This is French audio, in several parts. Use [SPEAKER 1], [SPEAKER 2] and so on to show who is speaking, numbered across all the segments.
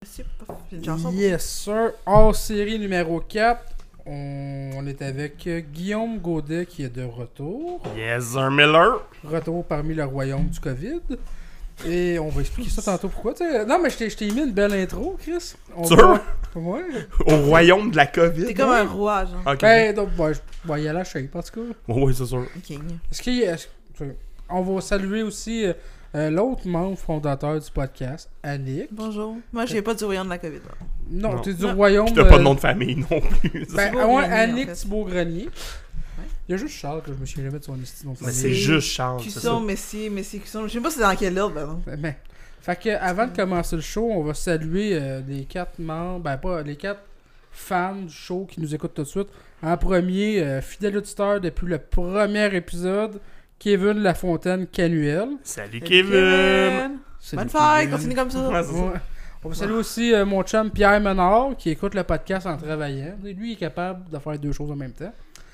[SPEAKER 1] Puis une chanson.
[SPEAKER 2] Yes, sir. Hors série numéro 4. On, on est avec euh, Guillaume Godet qui est de retour.
[SPEAKER 3] Yes, un Miller.
[SPEAKER 2] Retour parmi le royaume du COVID. Et on va expliquer ça tantôt pourquoi. tu sais. Non, mais je t'ai- je t'ai mis une belle intro, Chris. On
[SPEAKER 3] Sûr?
[SPEAKER 2] va- Ouais.
[SPEAKER 3] Au royaume de la COVID.
[SPEAKER 1] T'es comme un roi, genre.
[SPEAKER 3] Ok.
[SPEAKER 2] Ben, donc, ben, je ben, il y a la shape, en tout cas.
[SPEAKER 3] Oh, oui, c'est sûr.
[SPEAKER 1] King.
[SPEAKER 2] Est-ce qu'il y a- est-ce- tu- On va saluer aussi euh, euh, l'autre membre fondateur du podcast, Annick.
[SPEAKER 1] Bonjour. Moi, je viens pas du royaume de la COVID. là.
[SPEAKER 2] Non,
[SPEAKER 3] Non.
[SPEAKER 2] t'es du
[SPEAKER 1] Non.
[SPEAKER 2] royaume.
[SPEAKER 3] Puis t'as pas de
[SPEAKER 2] euh,
[SPEAKER 3] nom de famille non plus.
[SPEAKER 2] Ben,
[SPEAKER 1] Thibaut Grenier,
[SPEAKER 2] ouais,
[SPEAKER 1] en
[SPEAKER 2] Annick
[SPEAKER 1] fait.
[SPEAKER 2] Thibault-Grenier. Il y a juste Charles que je me suis jamais de son esti non
[SPEAKER 3] Mais
[SPEAKER 2] plus.
[SPEAKER 3] c'est juste Charles, c'est ça.
[SPEAKER 1] Cusson, Messi, Messi, Cusson. Je sais pas c'est dans quel ordre, pardon.
[SPEAKER 2] Ben, fait que avant de commencer le show, on va saluer euh, les quatre membres, ben pas les quatre fans du show qui nous écoutent tout de suite. En premier, euh, fidèle auditeur depuis le premier épisode, Kevin Lafontaine Canuel.
[SPEAKER 3] Salut Kevin.
[SPEAKER 2] Salut,
[SPEAKER 1] Bonne fête,
[SPEAKER 2] Kevin.
[SPEAKER 1] continue comme ça.
[SPEAKER 3] Ouais, c'est ça.
[SPEAKER 2] Ouais. On va saluer aussi euh, mon chum Pierre Menard qui écoute le podcast en travaillant. Lui il est capable de faire deux choses en même temps.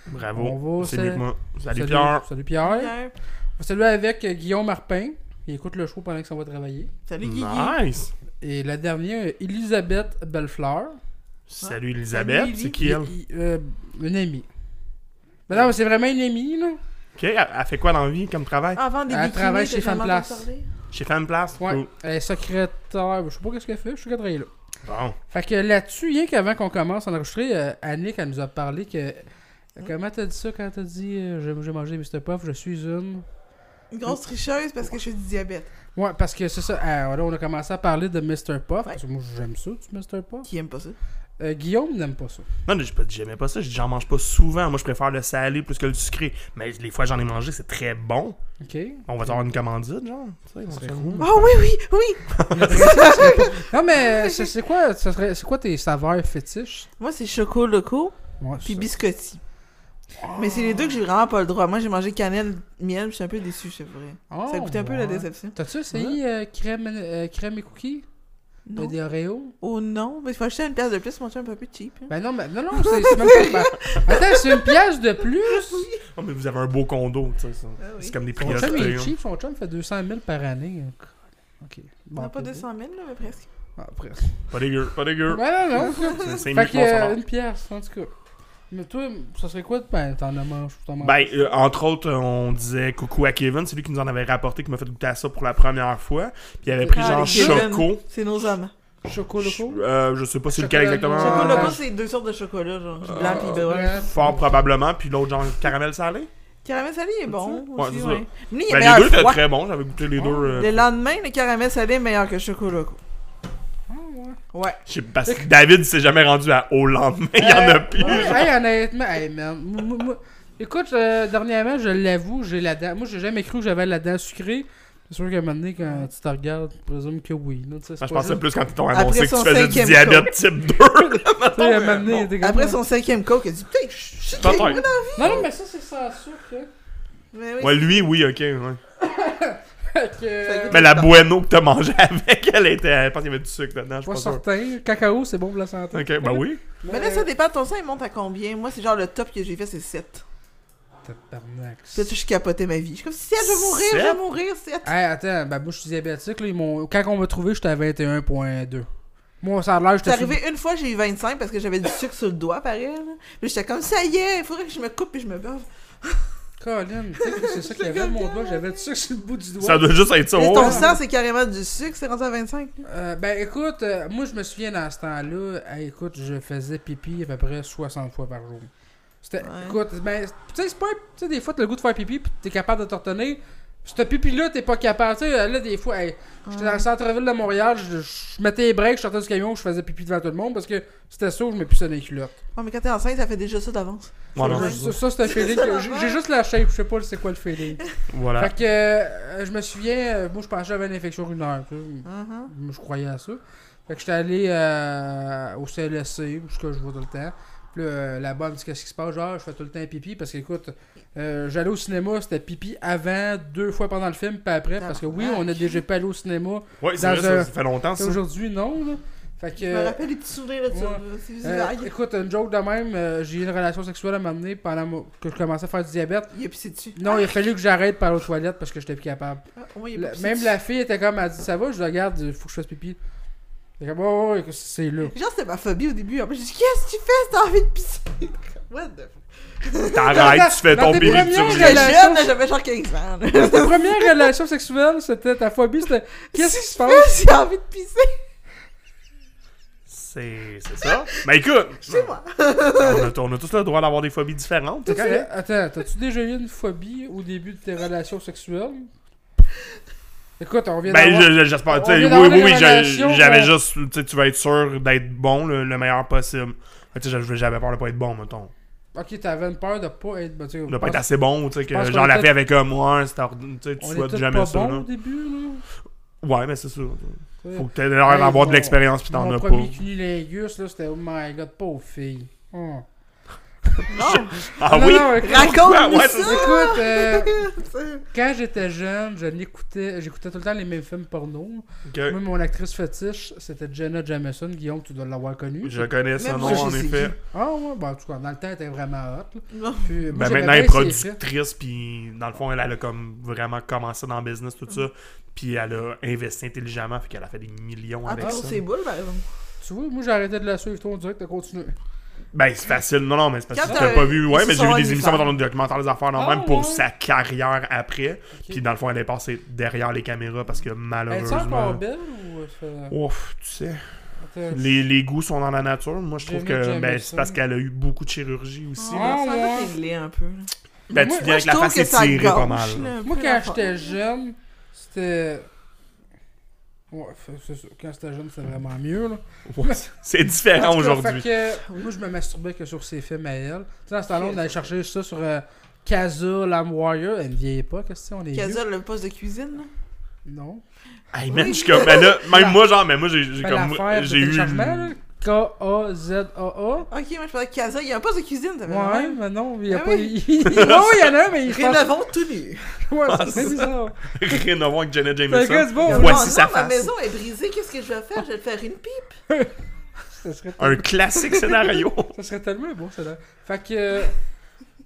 [SPEAKER 2] On
[SPEAKER 3] Bravo.
[SPEAKER 2] va,
[SPEAKER 3] C'est
[SPEAKER 2] c'est-
[SPEAKER 3] mieux que moi. Salut Pierre.
[SPEAKER 2] Salut Pierre.
[SPEAKER 1] Pierre.
[SPEAKER 2] On va saluer avec euh, Guillaume Marpin. Il écoute le show pendant qu'on va travailler.
[SPEAKER 1] Salut Guigui.
[SPEAKER 3] Nice.
[SPEAKER 2] Et la dernière, euh, Elisabeth Bellefleur.
[SPEAKER 3] Salut Elisabeth.
[SPEAKER 1] Lily.
[SPEAKER 3] C'est qui elle? Ok,
[SPEAKER 2] Il- il- euh, une amie. Mais non, mais c'est vraiment une amie, là.
[SPEAKER 3] elle elle fait quoi dans la vie comme travail?
[SPEAKER 1] Avant des
[SPEAKER 2] Elle
[SPEAKER 1] bikinis,
[SPEAKER 2] travaille
[SPEAKER 1] t'as
[SPEAKER 2] chez
[SPEAKER 1] jamais
[SPEAKER 2] Fanplace.
[SPEAKER 1] entendu parler?
[SPEAKER 3] Chez Femme Place?
[SPEAKER 2] Ouais.
[SPEAKER 3] Cool.
[SPEAKER 2] Elle est secrétaire. Je sais pas qu'est-ce qu'elle fait. Je suis secrétaire là.
[SPEAKER 3] Bon.
[SPEAKER 2] Fait que là-dessus, rien qu'avant qu'on commence à enregistrer, euh, Annick, elle nous a parlé que. Comment t'as dit ça quand t'as dit euh, j'ai j'ai mangé Mr. Puff, je suis une.
[SPEAKER 1] Une grosse tricheuse parce que je suis du diabète.
[SPEAKER 2] Ouais, parce que c'est ça. euh, là, on a commencé à parler de Mr. Puff. Parce que moi, j'aime ça, du Mr. Puff.
[SPEAKER 1] Qui aime pas ça?
[SPEAKER 2] Euh, Guillaume n'aime pas ça.
[SPEAKER 3] Non, j'ai pas dit j'aimais pas ça. J'ai dit j'en mange pas souvent. Moi, je préfère le salé plus que le sucré. Mais les fois j'en ai mangé, c'est très bon.
[SPEAKER 2] OK?
[SPEAKER 3] On va avoir une commandite, genre. Tu sais, on
[SPEAKER 2] serait
[SPEAKER 3] fait
[SPEAKER 2] cool.
[SPEAKER 3] roux.
[SPEAKER 1] Ah oui, oui, oui!
[SPEAKER 2] Non, mais c'est c'est quoi, ça serait- c'est quoi tes saveurs fétiches?
[SPEAKER 1] Moi, c'est choco loco
[SPEAKER 2] Ouais,
[SPEAKER 1] puis
[SPEAKER 2] ça.
[SPEAKER 1] biscotti. Mais c'est les deux que j'ai vraiment pas le droit. Moi, j'ai mangé cannelle, miel, puis je suis un peu déçu, c'est vrai.
[SPEAKER 2] Oh,
[SPEAKER 1] ça goûte un peu la
[SPEAKER 2] ouais.
[SPEAKER 1] déception.
[SPEAKER 2] T'as-tu essayé euh, crème, euh, crème et cookies?
[SPEAKER 1] Non.
[SPEAKER 2] Et des Oreos?
[SPEAKER 1] Oh non, mais il faut acheter une pièce de plus, mon chum, un peu cheap. hein.
[SPEAKER 2] Ben non, mais non, non, c'est c'est même pas. ben, Attends, c'est une pièce de plus!
[SPEAKER 3] Oh, mais vous avez un beau condo, tu sais. ça.
[SPEAKER 1] Ah oui.
[SPEAKER 3] C'est comme des
[SPEAKER 2] Son chum il
[SPEAKER 3] priorités.
[SPEAKER 2] est
[SPEAKER 3] hein.
[SPEAKER 2] cheap, son chum fait 200 000 par année. Ok.
[SPEAKER 1] On n'a pas
[SPEAKER 2] peut-être.
[SPEAKER 1] 200 000, là, mais presque.
[SPEAKER 2] Ah, presque.
[SPEAKER 3] Pas dégueu, pas dégueu.
[SPEAKER 2] Ouais, non, non.
[SPEAKER 3] C'est- C'est mieux
[SPEAKER 2] fait
[SPEAKER 3] que
[SPEAKER 2] que
[SPEAKER 3] mon
[SPEAKER 2] euh,
[SPEAKER 3] salaire.
[SPEAKER 2] une pièce, en tout cas. Mais toi, ça serait quoi? Ben, t'en as mangé, t'en manges.
[SPEAKER 3] Ben, euh, entre autres, euh, on disait coucou à Kevin, c'est lui qui nous en avait rapporté, qui m'a fait goûter à ça pour la première fois. Puis il avait pris
[SPEAKER 1] Ah,
[SPEAKER 3] genre
[SPEAKER 1] Kevin,
[SPEAKER 3] choco.
[SPEAKER 1] C'est nos hommes.
[SPEAKER 2] Chocolat
[SPEAKER 3] Ch- euh, Ben, je sais pas c'est lequel
[SPEAKER 2] Chocolat
[SPEAKER 3] exactement.
[SPEAKER 2] blanc.
[SPEAKER 1] Chocolat
[SPEAKER 2] Ah.
[SPEAKER 1] loco, c'est deux sortes de chocolat, genre du blanc puis
[SPEAKER 3] Ah.
[SPEAKER 2] au-
[SPEAKER 1] beurre.
[SPEAKER 2] Ouais.
[SPEAKER 3] Fort probablement, puis l'autre genre caramel salé.
[SPEAKER 1] Caramel salé est bon
[SPEAKER 3] Ouais,
[SPEAKER 1] aussi,
[SPEAKER 3] c'est
[SPEAKER 1] ouais.
[SPEAKER 3] ça.
[SPEAKER 1] Mais lui, il est
[SPEAKER 3] Ben, les deux
[SPEAKER 1] meilleur
[SPEAKER 3] étaient
[SPEAKER 1] froid.
[SPEAKER 3] très bons, j'avais goûté les deux. euh,
[SPEAKER 1] Le lendemain, le caramel salé est meilleur que le chocolat loco.
[SPEAKER 2] Ah, ouais.
[SPEAKER 1] Ouais.
[SPEAKER 3] je sais- parce que David s'est jamais rendu à au lendemain, il y en a plus.
[SPEAKER 2] Euh, Ouais, hey, honnêtement, hey, man, moi- moi- moi- écoute, euh, dernièrement, je l'avoue, j'ai la dent. Moi, j'ai jamais cru que j'avais la dent sucrée. C'est sûr qu'à un moment donné, quand tu te regardes, tu présumes que oui. là, tu sais, c'est
[SPEAKER 3] Non, Ben, je
[SPEAKER 2] pas
[SPEAKER 3] pensais
[SPEAKER 2] juste-
[SPEAKER 3] plus quand ils t'ont
[SPEAKER 1] Après
[SPEAKER 3] annoncé que
[SPEAKER 1] son
[SPEAKER 3] tu faisais du
[SPEAKER 1] cinquième
[SPEAKER 3] diabète type 2.
[SPEAKER 2] Tu sais, à un moment donné, t'es comme-
[SPEAKER 1] Après son cinquième coke, il a dit Putain, je suis
[SPEAKER 3] Peut-être.
[SPEAKER 1] quelqu'un, là.
[SPEAKER 2] Non, non, mais ça, c'est sans sucre. hein.
[SPEAKER 1] Mais oui.
[SPEAKER 3] Ouais, lui, oui, ok. ouais.
[SPEAKER 2] Fait que, euh,
[SPEAKER 1] Ça goûte-
[SPEAKER 3] Mais la bueno que t'as mangé avec, elle était. Je pense qu'il y avait du sucre dedans, je suis
[SPEAKER 2] Pas
[SPEAKER 3] pas sûr.
[SPEAKER 2] certain. Cacao, c'est bon pour la santé.
[SPEAKER 3] Ok, ben oui.
[SPEAKER 1] Mais là, ça dépend. Ton sein, il monte à combien Moi, c'est genre le top que j'ai fait, c'est 7.
[SPEAKER 2] Tabarnak.
[SPEAKER 1] Puis là, je capotais ma vie. Je suis comme 7, je vais mourir, je vais
[SPEAKER 3] Sept?
[SPEAKER 1] mourir, 7.
[SPEAKER 2] Hey, attends, ben moi je suis diabétique, là, ils m'ont- quand on m'a trouvé, j'étais à 21.2. Moi, ça a l'air,
[SPEAKER 1] C'est
[SPEAKER 2] j'étais sur...
[SPEAKER 1] arrivé une fois, j'ai eu 25 parce que j'avais du sucre sur le doigt, pareil. là. Puis j'étais comme ça y est, il faudrait que je me coupe et je me bave.
[SPEAKER 2] Colin, tu sais que c'est ça qu'il y avait mon doigt, j'avais du sucre sur le bout du doigt.
[SPEAKER 3] Ça doit juste être ça.
[SPEAKER 1] Mais
[SPEAKER 3] ouais.
[SPEAKER 2] hein?
[SPEAKER 1] ton sang, c'est carrément du sucre, c'est rendu à 25. là.
[SPEAKER 2] Euh, ben écoute, euh, moi je me souviens dans ce temps-là, hey, écoute, je faisais pipi à peu près 60 fois par jour. C'était,
[SPEAKER 1] Ouais.
[SPEAKER 2] écoute, ben, tu sais, c'est pas, tu sais, des fois t'as le goût de faire pipi pis t'es capable de te retenir. Ce pipi-là, t'es pas capable, tu sais, là, des fois, hey, j'étais dans le centre-ville de Montréal, je, je mettais les breaks, je sortais du camion, je faisais pipi devant tout le monde parce que c'était ça où je me pissais dans les culottes.
[SPEAKER 1] Ouais, mais quand t'es enceinte, ça fait déjà ça d'avance.
[SPEAKER 3] Ouais, Ah non,
[SPEAKER 2] Ça,
[SPEAKER 3] c'est ça.
[SPEAKER 2] ça, c'est un feeling. que- j'ai- J'ai juste la shape, je sais pas c'est quoi le feeling.
[SPEAKER 3] Voilà.
[SPEAKER 2] Fait que euh, je me souviens, euh, moi je pensais que j'avais une infection urinaire. tu sais.
[SPEAKER 1] Uh-huh.
[SPEAKER 2] Moi, Je croyais à ça. Fait que j'étais allé euh, au CLSC, où ce que je vois tout le temps. Puis là, euh, la bonne dit qu'est-ce qui se passe, genre je fais tout le temps pipi parce qu'écoute, euh, j'allais au cinéma, c'était pipi avant, deux fois pendant le film, puis après, parce que oui, on a déjà pas allé au cinéma.
[SPEAKER 3] Ouais, c'est
[SPEAKER 2] Dans
[SPEAKER 3] vrai, ça,
[SPEAKER 2] un-
[SPEAKER 3] ça fait longtemps ça.
[SPEAKER 2] Aujourd'hui, non. là. Fait que.
[SPEAKER 1] Je me rappelle les petits souvenirs là-dessus.
[SPEAKER 2] ouais.
[SPEAKER 1] là, C'est ah, c'est
[SPEAKER 2] euh,
[SPEAKER 1] vague.
[SPEAKER 2] écoute, une joke de même, euh, j'ai eu une relation sexuelle à m'amener pendant mo- que je commençais à faire du diabète.
[SPEAKER 1] Il a pissé dessus.
[SPEAKER 2] Non, il a fallu que j'arrête par aux toilettes parce que j'étais plus capable.
[SPEAKER 1] Ah, Au moins, il a
[SPEAKER 2] La-
[SPEAKER 1] pas pissé
[SPEAKER 2] même
[SPEAKER 1] dessus.
[SPEAKER 2] la fille était comme, elle dit, ça va, je regarde, faut que je fasse pipi. Fait comme, oh, ouais, c'est là.
[SPEAKER 1] Genre, c'était ma phobie au début. Après, j'ai dit, qu'est-ce que tu fais? T'as envie de pisser? What the fuck?
[SPEAKER 3] T'arrêtes, tu fais
[SPEAKER 2] Dans tes
[SPEAKER 3] tomber les
[SPEAKER 2] premières
[SPEAKER 3] petits
[SPEAKER 1] J'étais
[SPEAKER 2] relations-
[SPEAKER 1] jeune, là, j'avais genre 15 ans. là.
[SPEAKER 2] Ta première relation sexuelle, c'était ta phobie, c'était qu'est-ce qui se passe?
[SPEAKER 1] J'ai envie de pisser.
[SPEAKER 3] C'est c'est ça. Mais écoute,
[SPEAKER 1] C'est moi.
[SPEAKER 3] on a, on a tous le droit d'avoir des phobies différentes.
[SPEAKER 2] T'as-tu- Attends, t'as-tu déjà eu une phobie au début de tes relations sexuelles? Écoute, on vient
[SPEAKER 3] Ben,
[SPEAKER 2] d'avoir...
[SPEAKER 3] je- je- j'espère. tu sais,
[SPEAKER 2] On vient
[SPEAKER 3] Oui,
[SPEAKER 2] d'avoir
[SPEAKER 3] oui,
[SPEAKER 2] des
[SPEAKER 3] oui.
[SPEAKER 2] relations,
[SPEAKER 3] je- J'avais
[SPEAKER 2] euh,
[SPEAKER 3] juste. Tu sais, tu vas être sûr d'être bon, le, le meilleur possible. Tu sais, j'avais- j'avais peur de pas être bon, mettons.
[SPEAKER 2] Ok, t'avais une peur de pas être... Ben, tu sais,
[SPEAKER 3] De
[SPEAKER 2] on
[SPEAKER 3] pas être
[SPEAKER 2] pense-
[SPEAKER 3] assez bon, tu sais, que
[SPEAKER 2] pense qu'on
[SPEAKER 3] genre
[SPEAKER 2] est
[SPEAKER 3] la
[SPEAKER 2] tous-
[SPEAKER 3] paix avec un moi, c'est hors- tu sais, tu
[SPEAKER 2] on est
[SPEAKER 3] souhaites
[SPEAKER 2] tous
[SPEAKER 3] jamais
[SPEAKER 2] pas
[SPEAKER 3] ça,
[SPEAKER 2] bons au début, là.
[SPEAKER 3] là. Ouais, mais c'est ça. Faut
[SPEAKER 2] Ouais.
[SPEAKER 3] que t'aies l'air d'avoir
[SPEAKER 2] Hey,
[SPEAKER 3] de l'expérience pis t'en
[SPEAKER 2] Mon
[SPEAKER 3] as pas.
[SPEAKER 2] premier cunilingus, là, c'était « Oh my God, pauvre fille. Hum.
[SPEAKER 1] Non,
[SPEAKER 3] Ah
[SPEAKER 2] Non,
[SPEAKER 3] oui?
[SPEAKER 2] non, écoute,
[SPEAKER 1] raconte-nous
[SPEAKER 3] Ouais, c'est
[SPEAKER 1] ça.
[SPEAKER 2] écoute, euh,
[SPEAKER 1] C'est-
[SPEAKER 2] quand j'étais jeune, je l'écoutais, j'écoutais tout le temps les mêmes films porno. Moi,
[SPEAKER 3] Ok.
[SPEAKER 2] mon actrice fétiche, c'était Jenna Jameson. Guillaume, tu dois l'avoir connue.
[SPEAKER 3] Je connais son
[SPEAKER 1] Même
[SPEAKER 3] nom,
[SPEAKER 1] moi, je
[SPEAKER 3] en
[SPEAKER 1] sais
[SPEAKER 3] effet.
[SPEAKER 1] qui.
[SPEAKER 2] Ah ouais, ben, en tout cas, dans le temps, elle était vraiment hot. là.
[SPEAKER 1] Non.
[SPEAKER 2] Puis, moi,
[SPEAKER 3] Ben,
[SPEAKER 2] j'aimais
[SPEAKER 3] maintenant, elle est
[SPEAKER 2] bien ses films.
[SPEAKER 3] productrice, puis dans le fond, elle, elle a comme vraiment commencé dans le business, tout ça. Puis elle a investi intelligemment, fait qu'elle a fait des millions
[SPEAKER 1] En tout
[SPEAKER 3] avec
[SPEAKER 1] cas,
[SPEAKER 3] ça.
[SPEAKER 1] c'est boule, par exemple.
[SPEAKER 2] Tu vois, moi, j'ai arrêté de la suivre, toi, on dirait que t'as continué.
[SPEAKER 3] Ben, c'est facile. Non, non, mais c'est parce que
[SPEAKER 1] Quand
[SPEAKER 3] si t'as
[SPEAKER 1] t'as-
[SPEAKER 3] pas vu. Ouais,
[SPEAKER 1] ils
[SPEAKER 3] mais
[SPEAKER 1] se
[SPEAKER 3] j'ai
[SPEAKER 1] sont
[SPEAKER 3] vu des émissions
[SPEAKER 1] OnlyFans.
[SPEAKER 3] dans le documentaire des affaires dans
[SPEAKER 2] Ah,
[SPEAKER 3] même pour
[SPEAKER 2] ouais.
[SPEAKER 3] sa carrière après. Puis dans le fond, elle est passée derrière les caméras parce que
[SPEAKER 2] Elle est encore
[SPEAKER 3] malheureusement.
[SPEAKER 2] belle ou. euh, ça-
[SPEAKER 3] Ouf, tu sais.
[SPEAKER 2] Attends.
[SPEAKER 3] Les, les goûts sont dans la nature. Moi, je trouve
[SPEAKER 2] Jenna
[SPEAKER 3] que ben, c'est
[SPEAKER 2] Jameson.
[SPEAKER 3] parce qu'elle a eu beaucoup de chirurgie aussi.
[SPEAKER 2] Ah,
[SPEAKER 3] là.
[SPEAKER 1] Ça
[SPEAKER 2] ouais.
[SPEAKER 1] doit être laid un peu. là.
[SPEAKER 3] Ben,
[SPEAKER 2] Moi-
[SPEAKER 3] tu viens
[SPEAKER 1] Moi,
[SPEAKER 3] avec
[SPEAKER 1] je
[SPEAKER 3] la
[SPEAKER 1] trouve
[SPEAKER 3] face
[SPEAKER 1] que ça
[SPEAKER 3] étirée pas
[SPEAKER 1] gâche,
[SPEAKER 3] mal. là.
[SPEAKER 1] là, un
[SPEAKER 2] Moi,
[SPEAKER 1] peu
[SPEAKER 2] quand
[SPEAKER 1] l'affaire.
[SPEAKER 2] j'étais jeune, c'était. Ouais, fait- c'est ça. Quand j'étais jeune, c'était vraiment mieux, là.
[SPEAKER 3] Ouais, C'est différent
[SPEAKER 2] En tout cas,
[SPEAKER 3] aujourd'hui.
[SPEAKER 2] fait que, Moi, je me masturbais que sur ces films à elle. Tu sais, dans ce temps-là, on allait chercher ça sur euh, Casa, Lamb Warrior. Elle ne vieillit pas, qu'est-ce que c'est, on est vieux.
[SPEAKER 1] Casa, le poste de cuisine, là.
[SPEAKER 2] Non.
[SPEAKER 3] Hey man, je suis comme. Ben là, même moi, genre, mais moi, j'ai j'ai
[SPEAKER 2] Fait
[SPEAKER 3] comme.
[SPEAKER 2] l'affaire de
[SPEAKER 3] J'ai eu.
[SPEAKER 2] téléchargement, là. K-A-Z-A-A.
[SPEAKER 1] Ok, moi je parlais de Casa, il y a un poste de cuisine, t'avais
[SPEAKER 2] Ouais,
[SPEAKER 1] même.
[SPEAKER 2] mais non, il y a
[SPEAKER 1] Ah
[SPEAKER 2] pas.
[SPEAKER 1] oui.
[SPEAKER 2] il il y en a un, mais il se passe.
[SPEAKER 1] Rénovons tout nu.
[SPEAKER 3] Ah,
[SPEAKER 2] Ouais, c'est bizarre.
[SPEAKER 3] Rénovant avec Janet
[SPEAKER 2] Fait que
[SPEAKER 3] Jameson.
[SPEAKER 2] c'est bon,
[SPEAKER 3] Voici
[SPEAKER 1] non,
[SPEAKER 3] sa
[SPEAKER 1] non, ma
[SPEAKER 3] face.
[SPEAKER 1] maison est brisée, qu'est-ce que je vais faire? Je vais te faire une pipe.
[SPEAKER 2] ça serait,
[SPEAKER 3] Un classique scénario.
[SPEAKER 2] ça serait tellement beau, ça là. Fait que. euh,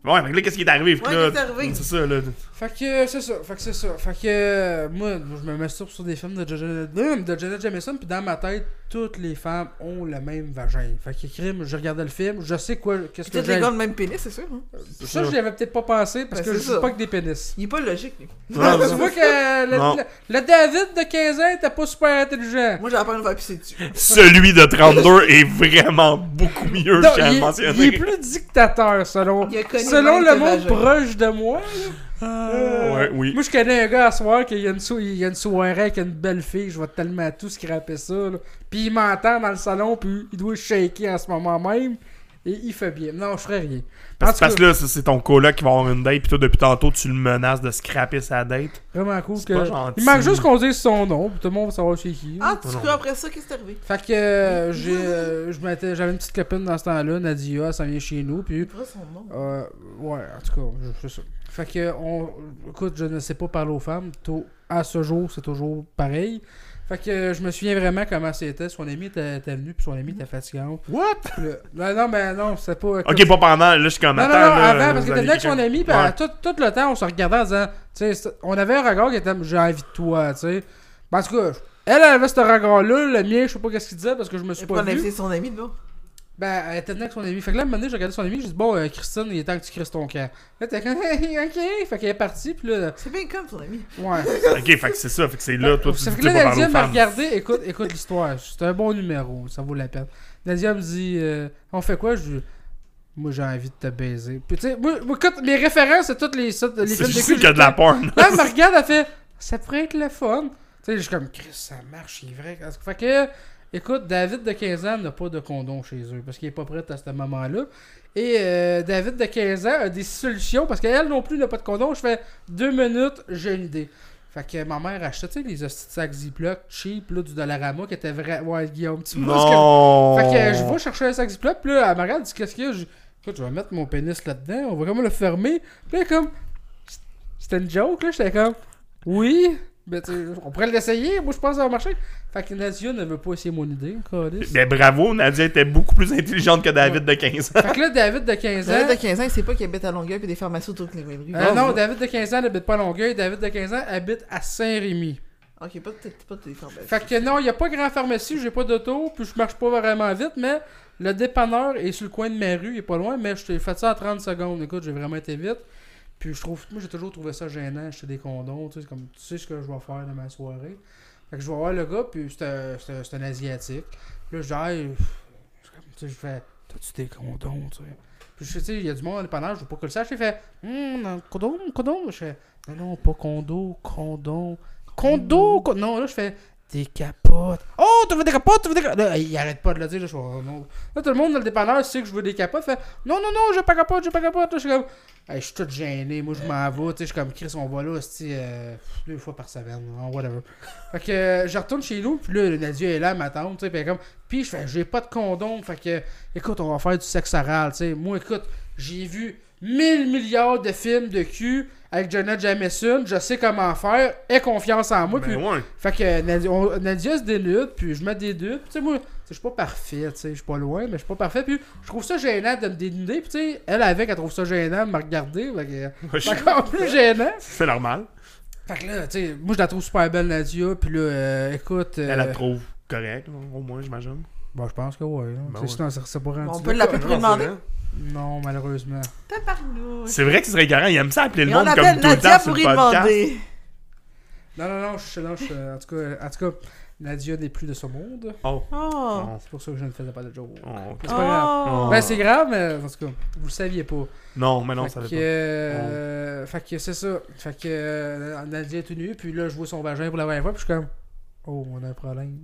[SPEAKER 3] Ouais, mais là, qu'est-ce qui est arrivé? Fait que
[SPEAKER 1] Ouais,
[SPEAKER 3] là,
[SPEAKER 1] qu'est-ce qui est arrivé?
[SPEAKER 3] C'est ça, là.
[SPEAKER 2] Fait que euh, c'est ça, fait que c'est ça. Fait que euh, moi, je me masturbe sur des films de Jaja- de de Janet Jameson, puis dans ma tête, toutes les femmes ont le même vagin. Fait que crime, je regardais le film, je sais quoi, qu'est-ce que
[SPEAKER 1] Peut-être les
[SPEAKER 2] j'ai.
[SPEAKER 1] gars ont le même pénis, c'est sûr. hein.
[SPEAKER 2] Ça, je l'avais peut-être pas pensé parce
[SPEAKER 1] Ben,
[SPEAKER 2] que
[SPEAKER 1] c'est
[SPEAKER 2] je suis
[SPEAKER 1] ça.
[SPEAKER 2] pas que des pénis.
[SPEAKER 1] Il est pas logique, lui.
[SPEAKER 3] Non,
[SPEAKER 2] tu vois que euh, le,
[SPEAKER 3] Non.
[SPEAKER 2] le- le David de 15 ans était pas super intelligent.
[SPEAKER 1] Moi, j'ai pas une fois pisser dessus.
[SPEAKER 3] Celui de 32 est vraiment beaucoup mieux,
[SPEAKER 2] Non,
[SPEAKER 3] je tiens
[SPEAKER 2] il,
[SPEAKER 3] à le
[SPEAKER 2] est, il est
[SPEAKER 3] mentionner.
[SPEAKER 2] plus dictateur selon,
[SPEAKER 1] Il a connu
[SPEAKER 2] selon
[SPEAKER 1] même
[SPEAKER 2] le
[SPEAKER 1] tes
[SPEAKER 2] monde
[SPEAKER 1] vagins.
[SPEAKER 2] proche de moi. là. Euh,
[SPEAKER 3] Ah. Ouais, oui.
[SPEAKER 2] Moi, je connais un gars à soir qui a une, sou- il y a une soirée avec une belle fille. Je vais tellement tout scraper ça. là. Puis il m'entend dans le salon, puis il doit shaker en ce moment même. Et il fait bien. Non, je ferais rien. En
[SPEAKER 3] Parce,
[SPEAKER 2] tout cas,
[SPEAKER 3] parce que là, c'est- c'est ton coloc qui va avoir une date, pis toi, depuis tantôt, tu le menaces de scraper sa date.
[SPEAKER 2] vraiment cool.
[SPEAKER 3] c'est
[SPEAKER 2] Que...
[SPEAKER 3] pas gentil.
[SPEAKER 2] Il manque juste qu'on dise son nom, puis tout le monde va savoir chez qui. là.
[SPEAKER 1] Ah, tu crois après ça, qu'est-ce qui est arrivé?
[SPEAKER 2] Fait que euh, j'ai, euh, je m'étais- j'avais une petite copine dans ce temps-là, Nadia, elle s'en vient chez nous, puis
[SPEAKER 1] C'est vrai son nom.
[SPEAKER 2] Euh, ouais, en tout cas, je sais ça. Fait que, on, écoute, je ne sais pas parler aux femmes. Tôt- à ce jour, c'est toujours pareil. Fait que euh, je me souviens vraiment comment c'était. Son ami était, était venu, puis son ami était fatigant.
[SPEAKER 3] What?
[SPEAKER 2] Non, non, mais non, c'est pas.
[SPEAKER 3] Ok, pas pendant, là, je suis comme
[SPEAKER 2] Non, non,
[SPEAKER 3] attends,
[SPEAKER 2] non,
[SPEAKER 3] là,
[SPEAKER 2] avant, parce
[SPEAKER 3] vous
[SPEAKER 2] qu'il était
[SPEAKER 3] allez-
[SPEAKER 2] venu avec son ami, puis
[SPEAKER 3] Ouais.
[SPEAKER 2] à- tout, tout le temps, on se regardait en disant, tu sais, on avait un regard qui était, j'ai envie de toi, tu sais. Ben, Parce que, elle avait ce regard-là, le mien, je sais pas qu'est-ce qu'il disait, parce que je me suis
[SPEAKER 1] Et
[SPEAKER 2] pas
[SPEAKER 1] pas
[SPEAKER 2] vu.
[SPEAKER 1] invité son ami de bas.
[SPEAKER 2] Ben, elle était venue avec son ami. Fait que là, un moment donné, j'ai regardé son ami, j'ai dit, bon, euh, Christine, il est temps que tu crisses ton camp. Là, t'es comme, ok. Fait qu'elle est partie, puis là,
[SPEAKER 1] C'est bien comme son ami.
[SPEAKER 2] ouais.
[SPEAKER 3] Ok, fait que c'est ça, fait que c'est là, toi, tu dis
[SPEAKER 2] fait
[SPEAKER 3] que
[SPEAKER 2] que
[SPEAKER 3] tu
[SPEAKER 2] là,
[SPEAKER 3] vas pas parler
[SPEAKER 2] Nadia
[SPEAKER 3] aux
[SPEAKER 2] m'a
[SPEAKER 3] femmes.
[SPEAKER 2] regardé, écoute, écoute l'histoire. C'est un bon numéro, ça vaut la peine. Nadia me dit, euh, on fait quoi? Je dis, moi, j'ai envie de te baiser. Puis, tu sais, moi, moi, écoute, mes références, c'est toutes les, ça- les
[SPEAKER 3] C'est
[SPEAKER 2] films de
[SPEAKER 3] juste
[SPEAKER 2] cul.
[SPEAKER 3] qu'il y a de la porn.
[SPEAKER 2] Là, elle me regarde, elle fait Ça pourrait être le fun. Tu sais, je suis comme Chris, ça marche, il est vrai. Parce que- Fait que, écoute, David de 15 ans n'a pas de condom chez eux parce qu'il est pas prêt à ce moment-là. Et euh, David de 15 ans a des solutions parce qu'elle non plus n'a pas de condom. Je fais deux minutes, j'ai une idée. Fait que ma mère achetait, tu sais, les hosties de sacs Ziploc cheap, là, du Dollarama, qui était vrai. Ouais, Guillaume, tu vois ce que-
[SPEAKER 3] Non.
[SPEAKER 2] fait que euh, je vais chercher un sac Ziploc, puis là, elle me regarde, elle dit qu'est-ce qu'il y a. Je- Écoute, je vais mettre mon pénis là-dedans, on va comment le fermer. Puis là, comme. C'était une joke, là, j'étais comme. Oui, mais tu sais, on pourrait l'essayer, moi je pense que ça va marcher. Fait que Nadia ne veut pas essayer mon idée, câlisse.
[SPEAKER 3] Ben bravo, Nadia était beaucoup plus intelligente que David de 15 ans.
[SPEAKER 2] Fait que là, David de 15 ans.
[SPEAKER 1] David de 15 ans, il sait pas qu'il habite à Longueuil puis des pharmacies autour de les mêmes rues.
[SPEAKER 2] Euh, non, David de 15 ans n'habite pas à Longueuil, David de 15 ans habite à Saint-Rémy.
[SPEAKER 1] Ok, pas peut-être pas tes pharmacies.
[SPEAKER 2] Fait que non, il n'y a pas grand pharmacie, j'ai pas d'auto, puis je marche pas vraiment vite, mais le dépanneur est sur le coin de ma rue, il est pas loin, mais je t'ai fait ça en 30 secondes. Écoute, j'ai vraiment été vite. Puis je trouve, moi j'ai toujours trouvé ça gênant, acheter des condoms, tu sais, comme tu sais ce que je vais faire de ma soirée. Fait que je vais voir le gars, puis c'est un- c'est un- c'est un asiatique. Puis là, je dis, Hey, pff, tu sais, je fais, t'as-tu des condoms, tu sais? Puis je sais, tu sais, il y a du monde en dépanneur, je veux pas que le sache. Il fait, hum, non, condom, condom. Je fais, non, non, pas condo, condom. Condo, con- non, là, je fais, des capotes. Oh, tu veux des capotes, tu veux des capotes. Là, il arrête pas de le dire, là, je fais, oh non. Là, tout le monde dans le dépanneur sait que je veux des capotes. Fait, non, non, non, j'ai pas capote, j'ai pas capote. Là, je suis comme, Hey, je suis tout gêné, moi, je m'en vais, tu sais, je suis comme, Chris, on va là, hostie, euh, deux fois par semaine, hein, whatever. Fait que, euh, je retourne chez nous, puis là, Nadia est là, ma tante, tu sais, puis elle est comme, puis je fais, j'ai pas de condom, fait que, écoute, on va faire du sexe oral, tu sais. Moi, écoute, j'ai vu 1000 milliards de films de cul avec Janet Jameson, je sais comment faire, aie confiance en moi, puis
[SPEAKER 3] Ben ouais.
[SPEAKER 2] fait que euh, Nadia, on- Nadia se dénude, puis je me dénude. Puis tu sais, moi, tu sais, je suis pas parfait, tu sais, je suis pas loin, mais je suis pas parfait. Puis je trouve ça gênant de me dénuder. Puis tu sais, elle avec, elle trouve ça gênant de me regarder. Fait que euh,
[SPEAKER 3] Ouais, je-
[SPEAKER 2] c'est encore plus gênant.
[SPEAKER 3] C'est normal.
[SPEAKER 2] Fait que là, tu sais, moi, je la trouve super belle, Nadia. Puis là, euh, écoute. euh,
[SPEAKER 3] Elle la trouve correcte, au moins, j'imagine.
[SPEAKER 2] Bon, je pense que ouais. là.
[SPEAKER 3] Ben
[SPEAKER 2] Tu sais,
[SPEAKER 3] ouais.
[SPEAKER 2] Sinon, ça serait pas rendu.
[SPEAKER 1] On peut l'appeler pour lui demander.
[SPEAKER 2] Non, malheureusement.
[SPEAKER 1] T'as par nous.
[SPEAKER 3] C'est vrai qu'il serait garant, il aime ça appeler le
[SPEAKER 1] Et on
[SPEAKER 3] monde comme
[SPEAKER 1] appelle
[SPEAKER 3] tout le
[SPEAKER 1] Nadia
[SPEAKER 3] temps sur
[SPEAKER 1] pour
[SPEAKER 3] le
[SPEAKER 1] y
[SPEAKER 3] podcast.
[SPEAKER 1] demander.
[SPEAKER 2] Non, non, non, je, non, je- en, tout cas, en tout cas, Nadia n'est plus de ce monde.
[SPEAKER 3] Oh.
[SPEAKER 1] Oh.
[SPEAKER 3] Oh.
[SPEAKER 2] C'est pour ça que je ne faisais pas de joke.
[SPEAKER 3] Oh.
[SPEAKER 2] C'est pas grave.
[SPEAKER 1] Oh.
[SPEAKER 2] Ben, c'est grave, mais en tout cas, vous le saviez pas.
[SPEAKER 3] Non, mais non,
[SPEAKER 2] fait,
[SPEAKER 3] ça
[SPEAKER 2] que,
[SPEAKER 3] l'est pas.
[SPEAKER 2] euh, fait que c'est ça. Fait que euh, Nadia est tout nue, puis là, je vois son vagin pour la première fois, puis je suis comme, oh, on a un problème.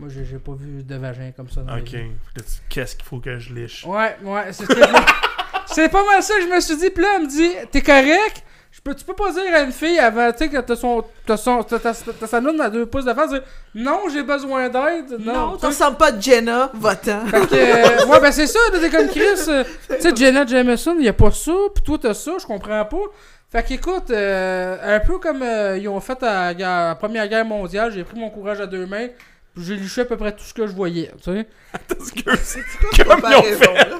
[SPEAKER 2] Moi, j'ai j'ai pas vu de vagin comme ça. Dans ma
[SPEAKER 3] Ok.
[SPEAKER 2] vie.
[SPEAKER 3] Fait que tu- Qu'est-ce qu'il faut que je liche?
[SPEAKER 2] Ouais, ouais, c'était. c'est pas mal ça que je me suis dit, puis là, elle me dit, t'es correct? Je peux, tu peux pas dire à une fille avant, tu sais, que t'as son. T'as son. T'as t'as- t'as sa noune à deux pouces de face, dire, non, j'ai besoin d'aide. Non,
[SPEAKER 1] Non,
[SPEAKER 2] tu sais.
[SPEAKER 1] t'en ressembles pas à Jenna, va-t'en.
[SPEAKER 2] Fait que, euh, ouais, ben c'est ça, t'es comme Chris. euh, tu sais, Janet Jameson, il a pas ça, pis toi t'as ça, je comprends pas. Fait qu'écoute, euh, un peu comme euh, ils ont fait à la Première Guerre mondiale, j'ai pris mon courage à deux mains, pis j'ai liché à peu près tout ce que je voyais, tu sais.
[SPEAKER 3] Excuse,
[SPEAKER 1] C'est
[SPEAKER 3] Comme
[SPEAKER 1] pas
[SPEAKER 3] ils ont
[SPEAKER 1] raison,
[SPEAKER 3] fait.
[SPEAKER 1] là.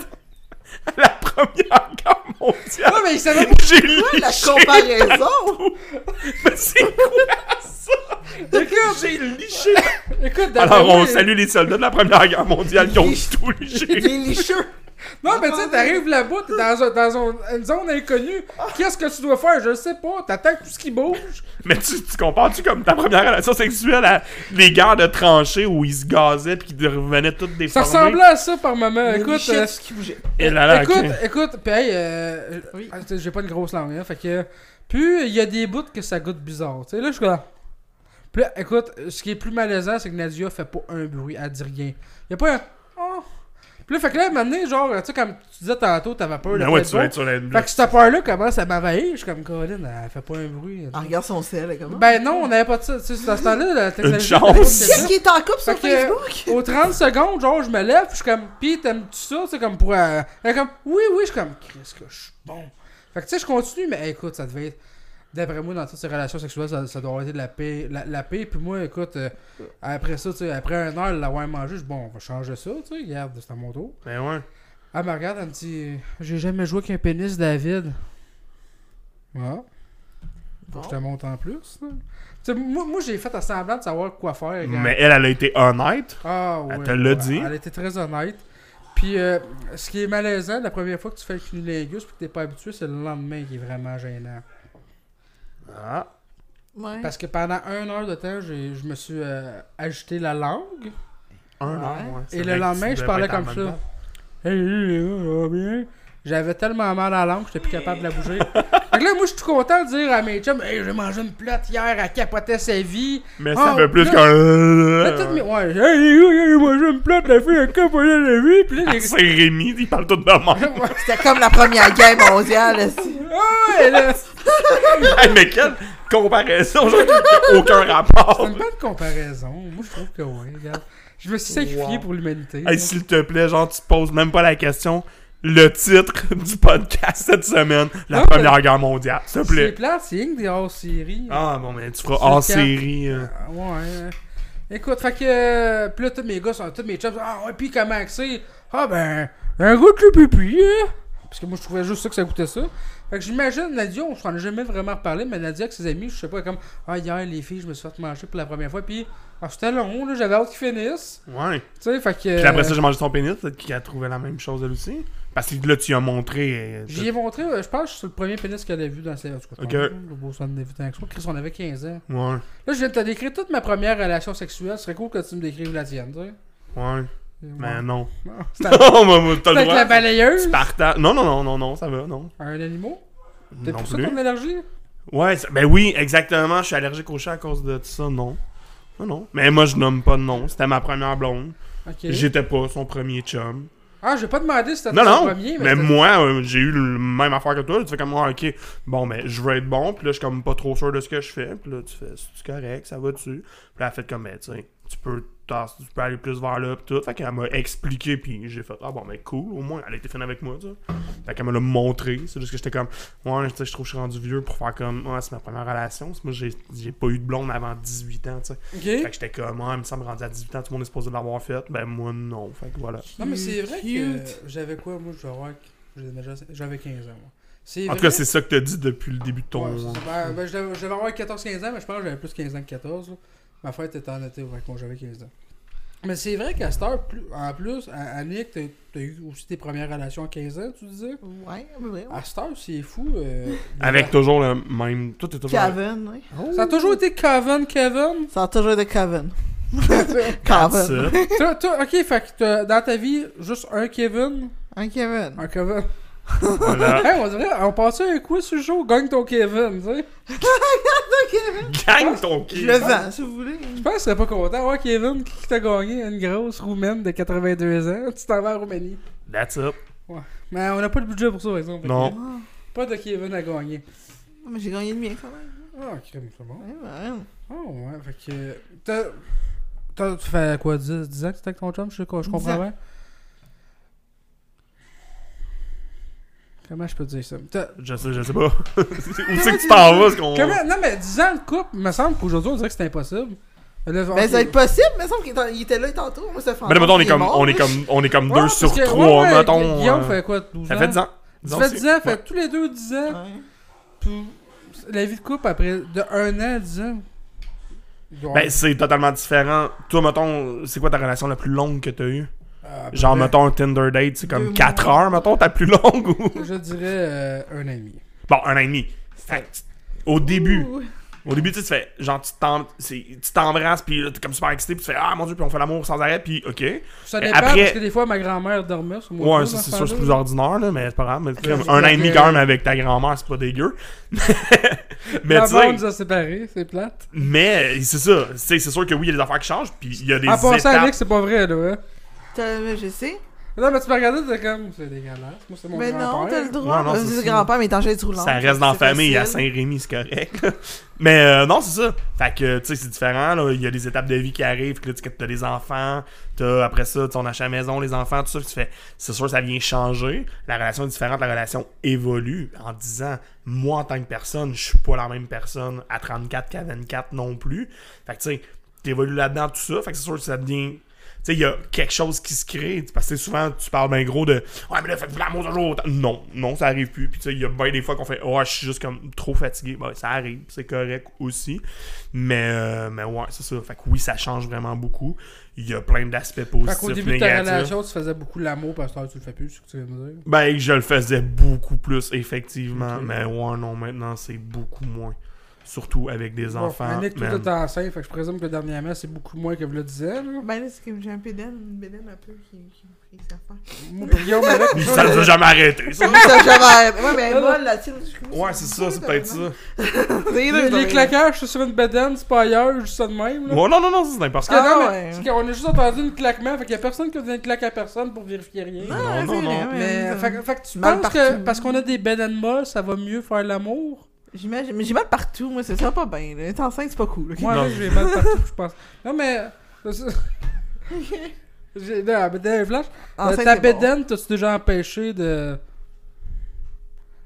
[SPEAKER 3] la première guerre mondiale.
[SPEAKER 2] Ouais, mais ils savaient
[SPEAKER 3] J'ai
[SPEAKER 1] Ouais, Ah, la
[SPEAKER 3] liché.
[SPEAKER 1] comparaison!
[SPEAKER 3] Mais c'est quoi ça?
[SPEAKER 2] pas. Écoute,
[SPEAKER 3] J'ai liché.
[SPEAKER 2] écoute, d'après
[SPEAKER 3] Alors, on
[SPEAKER 2] moi,
[SPEAKER 3] salue les soldats de la première guerre mondiale qui ont
[SPEAKER 1] Liche.
[SPEAKER 3] tout
[SPEAKER 1] Les
[SPEAKER 3] liché.
[SPEAKER 1] licheux!
[SPEAKER 2] Non, mais tu sais, t'arrives là-bas, t'es dans, un- dans un- une zone inconnue. Qu'est-ce que tu dois faire? Je sais pas. T'attends que tout ce qui bouge.
[SPEAKER 3] Mais tu, tu compares-tu comme ta première relation sexuelle à les guerres de tranchées où ils se gazaient puis qu'ils revenaient toutes
[SPEAKER 2] Ça
[SPEAKER 3] déformées?
[SPEAKER 2] ressemblait à ça par moment.
[SPEAKER 1] Les
[SPEAKER 2] Écoute,
[SPEAKER 1] licheux,
[SPEAKER 2] euh,
[SPEAKER 1] ce qui bougeait.
[SPEAKER 3] Et Eh là, là,
[SPEAKER 2] écoute,
[SPEAKER 3] ok.
[SPEAKER 2] écoute, pis hey, euh,
[SPEAKER 1] Oui.
[SPEAKER 2] ah, t'sais, j'ai pas une grosse langue, hein, fait que. Puis il y a des bouts que ça goûte bizarre, tu sais, là je suis là. Puis là, écoute, ce qui est plus malaisant, c'est que Nadia fait pas un bruit, elle dit rien. Y a pas un. Oh. Puis là, fait que là, maintenant, genre, tu sais, comme tu disais tantôt, t'avais peur de
[SPEAKER 3] Ben ouais,
[SPEAKER 2] pas
[SPEAKER 3] tu
[SPEAKER 2] être
[SPEAKER 3] vas
[SPEAKER 2] bon.
[SPEAKER 3] être sur la
[SPEAKER 2] Fait que cette peur-là commence à m'envahir, je suis comme Colin, elle fait pas un bruit.
[SPEAKER 1] Ah, regarde son sel, comment?
[SPEAKER 2] Ben non, on avait pas de ça, tu sais, dans ce temps-là, la technologie.
[SPEAKER 3] chance.
[SPEAKER 2] était pas
[SPEAKER 1] C'est
[SPEAKER 2] développée.
[SPEAKER 1] qui est en couple sur
[SPEAKER 2] Fait que- euh,
[SPEAKER 1] Facebook?
[SPEAKER 2] Au 30 secondes, genre, je me lève, puis je suis comme, pis t'aimes-tu ça? C'est comme pour. euh, elle est comme, oui, oui, je suis comme, Chris, que je suis bon. Fait que tu sais, je continue, mais hey, écoute, ça devait être. D'après moi, dans toutes ces relations sexuelles, ça, ça doit avoir été de la paix. La, la paix, puis moi, écoute, euh, après ça, tu sais, après un heure, de l'avoir mangé, je dis, bon, on va changer ça, tu sais, regarde, c'est à mon tour.
[SPEAKER 3] Ben ouais.
[SPEAKER 2] Elle me regarde, elle me dit, j'ai jamais joué qu'un pénis, David. Ouais. Faut que je te montre en plus. là. Tu sais, moi, moi j'ai fait à semblant de savoir quoi faire. regarde.
[SPEAKER 3] Mais elle, elle a été honnête.
[SPEAKER 2] Ah ouais.
[SPEAKER 3] Elle te l'a
[SPEAKER 2] ouais,
[SPEAKER 3] dit.
[SPEAKER 2] Elle était très honnête. Puis, euh, ce qui est malaisant, la première fois que tu fais le cunilingus puis que t'es pas habitué, c'est le lendemain qui est vraiment gênant.
[SPEAKER 3] Ah.
[SPEAKER 1] Ouais.
[SPEAKER 2] Parce que pendant un heure de temps, j'ai- je me suis euh, ajouté la langue.
[SPEAKER 1] Ouais.
[SPEAKER 3] Un an, ouais. C'est
[SPEAKER 2] Et
[SPEAKER 3] vrai
[SPEAKER 2] le
[SPEAKER 3] que
[SPEAKER 2] lendemain, je
[SPEAKER 3] tu devais
[SPEAKER 2] parlais
[SPEAKER 3] être en
[SPEAKER 2] comme
[SPEAKER 3] bonne
[SPEAKER 2] ça.
[SPEAKER 3] forme.
[SPEAKER 2] Hey, les gars, ça va bien? J'avais tellement mal à la langue que j'étais plus capable de la bouger. fait que là, moi, je suis tout content de dire à mes chums, hey, j'ai mangé une plate hier, elle capotait sa vie.
[SPEAKER 3] Mais ça
[SPEAKER 2] Ah,
[SPEAKER 3] fait plus euh,
[SPEAKER 2] là- Mais toutes mes.
[SPEAKER 3] qu'un.
[SPEAKER 2] Ouais, hey, les gars, j'ai mangé une plate, la fille, elle capotait sa vie. Puis là,
[SPEAKER 3] Ah, C'est Rémi, il parle tout de même.
[SPEAKER 2] les.
[SPEAKER 1] C'était comme la première guerre mondiale, aussi.
[SPEAKER 2] Ah ouais, là.
[SPEAKER 3] Hey, mais quelle comparaison, genre, qui n'a aucun
[SPEAKER 2] C'est
[SPEAKER 3] rapport.
[SPEAKER 2] une bonne comparaison. Moi, je trouve que oui. Regarde. Je me suis sacrifié
[SPEAKER 3] Wow.
[SPEAKER 2] pour l'humanité.
[SPEAKER 3] Hey, s'il te plaît, genre, tu te poses même pas la question. Le titre du podcast cette semaine, la
[SPEAKER 2] Non, mais-
[SPEAKER 3] Première Guerre mondiale, s'il te
[SPEAKER 2] c'est
[SPEAKER 3] plaît.
[SPEAKER 2] plat, c'est rien que des hors-série.
[SPEAKER 3] Ah, bon, mais tu feras
[SPEAKER 2] C'est
[SPEAKER 3] hors
[SPEAKER 2] le
[SPEAKER 3] série. euh.
[SPEAKER 2] Ah, ouais. Écoute, fait que. euh, Puis là, tous mes gars sont. Tous mes chums. Ah, ouais, puis comment que c'est Ah, ben. Un goût de pipi, hein. Parce que moi, je trouvais juste ça que ça goûtait ça. Fait que j'imagine, Nadia, on s'en a jamais vraiment reparlé, mais Nadia avec ses amis, je sais pas, comme, ah, hier, les filles, je me suis fait manger pour la première fois, puis, ah, c'était long, là, j'avais hâte qu'ils finissent.
[SPEAKER 3] Ouais.
[SPEAKER 2] Tu sais, fait que.
[SPEAKER 3] Puis après ça,
[SPEAKER 2] euh,
[SPEAKER 3] j'ai mangé son pénis, peut-être qu'il a trouvé la même chose elle aussi. Parce que là, tu lui as montré. euh,
[SPEAKER 2] J'y ai montré, euh, je pense que c'est le premier pénis qu'elle a vu dans ses. En tout cas, je
[SPEAKER 3] Ok.
[SPEAKER 2] pense, là, le beau sang de débutant avec soi. Chris, on avait 15 ans.
[SPEAKER 3] Ouais,
[SPEAKER 2] Là, je viens de te décrire toute ma première relation sexuelle. Ce serait cool que tu me décrives la tienne, tu sais.
[SPEAKER 3] ouais. Mais
[SPEAKER 2] Ouais.
[SPEAKER 3] non.
[SPEAKER 2] Non, C'était
[SPEAKER 3] Non, maman, t'as le
[SPEAKER 2] avec la
[SPEAKER 3] droit.
[SPEAKER 2] balayeuse.
[SPEAKER 3] Tu parta- Non, non, non, non, non, ça va, non.
[SPEAKER 2] Un animal. T'es
[SPEAKER 3] Non
[SPEAKER 2] pour ça
[SPEAKER 3] plus.
[SPEAKER 2] ton allergie?
[SPEAKER 3] Ouais, ça- ben oui, exactement. Je suis allergique au chat à cause de ça, non. Non, non. Mais moi, je nomme pas de nom. C'était ma première blonde.
[SPEAKER 2] Ok.
[SPEAKER 3] J'étais pas son premier chum.
[SPEAKER 2] Ah, j'ai pas demandé si t'étais
[SPEAKER 3] Non,
[SPEAKER 2] ton
[SPEAKER 3] non.
[SPEAKER 2] premier,
[SPEAKER 3] mais
[SPEAKER 2] mais. c'était-
[SPEAKER 3] moi, euh, j'ai eu le même affaire que toi. Tu fais comme, ah, ok, bon, mais je veux être bon. Puis là, je suis comme pas trop sûr de ce que je fais. Puis là, tu fais, c'est correct, ça va-tu? Puis là, elle fait comme, mais tu sais, tu peux, t'en- tu peux aller plus vers là. Puis tout. Fait qu'elle m'a expliqué. Puis j'ai fait, ah, bon, mais cool, au moins, elle a été fine avec moi, tu sais. Fait qu'elle me l'a montré. C'est juste que j'étais comme, ouais, tu sais, je trouve que je suis rendu vieux pour faire comme, ouais, c'est ma première relation. Moi, j'ai j'ai pas eu de blonde avant 18 ans, tu sais. Fait
[SPEAKER 2] Ok.
[SPEAKER 3] que j'étais comme, ah, il me semble rendu à 18 ans, tout le monde est supposé l'avoir faite. Ben, moi, non. Fait que voilà.
[SPEAKER 2] Non, mais c'est vrai
[SPEAKER 1] Cute.
[SPEAKER 2] que j'avais quoi, moi, je vais avoir. j'ai déjà- J'avais 15 ans, moi. C'est
[SPEAKER 3] En
[SPEAKER 2] vrai-
[SPEAKER 3] tout cas, c'est ça que t'as dit depuis le début de ton.
[SPEAKER 2] Ouais, c'est- ben, ben, je devais je devais avoir 14-15 ans, mais je pense que j'avais plus 15 ans que 14. là. Ma fête était en été, ouais, quand j'avais 15 ans. Mais c'est vrai qu'à cette heure, plus- en plus, à- Annick, t'as t'as eu aussi tes premières relations à 15 ans, tu disais?
[SPEAKER 1] Ouais, à peu près.
[SPEAKER 2] À cette heure, c'est fou. euh,
[SPEAKER 3] Avec toujours le même. Tout est toujours.
[SPEAKER 1] Cavan, oui.
[SPEAKER 2] Ça a toujours été Kevin, Kevin.
[SPEAKER 1] Ça a toujours été Cavan. Cavan.
[SPEAKER 3] Ça.
[SPEAKER 2] Toi- toi, ok, fait que t'as- dans ta vie, juste un Kevin,
[SPEAKER 1] Un Hein, Kevin.
[SPEAKER 2] un Kevin.
[SPEAKER 3] Voilà.
[SPEAKER 2] Hey, on dirait, on passait un quiz sur le show, gagne ton Kevin, tu sais.
[SPEAKER 3] Gagne ton
[SPEAKER 1] Je
[SPEAKER 3] kill.
[SPEAKER 1] le vends, si vous voulez.
[SPEAKER 2] Je pense que tu serais pas content. Ouais, Kevin, qui t'a gagné une grosse Roumaine de 82 ans, tu t'en vas en Roumanie.
[SPEAKER 3] That's up.
[SPEAKER 2] Mais on n'a pas de budget pour ça, par exemple.
[SPEAKER 3] Non.
[SPEAKER 1] Ah,
[SPEAKER 2] Pas de Kevin à gagner.
[SPEAKER 1] mais j'ai gagné le mien quand même.
[SPEAKER 2] Ah, crème, c'est bon.
[SPEAKER 1] Ouais, ouais.
[SPEAKER 2] Oh, ouais, fait que. t'as- t'as- Tu fais quoi, 10, 10 ans que t'étais avec ton chum Je, sais quoi, je
[SPEAKER 1] 10
[SPEAKER 2] comprends
[SPEAKER 1] ans.
[SPEAKER 2] bien. Comment je peux dire ça T'as-
[SPEAKER 3] Je sais, je sais pas. Où c'est que tu t'en vas, ce qu'on.
[SPEAKER 2] Comment Non, mais 10 ans de couple, me semble qu'aujourd'hui, on dirait que c'est impossible. Là, on-
[SPEAKER 1] Ben, ça va être possible, mais il me semble qu'il était- il était là tantôt. Moi, ça fait
[SPEAKER 3] Mais là, mettons, on est
[SPEAKER 1] il
[SPEAKER 3] comme,
[SPEAKER 1] mort,
[SPEAKER 3] on est
[SPEAKER 1] là.
[SPEAKER 3] comme, on est comme
[SPEAKER 2] Ouais,
[SPEAKER 3] deux
[SPEAKER 2] parce
[SPEAKER 3] sur
[SPEAKER 2] que- ouais,
[SPEAKER 3] trois,
[SPEAKER 2] ouais,
[SPEAKER 3] mettons.
[SPEAKER 2] Guillaume
[SPEAKER 3] euh,
[SPEAKER 2] fait quoi, 12 ans
[SPEAKER 3] Ça fait 10 ans.
[SPEAKER 2] Ça fait 10 ans, fait
[SPEAKER 3] Ouais.
[SPEAKER 2] que tous les deux 10 ans.
[SPEAKER 1] Ouais.
[SPEAKER 2] Puis, la vie de couple, après, de 1 an à 10 ans. doit-
[SPEAKER 3] Ben, c'est totalement différent. Toi, mettons, c'est quoi ta relation la plus longue que t'as eue?
[SPEAKER 2] Ah,
[SPEAKER 3] Genre,
[SPEAKER 2] ben,
[SPEAKER 3] mettons, un Tinder date, c'est
[SPEAKER 1] Deux
[SPEAKER 3] comme 4
[SPEAKER 1] mois.
[SPEAKER 3] heures, mettons, ta plus longue ou.
[SPEAKER 2] Je dirais euh, un ami.
[SPEAKER 3] Bon, un an et demi. Fait que tu- Au début,
[SPEAKER 1] Ouh.
[SPEAKER 3] Au début, tu sais, tu fais genre, tu t'em- c'est- tu t'embrasses, puis là, t'es comme super excité, puis tu fais Ah mon dieu, puis on fait l'amour sans arrêt, puis ok.
[SPEAKER 2] Ça
[SPEAKER 3] Mais
[SPEAKER 2] dépend
[SPEAKER 3] après-
[SPEAKER 2] parce que des fois ma grand-mère dormait sur moi.
[SPEAKER 3] Ouais, ça, c'est sûr, c'est plus ordinaire, là, mais c'est pas grave. Mais
[SPEAKER 2] Ouais, c'est
[SPEAKER 3] un an et
[SPEAKER 2] clair
[SPEAKER 3] demi
[SPEAKER 2] que-
[SPEAKER 3] quand même avec ta grand-mère, c'est pas dégueu. mais
[SPEAKER 2] Mais
[SPEAKER 3] tu sais,
[SPEAKER 2] nous a séparés, c'est plate.
[SPEAKER 3] mais c'est ça. Tu sais, c'est sûr que oui, il y a des affaires qui changent, puis il y a des
[SPEAKER 2] En passant
[SPEAKER 3] étapes.
[SPEAKER 2] avec, c'est pas vrai, là. hein.
[SPEAKER 1] T'as- mais Je sais.
[SPEAKER 2] Non, mais tu me regardais, t'es comme, c'est dégueulasse. Moi, c'est mon
[SPEAKER 1] Mais non, t'as le
[SPEAKER 2] grand-père.
[SPEAKER 1] droit.
[SPEAKER 3] Ouais, non,
[SPEAKER 1] Euh,
[SPEAKER 3] c'est
[SPEAKER 1] c'est
[SPEAKER 3] ça.
[SPEAKER 1] grand-père, mais il est en chaise roulante.
[SPEAKER 3] Ça reste dans la
[SPEAKER 1] C'est
[SPEAKER 3] famille, à
[SPEAKER 1] facile.
[SPEAKER 3] Saint-Rémy, c'est correct. là. Mais euh, non, c'est ça. Fait que, tu sais, c'est différent. là. Il y a des étapes de vie qui arrivent. Que là, tu sais, t'as des enfants. T'as, après ça, tu sais, on achète la maison, les enfants, tout ça. Tu fais, c'est sûr, ça vient changer. La relation est différente. La relation évolue en disant, moi, en tant que personne, je suis pas la même personne à 34 qu'à 24 non plus. Fait que, tu sais, t'évolues là-dedans, tout ça. Fait que c'est sûr que ça devient tu sais, il y a quelque chose qui se crée. Parce que tu sais, souvent, tu parles bien gros de Ouais, mais là, faites-vous l'amour toujours. autant. Non, non, ça arrive plus. Puis, tu sais, il y a bien des fois qu'on fait Oh, je suis juste comme trop fatigué. Ben, ça arrive, c'est correct aussi. Mais, euh, mais ouais, c'est ça. Fait que oui, ça change vraiment beaucoup. Il y a plein d'aspects
[SPEAKER 2] Fait qu'au
[SPEAKER 3] positifs,
[SPEAKER 2] début de ta
[SPEAKER 3] négatifs.
[SPEAKER 2] relation, tu faisais beaucoup de l'amour, parce que tu le fais plus, c'est ce que tu veux me dire.
[SPEAKER 3] Ben, je le faisais beaucoup plus, effectivement.
[SPEAKER 2] Ok.
[SPEAKER 3] Mais ouais, non, maintenant, c'est beaucoup moins. Surtout avec des
[SPEAKER 2] Bon,
[SPEAKER 3] enfants.
[SPEAKER 2] Annick, toi,
[SPEAKER 3] man.
[SPEAKER 2] t'es enceinte, fait que je présume que dernièrement, c'est beaucoup moins que vous le disiez, là.
[SPEAKER 1] Ben là, c'est comme j'ai un bédème, une bédème un peu qui, qui me fait que ça fait.
[SPEAKER 2] Moi, puis Guillaume, avec.
[SPEAKER 3] Puis ça ne nous a jamais arrêté, ça.
[SPEAKER 1] Ça, j'avais. Ouais, mais elle vole, la tienne.
[SPEAKER 3] Ouais, c'est ça, c'est peut-être ça.
[SPEAKER 1] Les,
[SPEAKER 2] Les, les claquages, c'est sur une bedaine, c'est pas ailleurs, juste ça de même, là.
[SPEAKER 3] Ouais, non, non, non, c'est
[SPEAKER 2] Parce
[SPEAKER 3] n'importe quoi.
[SPEAKER 2] que
[SPEAKER 1] Ah,
[SPEAKER 2] non, mais
[SPEAKER 1] ouais.
[SPEAKER 2] c'est qu'on a juste entendu une claquement, fait qu'il y a personne qui a donné une claque à personne pour vérifier rien.
[SPEAKER 1] Non,
[SPEAKER 3] non,
[SPEAKER 1] non,
[SPEAKER 3] non.
[SPEAKER 2] Mais, fait, que-
[SPEAKER 1] non.
[SPEAKER 2] fait que tu
[SPEAKER 1] Mal
[SPEAKER 2] penses que
[SPEAKER 1] partout.
[SPEAKER 2] parce qu'on a des bed and balls, ça va mieux faire l'amour?
[SPEAKER 1] J'imagine, mais j'ai mal partout, moi, ça sent pas bien. là. Être enceinte, c'est pas cool. ok?
[SPEAKER 2] Moi,
[SPEAKER 3] Non.
[SPEAKER 2] avec, j'ai mal partout, je pense. Non, mais. j'ai.
[SPEAKER 1] Ah,
[SPEAKER 2] Non, mais Dave Flash, euh,
[SPEAKER 1] Enceinte,
[SPEAKER 2] ta
[SPEAKER 1] c'est bon.
[SPEAKER 2] bedaine, t'as-tu déjà empêché de.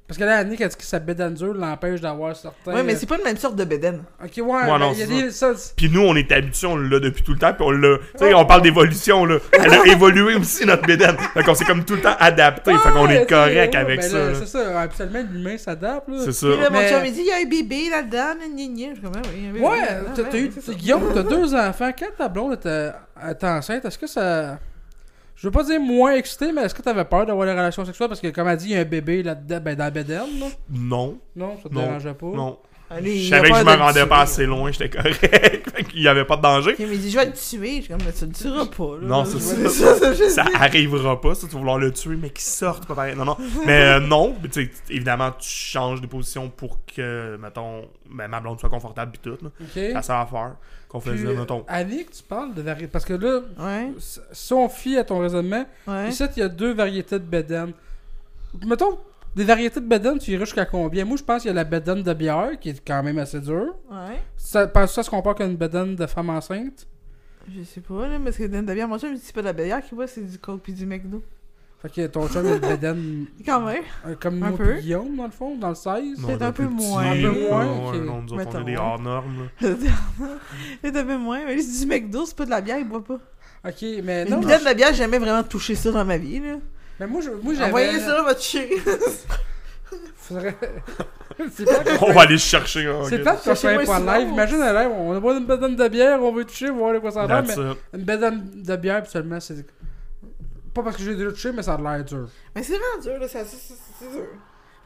[SPEAKER 2] Parce que là, Annick a dit que sa bédanzure l'empêche d'avoir certains. euh,
[SPEAKER 1] Ouais, mais c'est pas une même sorte de beden.
[SPEAKER 2] Ok, ouais,
[SPEAKER 3] Ouais, non,
[SPEAKER 2] mais il y a
[SPEAKER 3] c'est
[SPEAKER 2] des. Ça, c'est-
[SPEAKER 3] Puis nous, on est habitués, on l'a depuis tout le temps, puis on l'a. Tu sais, on parle d'évolution, là. Elle a évolué aussi, notre bédaine. Fait qu'on s'est comme tout le temps adapté. fait qu'on
[SPEAKER 2] Ouais,
[SPEAKER 3] est
[SPEAKER 2] c'est-
[SPEAKER 3] correct
[SPEAKER 2] ouais,
[SPEAKER 3] avec
[SPEAKER 2] ben
[SPEAKER 3] ça.
[SPEAKER 2] là,
[SPEAKER 3] là.
[SPEAKER 2] C'est ça, absolument, l'humain s'adapte. là.
[SPEAKER 3] C'est ça.
[SPEAKER 1] Puis là, mon
[SPEAKER 2] Mais-
[SPEAKER 1] chum, il dit, il y a un bébé là-dedans, gna, gna, gna. Je suis comme, Ah oui, il y a un bébé
[SPEAKER 2] Ouais,
[SPEAKER 1] là-dedans,
[SPEAKER 2] t'as
[SPEAKER 1] ben
[SPEAKER 2] t'as
[SPEAKER 1] oui,
[SPEAKER 2] eu.
[SPEAKER 1] c'est ça.
[SPEAKER 2] Guillaume, t'as deux enfants. Quand ta blonde était, était enceinte, est-ce que ça. Je veux pas dire moins excité, mais est-ce que t'avais peur d'avoir des relations sexuelles? Parce que, comme elle dit, il y a un bébé là-dedans, ben, dans la bédaine, là.
[SPEAKER 3] Non,
[SPEAKER 2] Non, ça te
[SPEAKER 3] Non,
[SPEAKER 2] dérangeait pas.
[SPEAKER 3] non.
[SPEAKER 1] Allez,
[SPEAKER 3] Je
[SPEAKER 1] il a
[SPEAKER 3] savais que
[SPEAKER 1] peur
[SPEAKER 3] je
[SPEAKER 1] de
[SPEAKER 3] me
[SPEAKER 1] le
[SPEAKER 3] rendais
[SPEAKER 1] tuer.
[SPEAKER 3] pas assez loin, j'étais correct. fait qu'il y avait pas de danger.
[SPEAKER 1] Puis il me dit, je vais le tuer. Je suis comme, mais tu le tueras pas. Là,
[SPEAKER 3] Non,
[SPEAKER 1] Là,
[SPEAKER 3] c'est
[SPEAKER 1] je-
[SPEAKER 3] ça.
[SPEAKER 1] je-
[SPEAKER 3] Ça arrivera pas, ça, tu vas vouloir le tuer, mais qu'il sorte, pas pareil. Non, non. Mais euh, non, mais tu sais, évidemment, tu changes de position pour que, mettons, ben, ma blonde soit confortable, pis tout, là.
[SPEAKER 2] Ok.
[SPEAKER 3] La seule affaire qu'on faisait,
[SPEAKER 2] Puis, euh,
[SPEAKER 3] mettons.
[SPEAKER 2] Annick, tu parles de vari- Parce que là,
[SPEAKER 1] Ouais,
[SPEAKER 2] si on fie à ton raisonnement,
[SPEAKER 1] ouais.
[SPEAKER 2] ici, il y a deux variétés de bédaine. Mettons, des variétés de bédaine, tu irais jusqu'à combien? Moi, je pense qu'il y a la bédaine de bière, qui est quand même assez dure.
[SPEAKER 1] Ouais.
[SPEAKER 2] Ça, penses-tu que ça se compare qu'à une bédaine de femme enceinte?
[SPEAKER 1] Je sais pas, là, parce que dans la bière, mon chum, il dit, c'est pas de la bière qu'il boit, c'est du coke puis du McDo.
[SPEAKER 2] Fait que ton chum, il a une bédaine
[SPEAKER 1] Quand même.
[SPEAKER 2] euh, comme
[SPEAKER 1] Un
[SPEAKER 2] moi
[SPEAKER 1] peu.
[SPEAKER 2] puis Guillaume, dans le fond, dans le 16.
[SPEAKER 3] Non,
[SPEAKER 1] c'est
[SPEAKER 3] on est
[SPEAKER 1] un peu
[SPEAKER 3] plus petits,
[SPEAKER 1] moins, un
[SPEAKER 2] peu
[SPEAKER 3] ouais,
[SPEAKER 2] moins,
[SPEAKER 3] ouais,
[SPEAKER 2] ok.
[SPEAKER 3] non, nous autres, on est
[SPEAKER 1] Mettons,
[SPEAKER 3] des
[SPEAKER 1] ouais.
[SPEAKER 3] hors normes, là.
[SPEAKER 1] Il un peu moins, mais lui, c'est du McDo, c'est pas de la bière, il boit pas.
[SPEAKER 2] Ok, mais
[SPEAKER 1] Une
[SPEAKER 2] non.
[SPEAKER 1] bière de la bière, j'ai jamais vraiment touché ça dans ma vie, là.
[SPEAKER 2] Mais moi, je- moi j'avais.
[SPEAKER 1] Envoyez ça à votre chérie.
[SPEAKER 2] Faudrait- C'est pas
[SPEAKER 3] On va aller se chercher, hein,
[SPEAKER 2] C'est
[SPEAKER 3] ok.
[SPEAKER 2] plate qu'on soit
[SPEAKER 1] Cherchez-moi
[SPEAKER 2] pas
[SPEAKER 1] sinon.
[SPEAKER 2] live. Imagine un live, on a pas une bedaine de bière, on veut toucher, on va voir de quoi ça a l'air,
[SPEAKER 3] That's
[SPEAKER 2] mais
[SPEAKER 3] it.
[SPEAKER 2] une bedaine de bière, puis seulement, c'est. Pas parce que j'ai déjà touché, mais ça a l'air dur.
[SPEAKER 1] mais c'est vraiment dur, là, c'est c'est- c'est- c'est dur.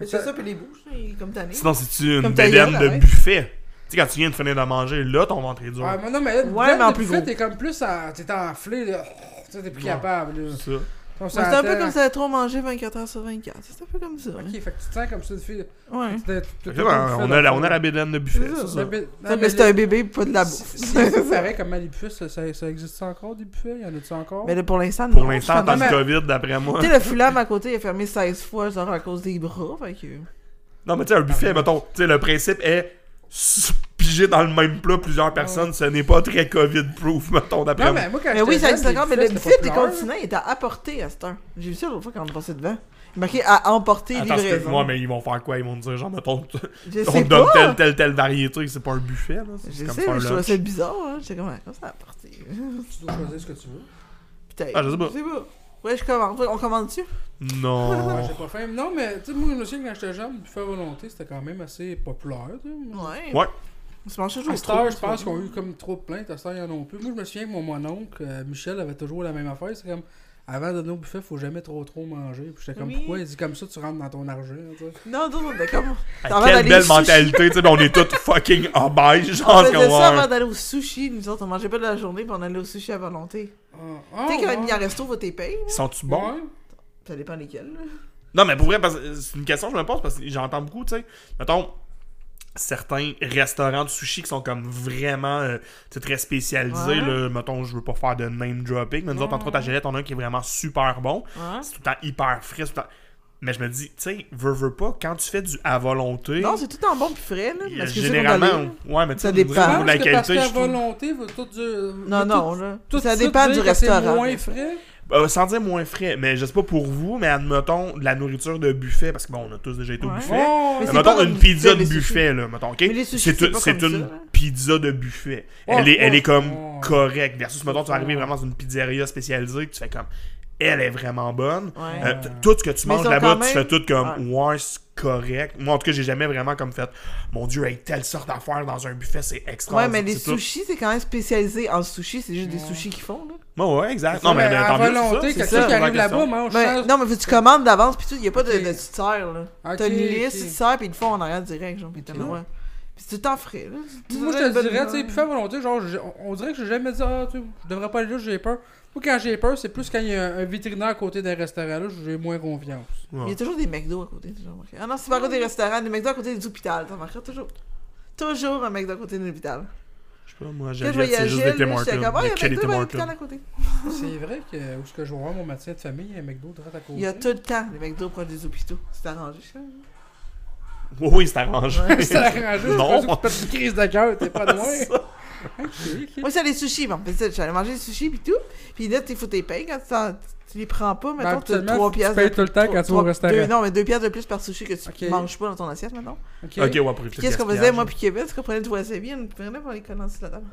[SPEAKER 1] Mais
[SPEAKER 2] Ça-
[SPEAKER 1] c'est ça, puis les bouches, là, il est comme tanné.
[SPEAKER 3] Sinon, c'est-tu une
[SPEAKER 1] Comme ta
[SPEAKER 3] bédaine
[SPEAKER 1] gueule,
[SPEAKER 3] de
[SPEAKER 1] ouais.
[SPEAKER 3] buffet? Tu sais, quand tu viens de finir de manger, là, ton ventre est dur.
[SPEAKER 2] Ouais, mais non, mais là,
[SPEAKER 1] Ouais,
[SPEAKER 2] dedans,
[SPEAKER 1] mais en
[SPEAKER 2] t'es
[SPEAKER 1] plus
[SPEAKER 2] fait,
[SPEAKER 1] gros.
[SPEAKER 2] T'es comme plus. en- T'es enflé, là. Oh, Tu sais, t'es plus
[SPEAKER 3] Ouais.
[SPEAKER 2] capable, là.
[SPEAKER 3] C'est ça.
[SPEAKER 2] On
[SPEAKER 1] Ouais, c'est un peu
[SPEAKER 2] s'entend.
[SPEAKER 1] comme si t'avais trop mangé 24 h sur 24. C'est un peu comme ça.
[SPEAKER 2] Ok, fait que tu te sens comme ça, une fille.
[SPEAKER 1] Ouais.
[SPEAKER 2] Tu t'es- tu t'es-
[SPEAKER 3] Fait que là, On a la- on a la bédaine de buffet,
[SPEAKER 1] C'est ça.
[SPEAKER 3] c'est
[SPEAKER 2] La
[SPEAKER 3] ça.
[SPEAKER 2] bé-
[SPEAKER 1] Ça,
[SPEAKER 2] non,
[SPEAKER 1] mais c'est
[SPEAKER 2] le-
[SPEAKER 1] un bébé, pas de la
[SPEAKER 2] si-
[SPEAKER 1] bouffe.
[SPEAKER 2] si vous savez comment les buffets, ça, ça, ça existe encore des buffets? Y en a-tu encore?
[SPEAKER 1] Mais là, pour l'instant,
[SPEAKER 3] Pour
[SPEAKER 1] non,
[SPEAKER 3] l'instant, en
[SPEAKER 1] justement.
[SPEAKER 3] temps de
[SPEAKER 2] mais-
[SPEAKER 3] COVID, d'après moi.
[SPEAKER 1] Tu sais, le Fulham à côté, il a fermé 16 fois, genre à cause des bras, fait que...
[SPEAKER 3] Non, mais tu sais, un buffet, mettons, tu sais, le principe est s- piger dans le même plat plusieurs personnes, ce n'est pas très COVID-proof, mettons, d'après
[SPEAKER 2] Non,
[SPEAKER 3] moi.
[SPEAKER 2] mais moi, quand
[SPEAKER 1] Mais oui,
[SPEAKER 2] j'étais
[SPEAKER 1] ça existe
[SPEAKER 2] jeune, les
[SPEAKER 1] encore, mais le
[SPEAKER 2] buffets,
[SPEAKER 1] buffet
[SPEAKER 2] c'était
[SPEAKER 1] des
[SPEAKER 2] populaire.
[SPEAKER 1] continents est à apporter à cette heure. J'ai vu ça l'autre fois quand on passait devant. Il marquait à emporter
[SPEAKER 3] Attends, c'est-
[SPEAKER 1] livraison.
[SPEAKER 3] ouais, mais ils vont faire quoi? Ils vont dire, genre, mettons, tu-
[SPEAKER 1] Je
[SPEAKER 3] on
[SPEAKER 1] sais
[SPEAKER 3] te donne
[SPEAKER 1] pas.
[SPEAKER 3] telle, telle, telle variété, c'est pas un buffet, là. c'est- C'est
[SPEAKER 1] Je
[SPEAKER 3] comme
[SPEAKER 1] sais,
[SPEAKER 3] faire
[SPEAKER 1] mais je
[SPEAKER 3] un
[SPEAKER 1] trouvais
[SPEAKER 3] lunch.
[SPEAKER 1] ça bizarre. Hein. J'étais comme, comment ça a apporté?
[SPEAKER 2] Tu dois choisir ce que tu veux.
[SPEAKER 1] Putain.
[SPEAKER 3] Ah, je sais pas.
[SPEAKER 1] Ouais, je commande. On commande-tu?
[SPEAKER 2] Ouais,
[SPEAKER 3] Non.
[SPEAKER 2] j'ai pas faim. Non, mais tu sais, moi, je me souviens quand j'étais jeune, buffet à volonté, c'était quand même assez populaire. tu sais.
[SPEAKER 1] Ouais.
[SPEAKER 3] Ouais.
[SPEAKER 1] On se mange toujours
[SPEAKER 2] À cette heure, je
[SPEAKER 1] trop,
[SPEAKER 2] pense
[SPEAKER 1] tu vois.
[SPEAKER 2] qu'on a eu comme trop de plaintes. À cette heure, il y en a plus. Moi, je me souviens que mon, mon oncle, euh, Michel, avait toujours la même affaire. C'est comme. Avant d'aller au buffet, faut jamais trop trop manger. Puis j'étais comme,
[SPEAKER 1] Oui.
[SPEAKER 2] pourquoi il dit comme ça, tu rentres dans ton argent, tu sais.
[SPEAKER 1] Non, non, non, mais comme...
[SPEAKER 3] Ah,
[SPEAKER 1] Avant
[SPEAKER 3] Quelle
[SPEAKER 1] d'aller
[SPEAKER 3] belle
[SPEAKER 1] au sushi.
[SPEAKER 3] mentalité, tu sais, mais on est tous fucking obèses,
[SPEAKER 1] On
[SPEAKER 3] genre,
[SPEAKER 1] faisait
[SPEAKER 3] comme, ouais.
[SPEAKER 1] ça avant d'aller au sushi, nous autres. On mangeait pas de la journée, puis on allait au sushi à volonté.
[SPEAKER 2] Ah, ah,
[SPEAKER 1] tu sais, quand
[SPEAKER 2] ouais.
[SPEAKER 1] il y a un resto, faut tes payes.
[SPEAKER 3] Sont-tu bons? hein?
[SPEAKER 2] Ouais.
[SPEAKER 1] Ça dépend lesquels. là.
[SPEAKER 3] Non, mais pour vrai, parce que c'est une question que je me pose parce que j'entends beaucoup, tu sais. Mettons, certains restaurants de sushi qui sont comme vraiment euh, tu sais, très
[SPEAKER 1] Ouais.
[SPEAKER 3] spécialisés. Là, mettons, je veux pas faire de name dropping, mais nous autres, entre autres, à Gillette, on a un qui est vraiment super bon.
[SPEAKER 1] Ouais.
[SPEAKER 3] C'est tout le temps hyper frais. tout le temps- Mais je me dis, tu sais, veux, veux pas, quand tu fais du à volonté,
[SPEAKER 1] Non, c'est tout en bon puis frais, là.
[SPEAKER 3] il-
[SPEAKER 1] Parce que c'est qu'on
[SPEAKER 3] généralement,
[SPEAKER 1] allait-
[SPEAKER 3] ouais, mais tu sais,
[SPEAKER 1] Ça
[SPEAKER 3] on dirait que
[SPEAKER 1] dépend.
[SPEAKER 3] pour la
[SPEAKER 2] Parce que parce
[SPEAKER 3] qualité,
[SPEAKER 2] qu'à
[SPEAKER 3] je trouve.
[SPEAKER 2] volonté, veut tout du.
[SPEAKER 1] Non,
[SPEAKER 2] veut
[SPEAKER 1] non,
[SPEAKER 2] tout-
[SPEAKER 1] là.
[SPEAKER 2] tout de
[SPEAKER 1] ça
[SPEAKER 2] suite
[SPEAKER 1] dépend
[SPEAKER 2] dire
[SPEAKER 1] du
[SPEAKER 2] que c'est
[SPEAKER 1] restaurant.
[SPEAKER 2] moins
[SPEAKER 1] mais-
[SPEAKER 2] frais.
[SPEAKER 3] Euh, sans dire moins frais, mais je sais pas pour vous, mais admettons de la nourriture de buffet, parce que bon, on a tous déjà été au
[SPEAKER 1] Ouais.
[SPEAKER 3] buffet.
[SPEAKER 2] Oh,
[SPEAKER 1] Mais
[SPEAKER 3] Euh,
[SPEAKER 1] c'est
[SPEAKER 3] mettons
[SPEAKER 1] pas
[SPEAKER 3] une
[SPEAKER 1] comme
[SPEAKER 3] pizza de
[SPEAKER 1] buffet, les
[SPEAKER 3] buffet, là, mettons, ok?
[SPEAKER 1] Mais les sushis,
[SPEAKER 3] C'est
[SPEAKER 1] c'est
[SPEAKER 3] tout-
[SPEAKER 1] pas
[SPEAKER 3] c'est
[SPEAKER 1] comme
[SPEAKER 3] une
[SPEAKER 1] ça, hein? Oh,
[SPEAKER 3] pizza de buffet. elle,
[SPEAKER 2] Ouais,
[SPEAKER 3] est, elle
[SPEAKER 2] ouais,
[SPEAKER 3] est comme
[SPEAKER 2] ouais.
[SPEAKER 3] correcte, versus, mettons, tu vas arriver
[SPEAKER 2] Ouais.
[SPEAKER 3] vraiment dans une pizzeria spécialisée, que tu fais comme, elle est vraiment bonne.
[SPEAKER 1] Ouais.
[SPEAKER 3] Euh, t- tout ce que tu
[SPEAKER 1] Mais
[SPEAKER 3] manges
[SPEAKER 1] ils ont
[SPEAKER 3] là-bas,
[SPEAKER 1] quand
[SPEAKER 3] tu
[SPEAKER 1] même-
[SPEAKER 3] fais tout comme, ouais, c'est correct. Moi, en tout cas, j'ai jamais vraiment comme fait, mon Dieu, avec telle sorte d'affaires dans un buffet, c'est extra.
[SPEAKER 1] Ouais, mais les
[SPEAKER 3] c'est tout.
[SPEAKER 1] sushis, c'est quand même spécialisé en sushi. C'est juste des sushis qu'ils font, là.
[SPEAKER 3] Ouais, ouais, exact.
[SPEAKER 2] Non,
[SPEAKER 3] Non,
[SPEAKER 2] mais,
[SPEAKER 3] mais, mais
[SPEAKER 2] à
[SPEAKER 3] tant mieux, c'est
[SPEAKER 2] volonté,
[SPEAKER 3] ça, c'est
[SPEAKER 2] quelqu'un
[SPEAKER 3] ça,
[SPEAKER 2] qui
[SPEAKER 3] la
[SPEAKER 2] arrive
[SPEAKER 3] question.
[SPEAKER 2] là-bas mange
[SPEAKER 1] Mais-
[SPEAKER 2] ça.
[SPEAKER 1] non, mais faut que tu commandes d'avance, pis tout. Y a pas de,
[SPEAKER 2] Ok.
[SPEAKER 1] de- tu te sers, là.
[SPEAKER 2] Ok,
[SPEAKER 1] T'as une liste,
[SPEAKER 2] ok.
[SPEAKER 1] tu te sers, pis ils le font en arrière direct, genre. Pis t'es
[SPEAKER 2] Ok.
[SPEAKER 1] là, ouais. Pis c'est tout en frais, là. C'est-
[SPEAKER 2] Moi,
[SPEAKER 1] c'est
[SPEAKER 2] je te
[SPEAKER 1] bonne
[SPEAKER 2] dirais, euh, tu sais,
[SPEAKER 1] humeur.
[SPEAKER 2] puis faire volonté, genre, j'ai- on- on dirait que j'ai jamais dit, ah, tu sais, je devrais pas aller là, j'ai peur. Moi, quand j'ai peur, c'est plus quand il y a un vétérinaire à côté d'un restaurant, là, j'ai moins confiance.
[SPEAKER 1] Il y a toujours des McDo à côté, toujours. marqué. Ah non, c'est pas à côté des restaurants, des McDo à côté des hôpitaux, t'en marqueras toujours. Toujours un McDo à côté d'un hôpital.
[SPEAKER 3] Je sais pas, moi,
[SPEAKER 1] Quand je
[SPEAKER 3] Gillette, c'est
[SPEAKER 1] voyageais,
[SPEAKER 3] juste
[SPEAKER 1] là,
[SPEAKER 3] des Tim
[SPEAKER 1] j'étais
[SPEAKER 3] Hortons.
[SPEAKER 1] comme, ah,
[SPEAKER 3] Il y a
[SPEAKER 2] ben,
[SPEAKER 1] il y
[SPEAKER 3] que
[SPEAKER 1] a
[SPEAKER 3] des
[SPEAKER 1] McDo
[SPEAKER 3] Tim
[SPEAKER 1] à
[SPEAKER 3] Hortons.
[SPEAKER 1] l'hôpital à côté.
[SPEAKER 2] C'est vrai que euh, où est-ce que je vais voir mon matin de famille, il y a un McDo direct à côté.
[SPEAKER 1] Il y a tout le temps des McDo proches des hôpitaux. C'est arrangé, ça.
[SPEAKER 3] Oui, oui, c'est arrangé.
[SPEAKER 2] C'est arrangé, c'est
[SPEAKER 3] Non.
[SPEAKER 2] pas sûr que tu te une crise de cœur, t'es pas loin.
[SPEAKER 3] C'est
[SPEAKER 2] Ok, ok.
[SPEAKER 1] Moi, c'est les sushis. Bon, peut-être j'allais manger des sushis, puis tout. Puis là, il faut tes payes quand tu t'en- tu les prends pas. Mettons, tu as
[SPEAKER 2] Ben, habituellement,
[SPEAKER 1] 3
[SPEAKER 2] tu
[SPEAKER 1] piastres.
[SPEAKER 2] payes
[SPEAKER 1] de-
[SPEAKER 2] tout le temps
[SPEAKER 1] trois-
[SPEAKER 2] quand tu vas au
[SPEAKER 1] trois-
[SPEAKER 2] restaurant.
[SPEAKER 1] deux- non, mais 2 piastres de plus par sushi que tu
[SPEAKER 2] Ok.
[SPEAKER 1] manges pas dans ton assiette, maintenant.
[SPEAKER 2] Ok.
[SPEAKER 3] Ok, ouais, pour éviter
[SPEAKER 1] Puis
[SPEAKER 3] le
[SPEAKER 1] qu'est-ce qu'on
[SPEAKER 3] gaspillage,
[SPEAKER 1] faisait, moi,
[SPEAKER 3] hein.
[SPEAKER 1] puis Kevin C'est qu'on prenait du wasabi, on le prenait pour les coller sur la table.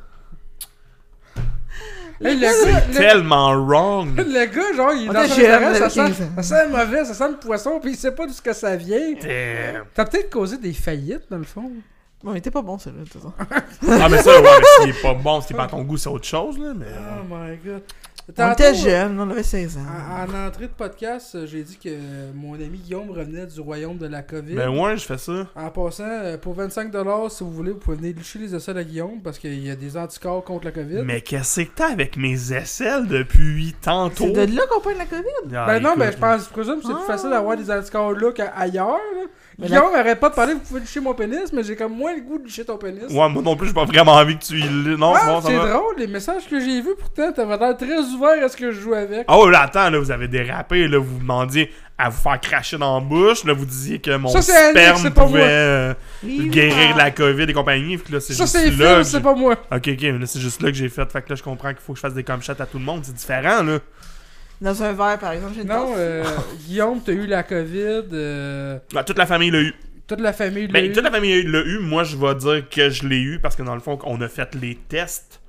[SPEAKER 2] Hey, le, gars, le-
[SPEAKER 3] Tellement wrong!
[SPEAKER 2] le gars, genre, il est
[SPEAKER 1] On
[SPEAKER 2] dans
[SPEAKER 1] était
[SPEAKER 2] un
[SPEAKER 1] jeunes,
[SPEAKER 2] restaurant,
[SPEAKER 1] on
[SPEAKER 2] ça
[SPEAKER 1] avait 15
[SPEAKER 2] sent,
[SPEAKER 1] ans.
[SPEAKER 2] ça sent mauvais, ça sent le poisson, puis il sait pas d'où ce que ça vient.
[SPEAKER 3] Damn.
[SPEAKER 2] T'as peut-être causé des faillites, dans le fond.
[SPEAKER 1] Bon, mais t'es pas bon, celui-là, de toute façon.
[SPEAKER 3] Ah, mais ça, ouais, mais s'il est pas bon, s'il est pas à ton goût, c'est autre chose, là, mais.
[SPEAKER 2] Oh my god.
[SPEAKER 1] On
[SPEAKER 2] Tantôt, Ah,
[SPEAKER 1] était jeunes, on avait 16 ans.
[SPEAKER 2] En, en entrée de podcast, euh, j'ai dit que euh, mon ami Guillaume revenait du royaume de la COVID.
[SPEAKER 3] Ben ouais, je fais ça.
[SPEAKER 2] En passant, euh, pour 25$, si vous voulez, vous pouvez venir licher les aisselles à Guillaume parce qu'il y a des anticorps contre la COVID.
[SPEAKER 3] Mais qu'est-ce que t'as avec mes aisselles depuis tantôt?
[SPEAKER 1] C'est de là qu'on prend la COVID.
[SPEAKER 3] Ah,
[SPEAKER 2] ben non,
[SPEAKER 3] écoute,
[SPEAKER 2] mais je pense, je présume que c'est plus
[SPEAKER 1] Ah.
[SPEAKER 2] facile d'avoir des anticorps là qu'ailleurs. là.
[SPEAKER 1] Mais
[SPEAKER 2] Guillaume arrête pas de parler, vous pouvez licher mon pénis, mais j'ai comme moins le goût de licher ton pénis.
[SPEAKER 3] Ouais, moi non plus, j'ai pas vraiment envie que tu y lis. Non, c'est
[SPEAKER 2] Ah,
[SPEAKER 3] bon, ça
[SPEAKER 2] c'est
[SPEAKER 3] va.
[SPEAKER 2] drôle, les messages que j'ai vus, pourtant, t'avais l'air très ouvert à ce que je joue avec.
[SPEAKER 3] Ah ouais, là, attends, là, vous avez dérapé, là, vous vous demandiez à vous faire cracher dans la bouche, là, vous disiez que mon
[SPEAKER 2] Ça, c'est Alex,
[SPEAKER 3] sperme
[SPEAKER 2] c'est pas
[SPEAKER 3] pouvait
[SPEAKER 2] moi.
[SPEAKER 3] euh, guérir de la COVID et compagnie, fait que là, c'est
[SPEAKER 2] ça,
[SPEAKER 3] juste
[SPEAKER 2] c'est
[SPEAKER 3] là
[SPEAKER 2] film,
[SPEAKER 3] que
[SPEAKER 2] c'est
[SPEAKER 3] j'ai-
[SPEAKER 2] pas moi.
[SPEAKER 3] Ok, ok, mais là, c'est juste là que j'ai fait, fait que là, je comprends qu'il faut que je fasse des comme à tout le monde, c'est différent, là.
[SPEAKER 1] Dans un verre, par exemple, j'ai une
[SPEAKER 2] Non,
[SPEAKER 1] tasse.
[SPEAKER 2] euh, Guillaume, t'as eu la COVID, euh,
[SPEAKER 3] Bah, toute la famille l'a eu.
[SPEAKER 2] toute la famille l'a
[SPEAKER 3] Ben,
[SPEAKER 2] eu.
[SPEAKER 3] toute la famille l'a eu, moi, je vais dire que je l'ai eu, parce que dans le fond, on a fait les tests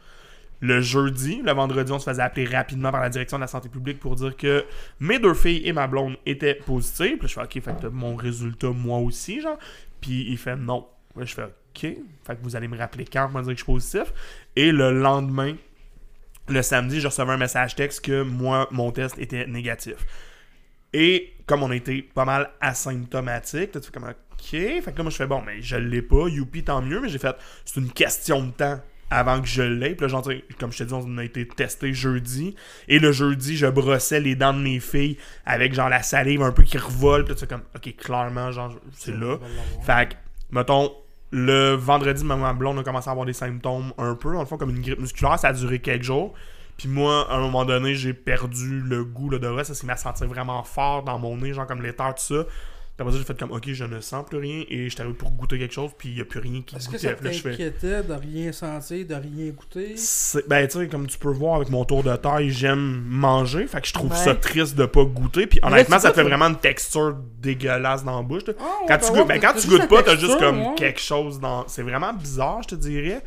[SPEAKER 3] le jeudi. Le vendredi, on se faisait appeler rapidement par la direction de la santé publique pour dire que mes deux filles et ma blonde étaient positives. Puis je fais OK, fait que t'as mon résultat, moi aussi, genre. Puis il fait non. Là, je fais OK. Fait que vous allez me rappeler quand pour me dire que je suis positif. Et le lendemain, le samedi, je recevais un message texte que moi, mon test était négatif. Et comme on était pas mal asymptomatique, là, tu fais comme OK. Fait que là, moi, je fais bon, mais je l'ai pas, youpi, tant mieux. Mais j'ai fait, c'est une question de temps avant que je l'aie. Puis là, genre, tu sais, comme je te dis, on a été testé jeudi. Et le jeudi, je brossais les dents de mes filles avec genre la salive un peu qui revole. Puis là, tu fais comme OK, clairement, genre, c'est là. Fait que, mettons, le vendredi, ma maman blonde a commencé à avoir des symptômes un peu, dans le fond, comme une grippe musculaire. Ça a duré quelques jours. Puis moi, à un moment donné, j'ai perdu le goût, l'odorat. Ça s'est mis à sentir vraiment fort dans mon nez, genre comme l'éther, tout ça. Puis après ça, j'ai fait comme, OK, je ne sens plus rien. Et j'étais arrivé pour goûter quelque chose, puis il n'y a plus rien qui
[SPEAKER 2] Est-ce que
[SPEAKER 3] goûtait.
[SPEAKER 2] ça
[SPEAKER 3] Puis là, je fais-
[SPEAKER 2] t'inquiétait de rien sentir, de rien goûter?
[SPEAKER 3] c'est- Ben, tu sais, comme tu peux voir avec mon tour de taille, j'aime manger. Fait que je trouve
[SPEAKER 1] Ouais.
[SPEAKER 3] ça triste de pas goûter. Puis
[SPEAKER 1] Mais là,
[SPEAKER 3] honnêtement,
[SPEAKER 1] tu
[SPEAKER 3] ça te
[SPEAKER 1] goûtes,
[SPEAKER 3] fait
[SPEAKER 1] là.
[SPEAKER 3] vraiment une texture dégueulasse dans la bouche. là.
[SPEAKER 2] Ah, ouais,
[SPEAKER 3] Quand
[SPEAKER 2] ben
[SPEAKER 3] tu
[SPEAKER 2] ouais,
[SPEAKER 3] goûtes, ben, quand
[SPEAKER 2] t'as
[SPEAKER 3] tu
[SPEAKER 2] juste
[SPEAKER 3] goûtes pas,
[SPEAKER 2] la
[SPEAKER 3] t'as juste
[SPEAKER 2] texture, hein.
[SPEAKER 3] comme
[SPEAKER 2] ouais.
[SPEAKER 3] quelque chose dans. C'est vraiment bizarre, je te dirais.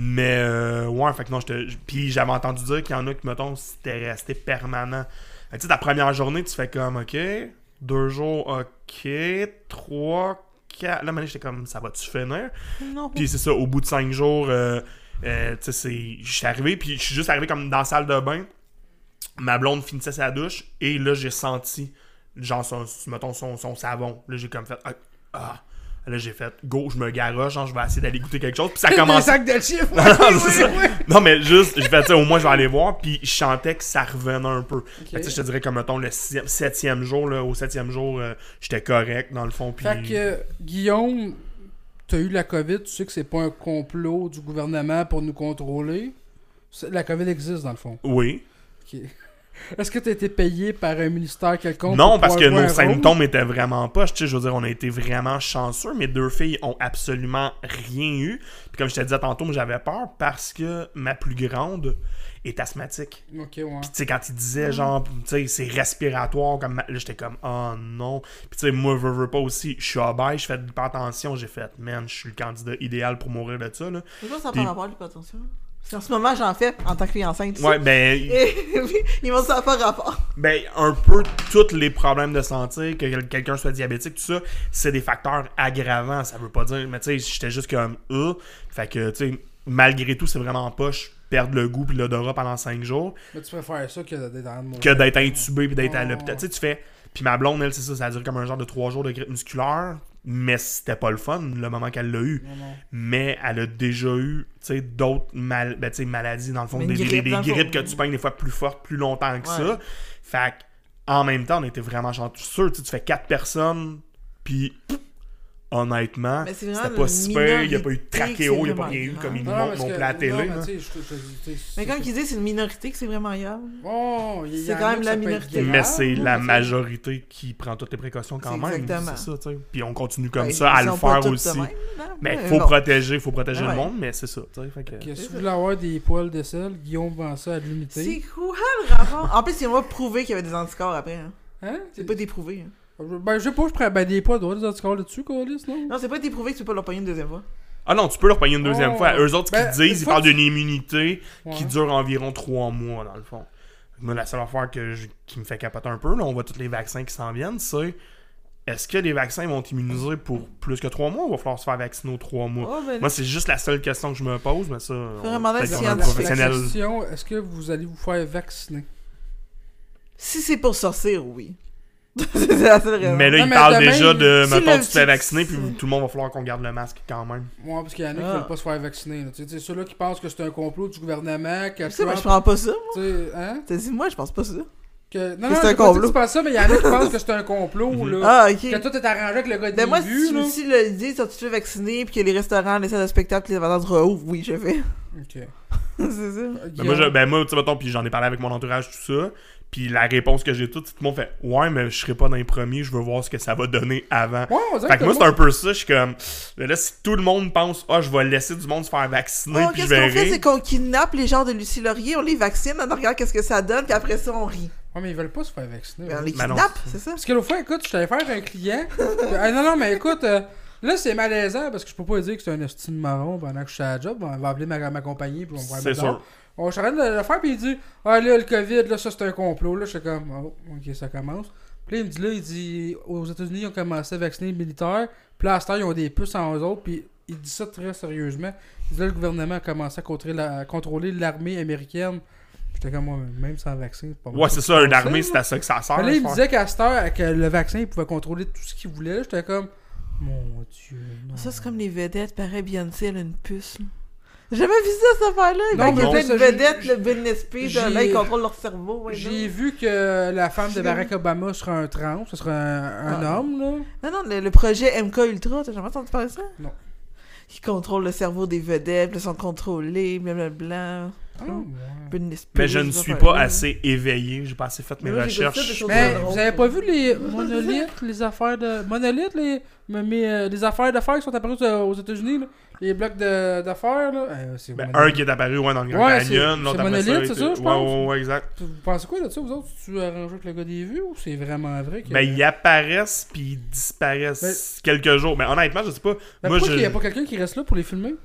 [SPEAKER 3] Mais euh, ouais, fait que non, je te. Puis j'avais entendu dire qu'il y en a qui, mettons, c'était resté permanent. Fait que, Tu sais, ta première journée, tu fais comme, ok, deux jours, ok, trois, quatre. Là, maintenant, j'étais comme, ça va-tu finir?
[SPEAKER 1] Non.
[SPEAKER 3] Puis c'est ça, au bout de cinq jours, euh, euh, tu sais, c'est- je suis arrivé, puis je suis juste arrivé comme dans la salle de bain. Ma blonde finissait sa douche, et là, j'ai senti, genre, son, mettons, son, son savon. Là, j'ai comme fait, ah, ah. Là, j'ai fait, go, je me garoche, genre, je vais essayer d'aller goûter quelque chose. Puis ça
[SPEAKER 2] Des
[SPEAKER 3] commence.
[SPEAKER 2] sacs de chiffres!
[SPEAKER 3] Non, non, c'est ça.
[SPEAKER 2] oui, oui,
[SPEAKER 3] Non, mais juste, je fait, tu sais, au moins, je vais aller voir, puis je sentais que ça revenait un peu.
[SPEAKER 2] oui.
[SPEAKER 3] Fait que, Ben, tu sais, je te dirais, comme, mettons, le sixième- septième jour, là, au septième jour, euh, j'étais correct, dans le fond, puis.
[SPEAKER 2] Fait que, euh, Guillaume, t'as eu la COVID, tu sais que c'est pas un complot du gouvernement pour nous contrôler. C'est- La COVID existe, dans le fond.
[SPEAKER 3] Oui.
[SPEAKER 2] Ok. Est-ce que t'as été payé par un ministère quelconque?
[SPEAKER 3] Non,
[SPEAKER 2] pour
[SPEAKER 3] parce
[SPEAKER 2] pouvoir
[SPEAKER 3] que
[SPEAKER 2] jouer un
[SPEAKER 3] nos
[SPEAKER 2] rôle?
[SPEAKER 3] symptômes étaient vraiment pas. Tu sais, je veux dire, on a été vraiment chanceux. Mes deux filles ont absolument rien eu. Puis comme je te disais tantôt, moi, j'avais peur parce que ma plus grande est asthmatique.
[SPEAKER 2] Ok, ouais.
[SPEAKER 3] Puis tu sais, quand ils disaient, genre, tu sais, c'est respiratoire, comme ma- là, j'étais comme, oh non. Puis tu sais, moi, veux, veux pas aussi, je suis obèse, je fais de l'hypertension. J'ai fait, man, je suis le candidat idéal pour mourir de ça, là.
[SPEAKER 1] C'est quoi ça
[SPEAKER 3] Puis-
[SPEAKER 1] par rapport à l'hypertension? Parce qu'en ce moment, j'en fais en tant que fille enceinte. tu sais.
[SPEAKER 3] Ouais, ben,
[SPEAKER 1] Et puis, ils m'ont dit ça par rapport.
[SPEAKER 3] Ben, un peu tous les problèmes de santé, que quel- quelqu'un soit diabétique, tout ça, c'est des facteurs aggravants. Ça veut pas dire, mais tu sais, j'étais juste comme, euh, fait que, tu sais, malgré tout, c'est vraiment en poche perdre le goût puis l'odorat pendant 5 jours
[SPEAKER 2] Mais tu préfères ça que d'être dans le monde.
[SPEAKER 3] que d'être intubé puis d'être à
[SPEAKER 2] Oh.
[SPEAKER 3] l'hôpital. Tu sais, tu fais, puis ma blonde, elle, c'est ça, ça a duré comme un genre de 3 jours de grippe musculaire, mais c'était pas le fun le moment qu'elle l'a eu.
[SPEAKER 2] Non, non.
[SPEAKER 3] Mais elle a déjà eu, tu sais, d'autres mal- ben, tu sais, maladies, dans le fond,
[SPEAKER 1] Mais
[SPEAKER 3] des,
[SPEAKER 1] une
[SPEAKER 3] des-
[SPEAKER 1] grippe,
[SPEAKER 3] des
[SPEAKER 1] dans le fond.
[SPEAKER 3] grippes que tu peignes des fois plus fortes, plus longtemps que
[SPEAKER 1] Ouais.
[SPEAKER 3] ça. Fait que, en même temps, on était vraiment chanceux. Tu sais, tu fais quatre personnes, puis pff, honnêtement,
[SPEAKER 1] Mais c'est vraiment
[SPEAKER 3] c'était
[SPEAKER 1] le
[SPEAKER 3] pas si pire. Il n'y a pas eu de
[SPEAKER 1] minorité que
[SPEAKER 3] trachéo, il n'y a
[SPEAKER 1] c'est
[SPEAKER 3] pas rien eu
[SPEAKER 1] vraiment
[SPEAKER 3] comme il nous
[SPEAKER 2] Non,
[SPEAKER 3] montrent
[SPEAKER 2] parce
[SPEAKER 3] non
[SPEAKER 2] que-
[SPEAKER 3] plus à la
[SPEAKER 2] non,
[SPEAKER 3] télé.
[SPEAKER 2] mais
[SPEAKER 3] là.
[SPEAKER 2] tu sais, je te- je te- tu sais,
[SPEAKER 1] Mais quand
[SPEAKER 2] c'est-
[SPEAKER 1] ils disent c'est une minorité que c'est vraiment grave.
[SPEAKER 2] Oh, il y a-
[SPEAKER 1] C'est
[SPEAKER 2] il y
[SPEAKER 1] quand
[SPEAKER 2] en a
[SPEAKER 1] même
[SPEAKER 2] que
[SPEAKER 1] la
[SPEAKER 2] ça peut être
[SPEAKER 1] minorité.
[SPEAKER 2] grave,
[SPEAKER 3] Mais c'est
[SPEAKER 2] là,
[SPEAKER 3] la
[SPEAKER 2] mais
[SPEAKER 3] majorité qui prend toutes les précautions quand
[SPEAKER 1] C'est
[SPEAKER 3] même.
[SPEAKER 1] exactement.
[SPEAKER 3] C'est ça, tu sais. Puis on continue comme
[SPEAKER 1] Ben,
[SPEAKER 3] ça à
[SPEAKER 1] ils
[SPEAKER 3] le
[SPEAKER 1] sont pas
[SPEAKER 3] faire
[SPEAKER 1] tous de
[SPEAKER 3] aussi.
[SPEAKER 1] même, là.
[SPEAKER 3] Mais
[SPEAKER 1] Ouais,
[SPEAKER 3] il faut
[SPEAKER 1] bon.
[SPEAKER 3] protéger, faut protéger
[SPEAKER 1] Ah
[SPEAKER 3] le
[SPEAKER 1] ouais.
[SPEAKER 3] monde, mais c'est ça. tu sais, fait que-
[SPEAKER 2] Que si vous voulez avoir des poils de sel, Guillaume Vancel à l'unité.
[SPEAKER 1] C'est quoi le rapport? En plus, ils vont prouver qu'il y avait des anticorps après. hein.
[SPEAKER 2] Hein?
[SPEAKER 1] C'est pas déprouvé. hein.
[SPEAKER 2] Ben, je sais pas, je prends ben, des poils, doit des anticorps là-dessus, Colis, non?
[SPEAKER 1] Non, c'est pas déprouvé que tu peux leur pogner une deuxième fois.
[SPEAKER 3] Ah non, tu peux leur payer une deuxième
[SPEAKER 2] Oh.
[SPEAKER 3] fois. Eux autres, ce
[SPEAKER 2] Ben,
[SPEAKER 3] qu'ils
[SPEAKER 2] une
[SPEAKER 3] disent, ils
[SPEAKER 2] fois
[SPEAKER 3] parlent
[SPEAKER 2] que-
[SPEAKER 3] d'une immunité qui
[SPEAKER 2] Ouais.
[SPEAKER 3] dure environ trois mois, dans le fond. Moi, la seule affaire que je- qui me fait capoter un peu, là, on voit tous les vaccins qui s'en viennent, c'est est-ce que les vaccins vont immuniser pour plus que trois mois ou va falloir se faire vacciner aux trois mois
[SPEAKER 1] Oh, ben,
[SPEAKER 3] Moi, c'est juste la seule question que je me pose, mais ça. on-
[SPEAKER 1] demander à
[SPEAKER 3] peut-être
[SPEAKER 1] un
[SPEAKER 3] qu'on
[SPEAKER 2] La-
[SPEAKER 3] est
[SPEAKER 2] la-
[SPEAKER 3] professionnel.
[SPEAKER 2] La question, est-ce que vous allez vous faire vacciner?
[SPEAKER 1] Si c'est pour sortir, oui. c'est la seule raison.
[SPEAKER 3] Mais là,
[SPEAKER 2] Non,
[SPEAKER 3] ils
[SPEAKER 2] mais
[SPEAKER 3] parlent
[SPEAKER 2] demain,
[SPEAKER 3] déjà de.
[SPEAKER 1] si
[SPEAKER 3] Mettons,
[SPEAKER 1] le
[SPEAKER 3] tu te fais
[SPEAKER 1] petit-
[SPEAKER 3] vacciner, puis tout le monde va falloir qu'on garde le masque quand même.
[SPEAKER 2] Moi, parce qu'il y en a qui
[SPEAKER 1] Ah.
[SPEAKER 2] veulent pas se faire vacciner. là. Tu sais, tu sais, ceux-là qui pensent que c'est un complot du gouvernement, que
[SPEAKER 1] Tu sais, moi, je
[SPEAKER 2] Trump,
[SPEAKER 1] prends pas ça.
[SPEAKER 2] tu sais, hein?
[SPEAKER 1] T'as dit, moi, je pense pas ça.
[SPEAKER 2] Que...
[SPEAKER 1] Que
[SPEAKER 2] Non,
[SPEAKER 1] c'est
[SPEAKER 2] non, j'ai
[SPEAKER 1] un
[SPEAKER 2] pas dit que
[SPEAKER 1] complot.
[SPEAKER 2] tu penses ça, mais il y en a qui pensent que c'est un complot,
[SPEAKER 3] Mhm.
[SPEAKER 2] là.
[SPEAKER 1] Ah,
[SPEAKER 2] Que
[SPEAKER 1] ok.
[SPEAKER 2] tout est arrangé avec le gars de
[SPEAKER 1] Ben, moi,
[SPEAKER 2] début,
[SPEAKER 1] si,
[SPEAKER 2] là.
[SPEAKER 1] tu- si le dit, si tu te fais vacciner, puis que les restaurants, les salles de spectacle, les avantages rouvrent, oui, je vais.
[SPEAKER 2] Ok.
[SPEAKER 1] c'est ça.
[SPEAKER 3] Ben moi,
[SPEAKER 2] euh,
[SPEAKER 3] je- ben moi, tu sais, mettons, puis j'en ai parlé avec mon entourage, tout ça. Puis la réponse que j'ai toute, tout le monde fait Ouais, mais je serai pas dans les premiers, je veux voir ce que ça va donner avant.
[SPEAKER 2] Ouais, on dirait
[SPEAKER 3] Fait que moi,
[SPEAKER 2] t'as-
[SPEAKER 3] c'est un peu ça. Je suis comme. mais Là, si tout le monde pense, ah, je vais laisser du monde se faire vacciner,
[SPEAKER 1] Oh,
[SPEAKER 3] puis je
[SPEAKER 1] qu'est-ce qu'on fait,
[SPEAKER 3] verrai.
[SPEAKER 1] c'est qu'on kidnappe les gens de Lucie Laurier, on les vaccine, on regarde qu'est-ce que ça donne, puis après ça, on rit.
[SPEAKER 2] Ouais, mais ils veulent pas se faire vacciner.
[SPEAKER 1] Ben,
[SPEAKER 2] ouais.
[SPEAKER 1] on les
[SPEAKER 3] Ben non,
[SPEAKER 1] kidnappe, c'est ça?
[SPEAKER 2] Parce que l'autre fois, écoute, je t'allais faire un client. Ah, non, non, mais écoute, euh, là, c'est malaisant parce que je peux pas dire que c'est un hostile marron pendant que je suis à la job. On va appeler ma, ma compagnie puis on va
[SPEAKER 3] C'est sûr.
[SPEAKER 2] On s'arrête de le faire puis il dit Ah là, le COVID, là, ça c'est un complot. Là, je suis comme Oh, ok, ça commence. Puis là, il me dit là, il dit Aux États-Unis, ils ont commencé à vacciner les militaires. Puis là, à cette heure, ils ont des puces en eux autres. Puis il dit ça très sérieusement. Il dit là, le gouvernement a commencé à contrôler la- contrôler l'armée américaine. J'étais comme moi, même sans vaccin, c'est pas mal.
[SPEAKER 3] Ouais, c'est ça, une armée,
[SPEAKER 2] là.
[SPEAKER 3] c'est à ça que ça sert.
[SPEAKER 2] Mais là, il me
[SPEAKER 3] faire.
[SPEAKER 2] disait qu'à cette heure, que le vaccin, il pouvait contrôler tout ce qu'il voulait. là, J'étais comme, mon Dieu. non.
[SPEAKER 1] Ça, c'est comme les vedettes. Pareil, Beyoncé, elle a une puce. là. J'ai jamais vu ça, cette affaire-là. Il
[SPEAKER 2] Non,
[SPEAKER 1] paraît qu'il y a
[SPEAKER 3] non.
[SPEAKER 1] plein de
[SPEAKER 2] Ça,
[SPEAKER 1] vedettes,
[SPEAKER 2] j'ai-
[SPEAKER 1] le business page,
[SPEAKER 2] j'ai-
[SPEAKER 1] là, ils contrôlent leur cerveau. ouais,
[SPEAKER 2] J'ai
[SPEAKER 1] non.
[SPEAKER 2] vu que la femme de
[SPEAKER 1] J'ai-
[SPEAKER 2] Barack Obama sera un trans, ce sera un, un
[SPEAKER 1] Ah.
[SPEAKER 2] homme, là.
[SPEAKER 1] Non, non, le, le projet MK Ultra, t'as jamais entendu parler de ça?
[SPEAKER 2] Non.
[SPEAKER 1] Ils contrôlent le cerveau des vedettes, ils sont contrôlés, blablabla.
[SPEAKER 2] Ah,
[SPEAKER 1] Non.
[SPEAKER 2] ouais.
[SPEAKER 1] Business
[SPEAKER 3] Mais
[SPEAKER 1] page,
[SPEAKER 3] je ne
[SPEAKER 1] ces
[SPEAKER 3] suis
[SPEAKER 1] affaires-là.
[SPEAKER 3] pas assez éveillé, j'ai pas assez fait mes
[SPEAKER 1] Mais moi, j'ai goûté des
[SPEAKER 3] recherches. Ben,
[SPEAKER 1] choses
[SPEAKER 2] Mais
[SPEAKER 1] drôles.
[SPEAKER 2] vous avez pas vu les monolithes, les affaires de. Monolithes, les, mais- mais, euh, les affaires d'affaires qui sont apparues euh, aux États-Unis, là. Les blocs de- d'affaires, là. Euh, c'est
[SPEAKER 3] Ben,
[SPEAKER 2] monolithe.
[SPEAKER 3] un qui est apparu ouais, dans le Grand
[SPEAKER 2] Ouais,
[SPEAKER 3] Canyon,
[SPEAKER 2] c'est-
[SPEAKER 3] l'autre
[SPEAKER 2] c'est
[SPEAKER 3] après ça.
[SPEAKER 2] monolithe,
[SPEAKER 3] était-
[SPEAKER 2] c'est ça, je
[SPEAKER 3] ouais,
[SPEAKER 2] pense.
[SPEAKER 3] ouais, ouais, exact.
[SPEAKER 2] Vous pensez quoi de ça, vous autres? Tu arranges avec le gars des vues ou c'est vraiment vrai? Que...
[SPEAKER 3] Ben, ils apparaissent puis ils disparaissent quelques jours. Mais honnêtement, je sais pas.
[SPEAKER 2] Ben,
[SPEAKER 3] moi,
[SPEAKER 2] pourquoi
[SPEAKER 3] je.
[SPEAKER 2] il y a pas quelqu'un qui reste là pour les filmer?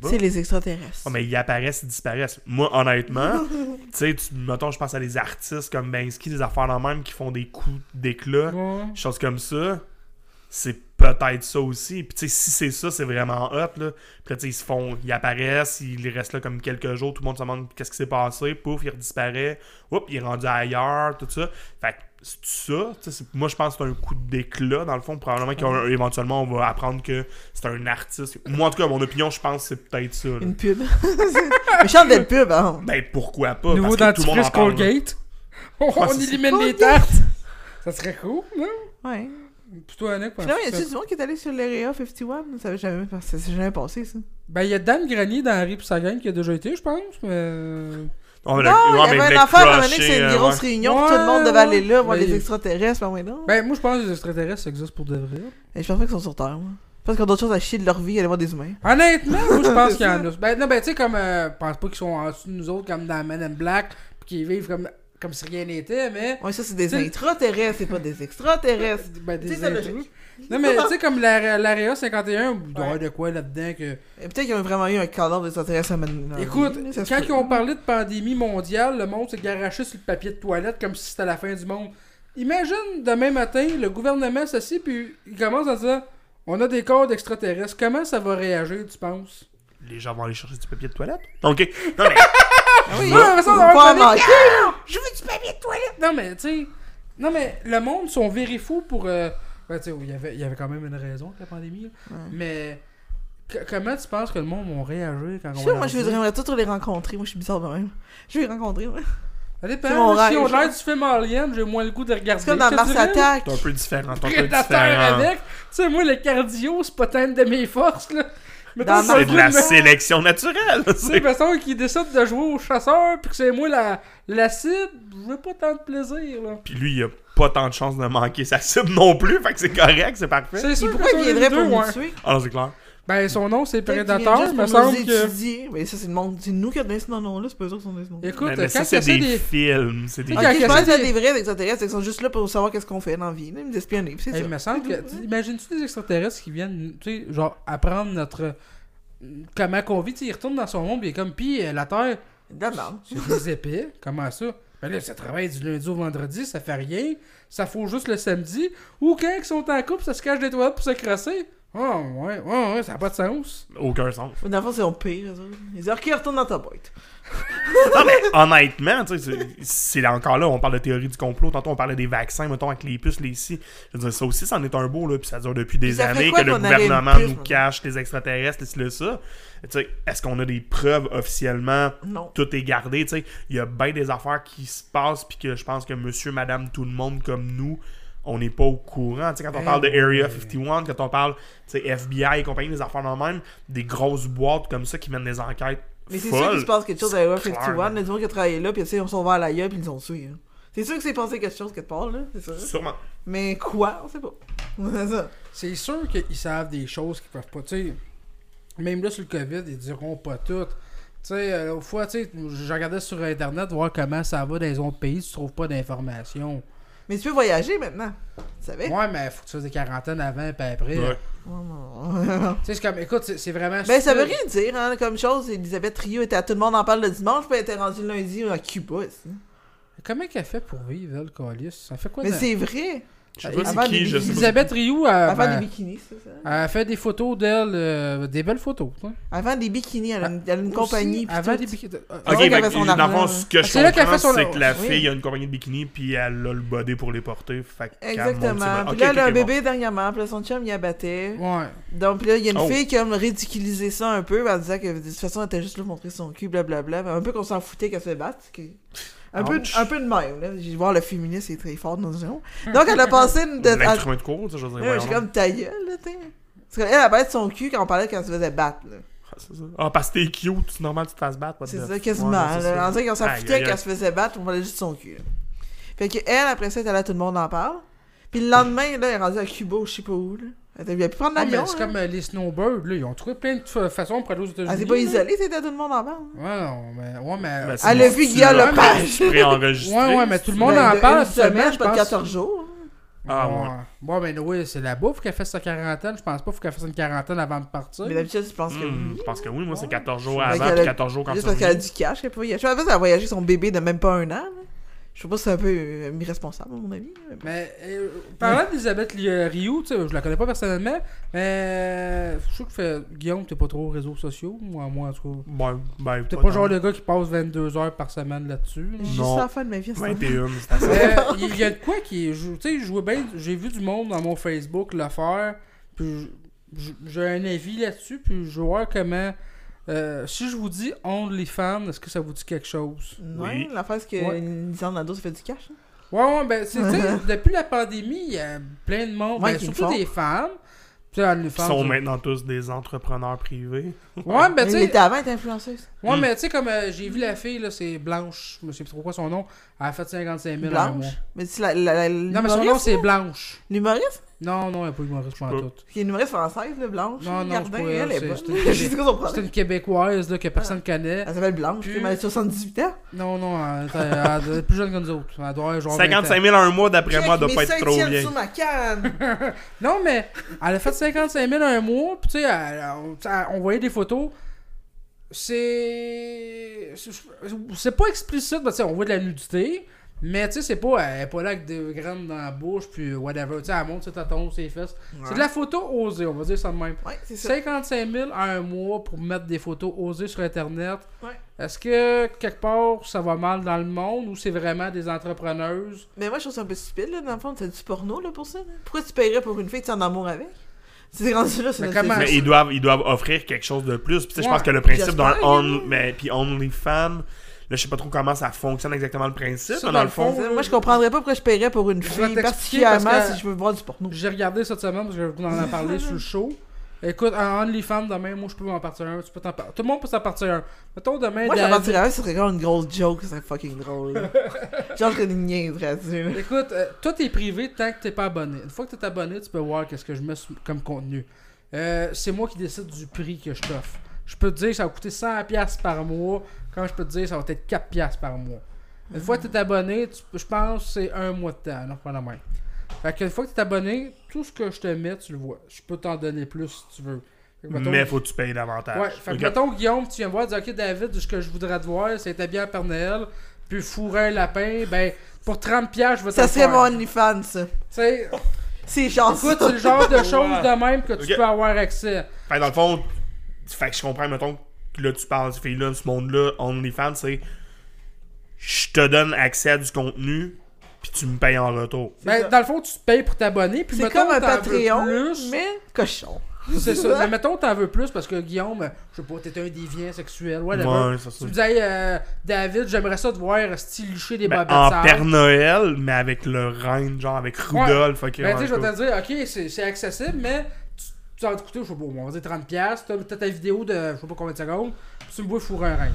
[SPEAKER 3] pas.
[SPEAKER 1] C'est les extraterrestres.
[SPEAKER 3] Ah, mais ils apparaissent, ils disparaissent. Moi, honnêtement, tu sais, tu- mettons, je pense à des artistes comme Bensky, des affaires dans même qui font des coups d'éclat,
[SPEAKER 2] Ouais.
[SPEAKER 3] choses comme ça. C'est peut-être ça aussi. Puis, tu sais, si c'est ça, c'est vraiment hot, là. Puis là, tu sais, ils se font, ils apparaissent, ils restent là comme quelques jours, tout le monde se demande qu'est-ce qui s'est passé, pouf, il redisparaît, oups, il est rendu ailleurs, tout ça. Fait que, c'est ça, Tu sais, c'est- moi je pense que c'est un coup d'éclat dans le fond. Probablement qu'éventuellement on va apprendre que c'est un artiste. Moi en tout cas, mon opinion, je pense que c'est peut-être ça. là.
[SPEAKER 1] Une pub. Méchante d'être pub, hein.
[SPEAKER 3] Ben pourquoi pas?
[SPEAKER 2] Nouveau
[SPEAKER 3] parce que tout le monde en
[SPEAKER 2] dentifrice
[SPEAKER 3] parle.
[SPEAKER 2] Colgate. On,
[SPEAKER 3] Ouais, c'est-
[SPEAKER 2] élimine les
[SPEAKER 1] Colgate.
[SPEAKER 2] tartes. Ça serait cool, non?
[SPEAKER 1] Ouais.
[SPEAKER 2] Plutôt Annick,
[SPEAKER 1] Finalement, y a-tu
[SPEAKER 2] penses-tu
[SPEAKER 1] du monde qui est allé sur l'Area 51? Ça s'est jamais, ça s'est jamais passé, ça.
[SPEAKER 2] ça? Ben, il y a Dan Grenier dans Harry pis sa gang qui a déjà été, je pense, mais...
[SPEAKER 3] Non, Oh, mais le-
[SPEAKER 1] Non, il y
[SPEAKER 3] ouais, mais
[SPEAKER 1] avait
[SPEAKER 3] Black
[SPEAKER 1] une affaire à un moment donné,
[SPEAKER 3] Crush
[SPEAKER 1] que c'est
[SPEAKER 3] et,
[SPEAKER 1] une
[SPEAKER 3] euh,
[SPEAKER 1] grosse
[SPEAKER 3] ouais.
[SPEAKER 1] réunion, puis tout le monde
[SPEAKER 2] Ouais,
[SPEAKER 1] devait aller là, voir
[SPEAKER 2] ouais.
[SPEAKER 1] les extraterrestres, ben oui, non.
[SPEAKER 2] Ben, moi, je pense que les extraterrestres existent pour de vrai.
[SPEAKER 1] Et je pense pas qu'ils sont sur Terre, moi. Je pense qu'ils ont d'autres choses à chier de leur vie, aller voir des humains.
[SPEAKER 2] Honnêtement, moi, je pense qu'il y en a. Ben, non, ben, tu sais, comme... euh, je pense pas qu'ils sont en dessous de nous autres, comme dans Men in Black, pis qu'ils vivent comme, comme si rien n'était, mais...
[SPEAKER 1] Ouais, ça, c'est des
[SPEAKER 2] C'est-
[SPEAKER 1] intraterrestres, c'est pas des extraterrestres.
[SPEAKER 2] Ben, des
[SPEAKER 1] Tu sais, c'est
[SPEAKER 2] intrus.
[SPEAKER 1] logique.
[SPEAKER 2] Non, mais, tu sais, comme la- l'Area 51, il doit y avoir de quoi là-dedans que...
[SPEAKER 1] Et Peut-être qu'ils ont vraiment eu un cadavre d'extraterrestres à mener.
[SPEAKER 2] Écoute, quand ils ont parlé de pandémie mondiale, le monde s'est garaché sur le papier de toilette comme si c'était la fin du monde. Imagine demain matin, le gouvernement s'assied puis il commence à dire On a des corps d'extraterrestres. Comment ça va réagir, tu penses
[SPEAKER 3] Les gens vont aller chercher du papier de toilette. Ok. Non, mais
[SPEAKER 1] Oui,
[SPEAKER 2] Non, Ah, mais ça, on va
[SPEAKER 1] pas Ah,
[SPEAKER 2] revenir.
[SPEAKER 1] manquer.
[SPEAKER 2] Je veux du papier de toilette Non, mais tu sais. Non, mais le monde sont vérés fous pour. euh, ben, tu sais, il y avait- il y avait quand même une raison avec la pandémie. là.
[SPEAKER 1] Ouais.
[SPEAKER 2] Mais. c- Comment tu penses que le monde va réagir quand
[SPEAKER 1] Je
[SPEAKER 2] on
[SPEAKER 1] sais
[SPEAKER 2] va
[SPEAKER 1] pas, moi,
[SPEAKER 2] leur
[SPEAKER 1] je
[SPEAKER 2] dire?
[SPEAKER 1] voudrais tout les rencontrer. Moi, je suis bizarre de même. Je vais les rencontrer, moi.
[SPEAKER 2] Ça
[SPEAKER 1] C'est
[SPEAKER 2] dépend.
[SPEAKER 1] mon
[SPEAKER 2] là, Si
[SPEAKER 1] rêve,
[SPEAKER 2] on
[SPEAKER 1] genre.
[SPEAKER 2] l'air du film alien, j'ai moins le goût de regarder.
[SPEAKER 1] C'est comme dans
[SPEAKER 2] Je te
[SPEAKER 1] Mars
[SPEAKER 2] dirais,
[SPEAKER 1] Attack.
[SPEAKER 3] C'est un peu différent. C'est un peu
[SPEAKER 2] Prédateur
[SPEAKER 3] différent.
[SPEAKER 2] avec. Tu sais, moi, le cardio, c'est pas tant une de mes forces, là. Mais
[SPEAKER 1] Dans
[SPEAKER 2] t'as
[SPEAKER 1] Mars-
[SPEAKER 3] C'est de la
[SPEAKER 1] Goodman.
[SPEAKER 3] sélection naturelle.
[SPEAKER 2] Tu sais,
[SPEAKER 3] c'est-
[SPEAKER 2] façon qui décide de jouer au chasseur, puis que c'est moi la, la cible, je veux pas tant de plaisir, là.
[SPEAKER 3] Puis lui, il a pas tant de chances de manquer sa cible non plus. Fait que c'est correct, c'est parfait.
[SPEAKER 2] C'est
[SPEAKER 1] Mais
[SPEAKER 2] sûr
[SPEAKER 1] pourquoi
[SPEAKER 2] que
[SPEAKER 1] il
[SPEAKER 2] ça, les
[SPEAKER 1] viendrait
[SPEAKER 2] deux,
[SPEAKER 1] pour nous
[SPEAKER 2] ouais.
[SPEAKER 1] tuer?
[SPEAKER 3] Ah non, c'est clair.
[SPEAKER 2] Ben, son nom, c'est
[SPEAKER 1] Peut-être qu'il vient
[SPEAKER 2] Prédateur,
[SPEAKER 1] juste
[SPEAKER 2] il me
[SPEAKER 1] pour nous
[SPEAKER 2] semble que...
[SPEAKER 1] étudier. Mais ça, c'est le monde. C'est nous qui a donné ce nom-là, c'est pas eux autres qui ont donné ce nom.
[SPEAKER 2] Écoute,
[SPEAKER 3] Mais, mais
[SPEAKER 2] quand
[SPEAKER 3] ça,
[SPEAKER 2] il
[SPEAKER 3] c'est
[SPEAKER 2] essaie
[SPEAKER 3] des
[SPEAKER 2] des...
[SPEAKER 3] films. C'est des...
[SPEAKER 2] Ok,
[SPEAKER 1] Ok, je pense
[SPEAKER 2] qu'est-ce
[SPEAKER 1] qu'il y a
[SPEAKER 2] que-
[SPEAKER 1] des vrais extraterrestres, ils sont juste là pour savoir qu'est-ce qu'on fait dans la vie. Ils nous espionnent, puis c'est
[SPEAKER 2] Hey, il me
[SPEAKER 1] ça.
[SPEAKER 2] semble que... tu- Imagines-tu des extraterrestres qui viennent, tu sais, genre, apprendre notre... Comment qu'on vit, tu sais, ils retournent dans son monde, puis il est comme, pis la Terre,
[SPEAKER 1] D'abord.
[SPEAKER 2] c'est des épais, comment ça? Ben là, ça travaille du lundi au vendredi, ça fait rien, ça faut juste le samedi, ou quand ils sont en couple, ça se cache des toilettes pour se crasser. Oh, ouais, ouais, ouais, ça n'a pas de sens.
[SPEAKER 3] Aucun sens.
[SPEAKER 1] Dans le fond, c'est on pire, eux autres. Ils disent, OK, retourne dans ta boîte.
[SPEAKER 3] Non, mais honnêtement, tu sais, c'est- c'est encore là, on parle de théorie du complot. Tantôt, on parlait des vaccins, mettons, avec les puces, les si. Je veux dire, ça aussi, c'en est un beau, là, puis ça dure depuis des
[SPEAKER 1] ça fait
[SPEAKER 3] années
[SPEAKER 1] quoi
[SPEAKER 3] que le
[SPEAKER 1] qu'on aurait une
[SPEAKER 3] gouvernement
[SPEAKER 1] puce,
[SPEAKER 3] nous
[SPEAKER 1] mettons?
[SPEAKER 3] cache les extraterrestres, les ci, le ça. Tu sais, est-ce qu'on a des preuves officiellement
[SPEAKER 1] Non.
[SPEAKER 3] tout est gardé, tu sais, il y a bien des affaires qui se passent puis que je pense que monsieur, madame, tout le monde comme nous, on n'est pas au courant, tu sais,
[SPEAKER 1] Ben
[SPEAKER 3] quand on
[SPEAKER 2] Eh
[SPEAKER 3] parle de Area
[SPEAKER 2] oui.
[SPEAKER 3] 51, quand on parle, tu sais, FBI et compagnie, des affaires de même, des grosses boîtes comme ça qui mènent des enquêtes
[SPEAKER 1] Mais c'est sûr
[SPEAKER 3] folles.
[SPEAKER 1] qu'il se passe quelque chose à Area
[SPEAKER 3] C'est
[SPEAKER 1] 51.
[SPEAKER 3] clair.
[SPEAKER 1] Les gens qui ont travaillé là, puis tu sais, ils sont ouverts la gueule, puis ils ont tué. hein. C'est sûr que c'est passé quelque chose quelque part, là. C'est sûr.
[SPEAKER 3] Sûrement.
[SPEAKER 1] Mais quoi On sait pas. C'est ça.
[SPEAKER 2] C'est sûr qu'ils savent des choses qu'ils peuvent pas. Tu sais, même là sur le COVID, ils diront pas tout. Tu sais, euh, l'autre fois, tu sais, je regardais sur Internet voir comment ça va dans les autres pays, tu trouves pas d'informations.
[SPEAKER 1] Mais tu peux voyager maintenant. Tu savais
[SPEAKER 2] Ouais, mais faut que tu fasses des quarantaines avant et après.
[SPEAKER 3] Ouais.
[SPEAKER 2] Tu sais, c'est comme, écoute, c'est c'est vraiment.
[SPEAKER 1] Ben, ça
[SPEAKER 2] stupide.
[SPEAKER 1] veut rien dire, hein, comme chose. Elisabeth Trio était à tout le monde en parle le dimanche, puis elle était rendue le lundi à Cuba. ici.
[SPEAKER 2] Comment qu'elle fait pour vivre, elle, le calice Ça fait quoi
[SPEAKER 1] Mais
[SPEAKER 2] dans-
[SPEAKER 1] c'est vrai.
[SPEAKER 3] Je sais pas
[SPEAKER 1] Avant
[SPEAKER 3] c'est qui,
[SPEAKER 1] les-
[SPEAKER 3] je sais pas.
[SPEAKER 2] Elisabeth Rioux, elle,
[SPEAKER 1] Avant
[SPEAKER 2] ben,
[SPEAKER 1] des bikinis, c'est ça.
[SPEAKER 2] elle fait des photos d'elle, euh, des belles photos. tu sais.
[SPEAKER 1] Avant des bikinis, elle a une, elle a une
[SPEAKER 2] Ah, Aussi,
[SPEAKER 1] compagnie. puis
[SPEAKER 2] Avant
[SPEAKER 1] tout.
[SPEAKER 2] des bikinis. Ah,
[SPEAKER 1] C'est
[SPEAKER 3] Ok,
[SPEAKER 1] vrai
[SPEAKER 3] ben,
[SPEAKER 1] qu'elle fait son
[SPEAKER 3] dans le
[SPEAKER 1] argent, Ah,
[SPEAKER 3] fond,
[SPEAKER 1] là.
[SPEAKER 3] ce que je
[SPEAKER 2] C'est là qu'elle
[SPEAKER 3] comprends,
[SPEAKER 2] fait son-
[SPEAKER 3] c'est que la
[SPEAKER 1] Oui.
[SPEAKER 3] fille a une compagnie de bikini puis elle a le body pour les porter. Fait qu'elle monte ses mains.
[SPEAKER 1] Exactement. Puis
[SPEAKER 3] Ok,
[SPEAKER 1] là,
[SPEAKER 3] ok,
[SPEAKER 1] elle a un
[SPEAKER 3] ok, bon.
[SPEAKER 1] bébé dernièrement, puis là, son chum, il abattait.
[SPEAKER 2] Ouais.
[SPEAKER 1] Donc, puis là, il y a une
[SPEAKER 3] Oh.
[SPEAKER 1] fille qui a ridiculisé ça un peu, en disant que de toute façon, elle était juste là pour montrer son cul, blablabla. Un peu qu'on s'en foutait qu'elle se batte. que- Un, peu,
[SPEAKER 3] Ouch.
[SPEAKER 1] un peu de même, là. J'ai voir le féministe, c'est très fort dans ce genre. Donc, elle a passé une. De, à-
[SPEAKER 3] L'instrument de cours, tu sais, je veux dire,
[SPEAKER 1] Là,
[SPEAKER 3] voyons
[SPEAKER 1] J'ai
[SPEAKER 3] donc.
[SPEAKER 1] comme ta gueule, là, t'sais. Parce qu'elle, elle battait son cul quand on parlait qu'elle se faisait battre, là.
[SPEAKER 3] Ah, c'est ça. Ah, parce que t'es cute, c'est normal que tu te fasses battre. what
[SPEAKER 1] C'est
[SPEAKER 3] the
[SPEAKER 1] ça,
[SPEAKER 3] fuck.
[SPEAKER 1] quasiment.
[SPEAKER 3] Ouais, c'est
[SPEAKER 1] là.
[SPEAKER 3] ça.
[SPEAKER 1] On dirait qu'on s'en
[SPEAKER 3] Aïe,
[SPEAKER 1] foutait
[SPEAKER 3] aïe,
[SPEAKER 1] qu'elle
[SPEAKER 3] aïe.
[SPEAKER 1] se faisait battre, on parlait juste de son cul. là. Fait que elle, après ça, elle était là, tout le monde en parle. Puis le lendemain, là, elle est rendue à Cuba ou je sais pas où, là. Elle a pu prendre
[SPEAKER 2] Ah, mais
[SPEAKER 1] l'avion.
[SPEAKER 2] c'est
[SPEAKER 1] là.
[SPEAKER 2] comme euh, les snowbirds, là, ils ont trouvé plein de fa- façons pour aller aux États-Unis.
[SPEAKER 1] Elle s'est Ah, pas
[SPEAKER 2] là.
[SPEAKER 1] isolée, c'était tout le monde en parle.
[SPEAKER 2] Ouais, non, mais, ouais, mais...
[SPEAKER 3] Ben, c'est
[SPEAKER 1] Elle a
[SPEAKER 3] bon,
[SPEAKER 1] vu
[SPEAKER 3] si
[SPEAKER 1] Guillaume
[SPEAKER 3] tu l'as
[SPEAKER 1] Lepage.
[SPEAKER 3] préenregistré,
[SPEAKER 2] ouais, ouais, mais tout le monde
[SPEAKER 1] Ben,
[SPEAKER 2] en
[SPEAKER 1] de-
[SPEAKER 2] parle
[SPEAKER 1] une semaine,
[SPEAKER 2] semaine, je
[SPEAKER 1] pas de
[SPEAKER 2] pense.
[SPEAKER 1] 14 jours.
[SPEAKER 3] Ah, ouais.
[SPEAKER 2] Bon, ben, oui, c'est la bouffe qu'elle fait sa quarantaine. Je pense pas qu'il faut qu'elle fasse une quarantaine avant de partir.
[SPEAKER 1] Mais d'habitude, je pense que
[SPEAKER 3] Hmm,
[SPEAKER 1] oui.
[SPEAKER 3] Je pense que oui, moi c'est
[SPEAKER 2] Ouais.
[SPEAKER 3] 14 jours
[SPEAKER 1] Fait
[SPEAKER 3] avant
[SPEAKER 1] qu'elle
[SPEAKER 3] puis
[SPEAKER 1] a-
[SPEAKER 3] 14 jours quand tu
[SPEAKER 1] Juste parce qu'elle a
[SPEAKER 3] reviens.
[SPEAKER 1] du cash, elle a pas voyagé. Je sais pas, elle a voyagé avec son bébé de même pas un an. là. Je sais pas si c'est un peu euh, irresponsable, à mon avis. là.
[SPEAKER 2] Mais, euh, parlant d'Elisabeth euh, Rioux, tu sais, je la connais pas personnellement, mais euh, je trouve que fait- Guillaume, t'es pas trop aux réseaux sociaux, moi, moi en tout cas.
[SPEAKER 3] Ouais, ben,
[SPEAKER 2] T'es pas
[SPEAKER 3] tant.
[SPEAKER 2] le genre de gars qui passe 22 heures par semaine là-dessus. là.
[SPEAKER 1] J'ai
[SPEAKER 3] Non.
[SPEAKER 1] juste la fin de ma vie. c'est ça.
[SPEAKER 3] 21, c'est assez.
[SPEAKER 2] Mais Euh, il y a de quoi qui est. je- Tu sais, je jouais bien. J'ai vu du monde dans mon Facebook le faire. Puis je- je- j'ai un avis là-dessus. Puis je vais voir comment. euh, si je vous dis OnlyFans, est-ce que ça vous dit quelque chose?
[SPEAKER 1] Ouais,
[SPEAKER 3] Oui.
[SPEAKER 1] l'affaire, c'est que
[SPEAKER 2] Ouais.
[SPEAKER 1] Lisandre Lando, ça fait du cash. hein.
[SPEAKER 2] Ouais, ouais, ben, c'est- tu sais, depuis la pandémie, il y a plein de monde,
[SPEAKER 1] Ouais,
[SPEAKER 2] ben,
[SPEAKER 1] qui le
[SPEAKER 2] surtout
[SPEAKER 1] font.
[SPEAKER 2] des femmes. Puis OnlyFans.
[SPEAKER 3] Ils sont
[SPEAKER 2] je-
[SPEAKER 3] maintenant tous des entrepreneurs privés.
[SPEAKER 2] Ouais, ben,
[SPEAKER 1] Mais
[SPEAKER 2] tu
[SPEAKER 1] il
[SPEAKER 2] sais,
[SPEAKER 1] était avant, il était influenceuse.
[SPEAKER 2] ouais,
[SPEAKER 3] Mm.
[SPEAKER 2] mais tu sais, comme euh, j'ai vu la fille, là, c'est Blanche, je me sais plus trop quoi son nom, elle a fait 55 000 en un mois.
[SPEAKER 1] Blanche. Mais c'est la, la, la-
[SPEAKER 2] Non, mais son nom,
[SPEAKER 1] l'humoriste,
[SPEAKER 2] c'est
[SPEAKER 1] là?
[SPEAKER 2] Blanche.
[SPEAKER 1] L'humoriste
[SPEAKER 2] Non, non, elle n'est pas humoriste, pas en
[SPEAKER 3] pas.
[SPEAKER 2] tout.
[SPEAKER 1] Qui est une humoriste française, là, Blanche.
[SPEAKER 2] Non, non,
[SPEAKER 1] Gardin,
[SPEAKER 2] c'est pas
[SPEAKER 1] elle,
[SPEAKER 2] elle,
[SPEAKER 1] est bonne.
[SPEAKER 2] c'est- c'est une
[SPEAKER 1] Je sais quoi son
[SPEAKER 2] C'est
[SPEAKER 1] problème.
[SPEAKER 2] une Québécoise là, que personne connaît.
[SPEAKER 1] Elle s'appelle Blanche,
[SPEAKER 2] Puis-
[SPEAKER 1] puis elle a 78 ans.
[SPEAKER 2] Non, non, elle, est- elle est plus jeune que nous autres. Elle doit avoir genre 20 ans.
[SPEAKER 3] 55 000 en un mois, d'après moi,
[SPEAKER 1] Check,
[SPEAKER 3] doit
[SPEAKER 1] mes
[SPEAKER 3] pas être
[SPEAKER 1] seins
[SPEAKER 3] trop
[SPEAKER 1] tiennent
[SPEAKER 3] bien.
[SPEAKER 1] sur ma canne.
[SPEAKER 2] Non, mais elle a fait 55 000 en un mois. Puis tu sais, elle- elle- on, on voyait des photos. C'est. c'est- C'est pas explicite, mais tu sais, on voit de la nudité. Mais tu sais, c'est pas. Elle est pas là avec des graines dans la bouche, puis whatever. Tu sais, elle monte ses tatons, ses fesses. C'est de la photo osée, on va dire ça de même.
[SPEAKER 1] Ouais, c'est ça.
[SPEAKER 2] 55 000 en un mois pour mettre des photos osées sur Internet.
[SPEAKER 1] Ouais.
[SPEAKER 2] Est-ce que quelque part ça va mal dans le monde ou c'est vraiment des entrepreneuses?
[SPEAKER 1] Mais moi, je trouve ça un peu stupide, là, dans le fond. C'est du porno, là, pour ça. là. Pourquoi tu paierais pour une fille que tu es en amour avec C'est rendu là, c'est
[SPEAKER 2] Mais
[SPEAKER 1] notre
[SPEAKER 2] comment-
[SPEAKER 3] Mais ils doivent, ils doivent offrir quelque chose de plus. Puis, tu sais, je
[SPEAKER 2] Ouais.
[SPEAKER 3] pense que le principe d'un
[SPEAKER 1] J'espère,
[SPEAKER 3] on,
[SPEAKER 1] là.
[SPEAKER 3] mais, puis OnlyFans, Là, je sais pas trop comment ça fonctionne exactement le principe.
[SPEAKER 2] Ça, dans
[SPEAKER 3] mais dans
[SPEAKER 2] le
[SPEAKER 3] le fond,
[SPEAKER 1] Moi, je comprendrais pas pourquoi je paierais pour une
[SPEAKER 2] Je vais
[SPEAKER 1] fille,
[SPEAKER 2] t'expliquer
[SPEAKER 1] particulièrement
[SPEAKER 2] parce que-
[SPEAKER 1] si je veux voir du porno.
[SPEAKER 2] J'ai regardé cette semaine parce que vous en a parlé sur le show. Écoute, en OnlyFans, demain, moi je peux m'en partir un. Tu peux t'en par- Tout le monde peut s'en partir un. Mettons demain.
[SPEAKER 1] Moi, je
[SPEAKER 2] David-
[SPEAKER 1] partirais ce serait comme une grosse joke, c'est fucking drôle. là. Genre, je serais une niaiserie là-dessus, là.
[SPEAKER 2] Écoute, euh, tout est privé tant que t'es pas abonné. Une fois que t'es abonné, tu peux voir qu'est-ce que je mets sous- comme contenu. Euh, c'est moi qui décide du prix que je t'offre. Je peux te dire que ça va coûter 100$ piastres par mois, quand je peux te dire que ça va être 4$ piastres par mois. Une fois que t'es abonné, tu- je pense que c'est un mois de temps, non, pas la même. Fait qu'une fois que t'es abonné, tout ce que je te mets, tu le vois. Je peux t'en donner plus si tu veux. Fait que mettons-
[SPEAKER 3] mais faut que tu payes davantage.
[SPEAKER 2] Ouais, fait que
[SPEAKER 3] Ok.
[SPEAKER 2] mettons, Guillaume, tu viens me voir, tu dis, Ok, David, ce que je voudrais te voir, c'est t'habiller à Père Noël, puis fourrer un lapin, ben, pour 30$, piastres, je vais te
[SPEAKER 1] Ça
[SPEAKER 2] le
[SPEAKER 1] serait
[SPEAKER 2] faire.
[SPEAKER 1] mon OnlyFans, ça.
[SPEAKER 2] Tu sais,
[SPEAKER 1] C'est genre
[SPEAKER 2] écoute,
[SPEAKER 1] ça.
[SPEAKER 2] c'est le genre de choses
[SPEAKER 3] Ouais.
[SPEAKER 2] de même que tu
[SPEAKER 3] Ok.
[SPEAKER 2] peux avoir accès.
[SPEAKER 3] Fait que dans le fond, fait que je comprends, mettons, que là, tu parles, fait là, ce monde-là, OnlyFans, c'est. Je te donne accès à du contenu, puis tu me payes en retour.
[SPEAKER 2] Ben,
[SPEAKER 1] ça.
[SPEAKER 2] dans le fond, tu te payes pour t'abonner, puis
[SPEAKER 1] C'est
[SPEAKER 2] mettons,
[SPEAKER 1] comme un
[SPEAKER 2] t'en veux
[SPEAKER 1] Patreon,
[SPEAKER 2] plus.
[SPEAKER 1] mais cochon. Ah,
[SPEAKER 2] C'est ça. Mais mettons, t'en veux plus parce que Guillaume, je sais pas, t'es un déviant sexuel, whatever.
[SPEAKER 3] Ouais, ça,
[SPEAKER 2] tu
[SPEAKER 3] ça.
[SPEAKER 2] me disais, Hey, euh, David, j'aimerais ça te voir style licher des
[SPEAKER 3] Ben,
[SPEAKER 2] bobettes
[SPEAKER 3] en
[SPEAKER 2] sales.
[SPEAKER 3] Père Noël, mais avec le reine, genre avec Rudolph. ok,
[SPEAKER 2] Ben,
[SPEAKER 3] ouais,
[SPEAKER 2] tu sais, je vais
[SPEAKER 3] cool.
[SPEAKER 2] te dire, ok, c'est c'est accessible, mais tu, tu vas te coûter, je sais pas, on va dire 30$, piastres, t'as t'as ta vidéo de, je sais pas combien de secondes, puis tu me vois fourrer un rein.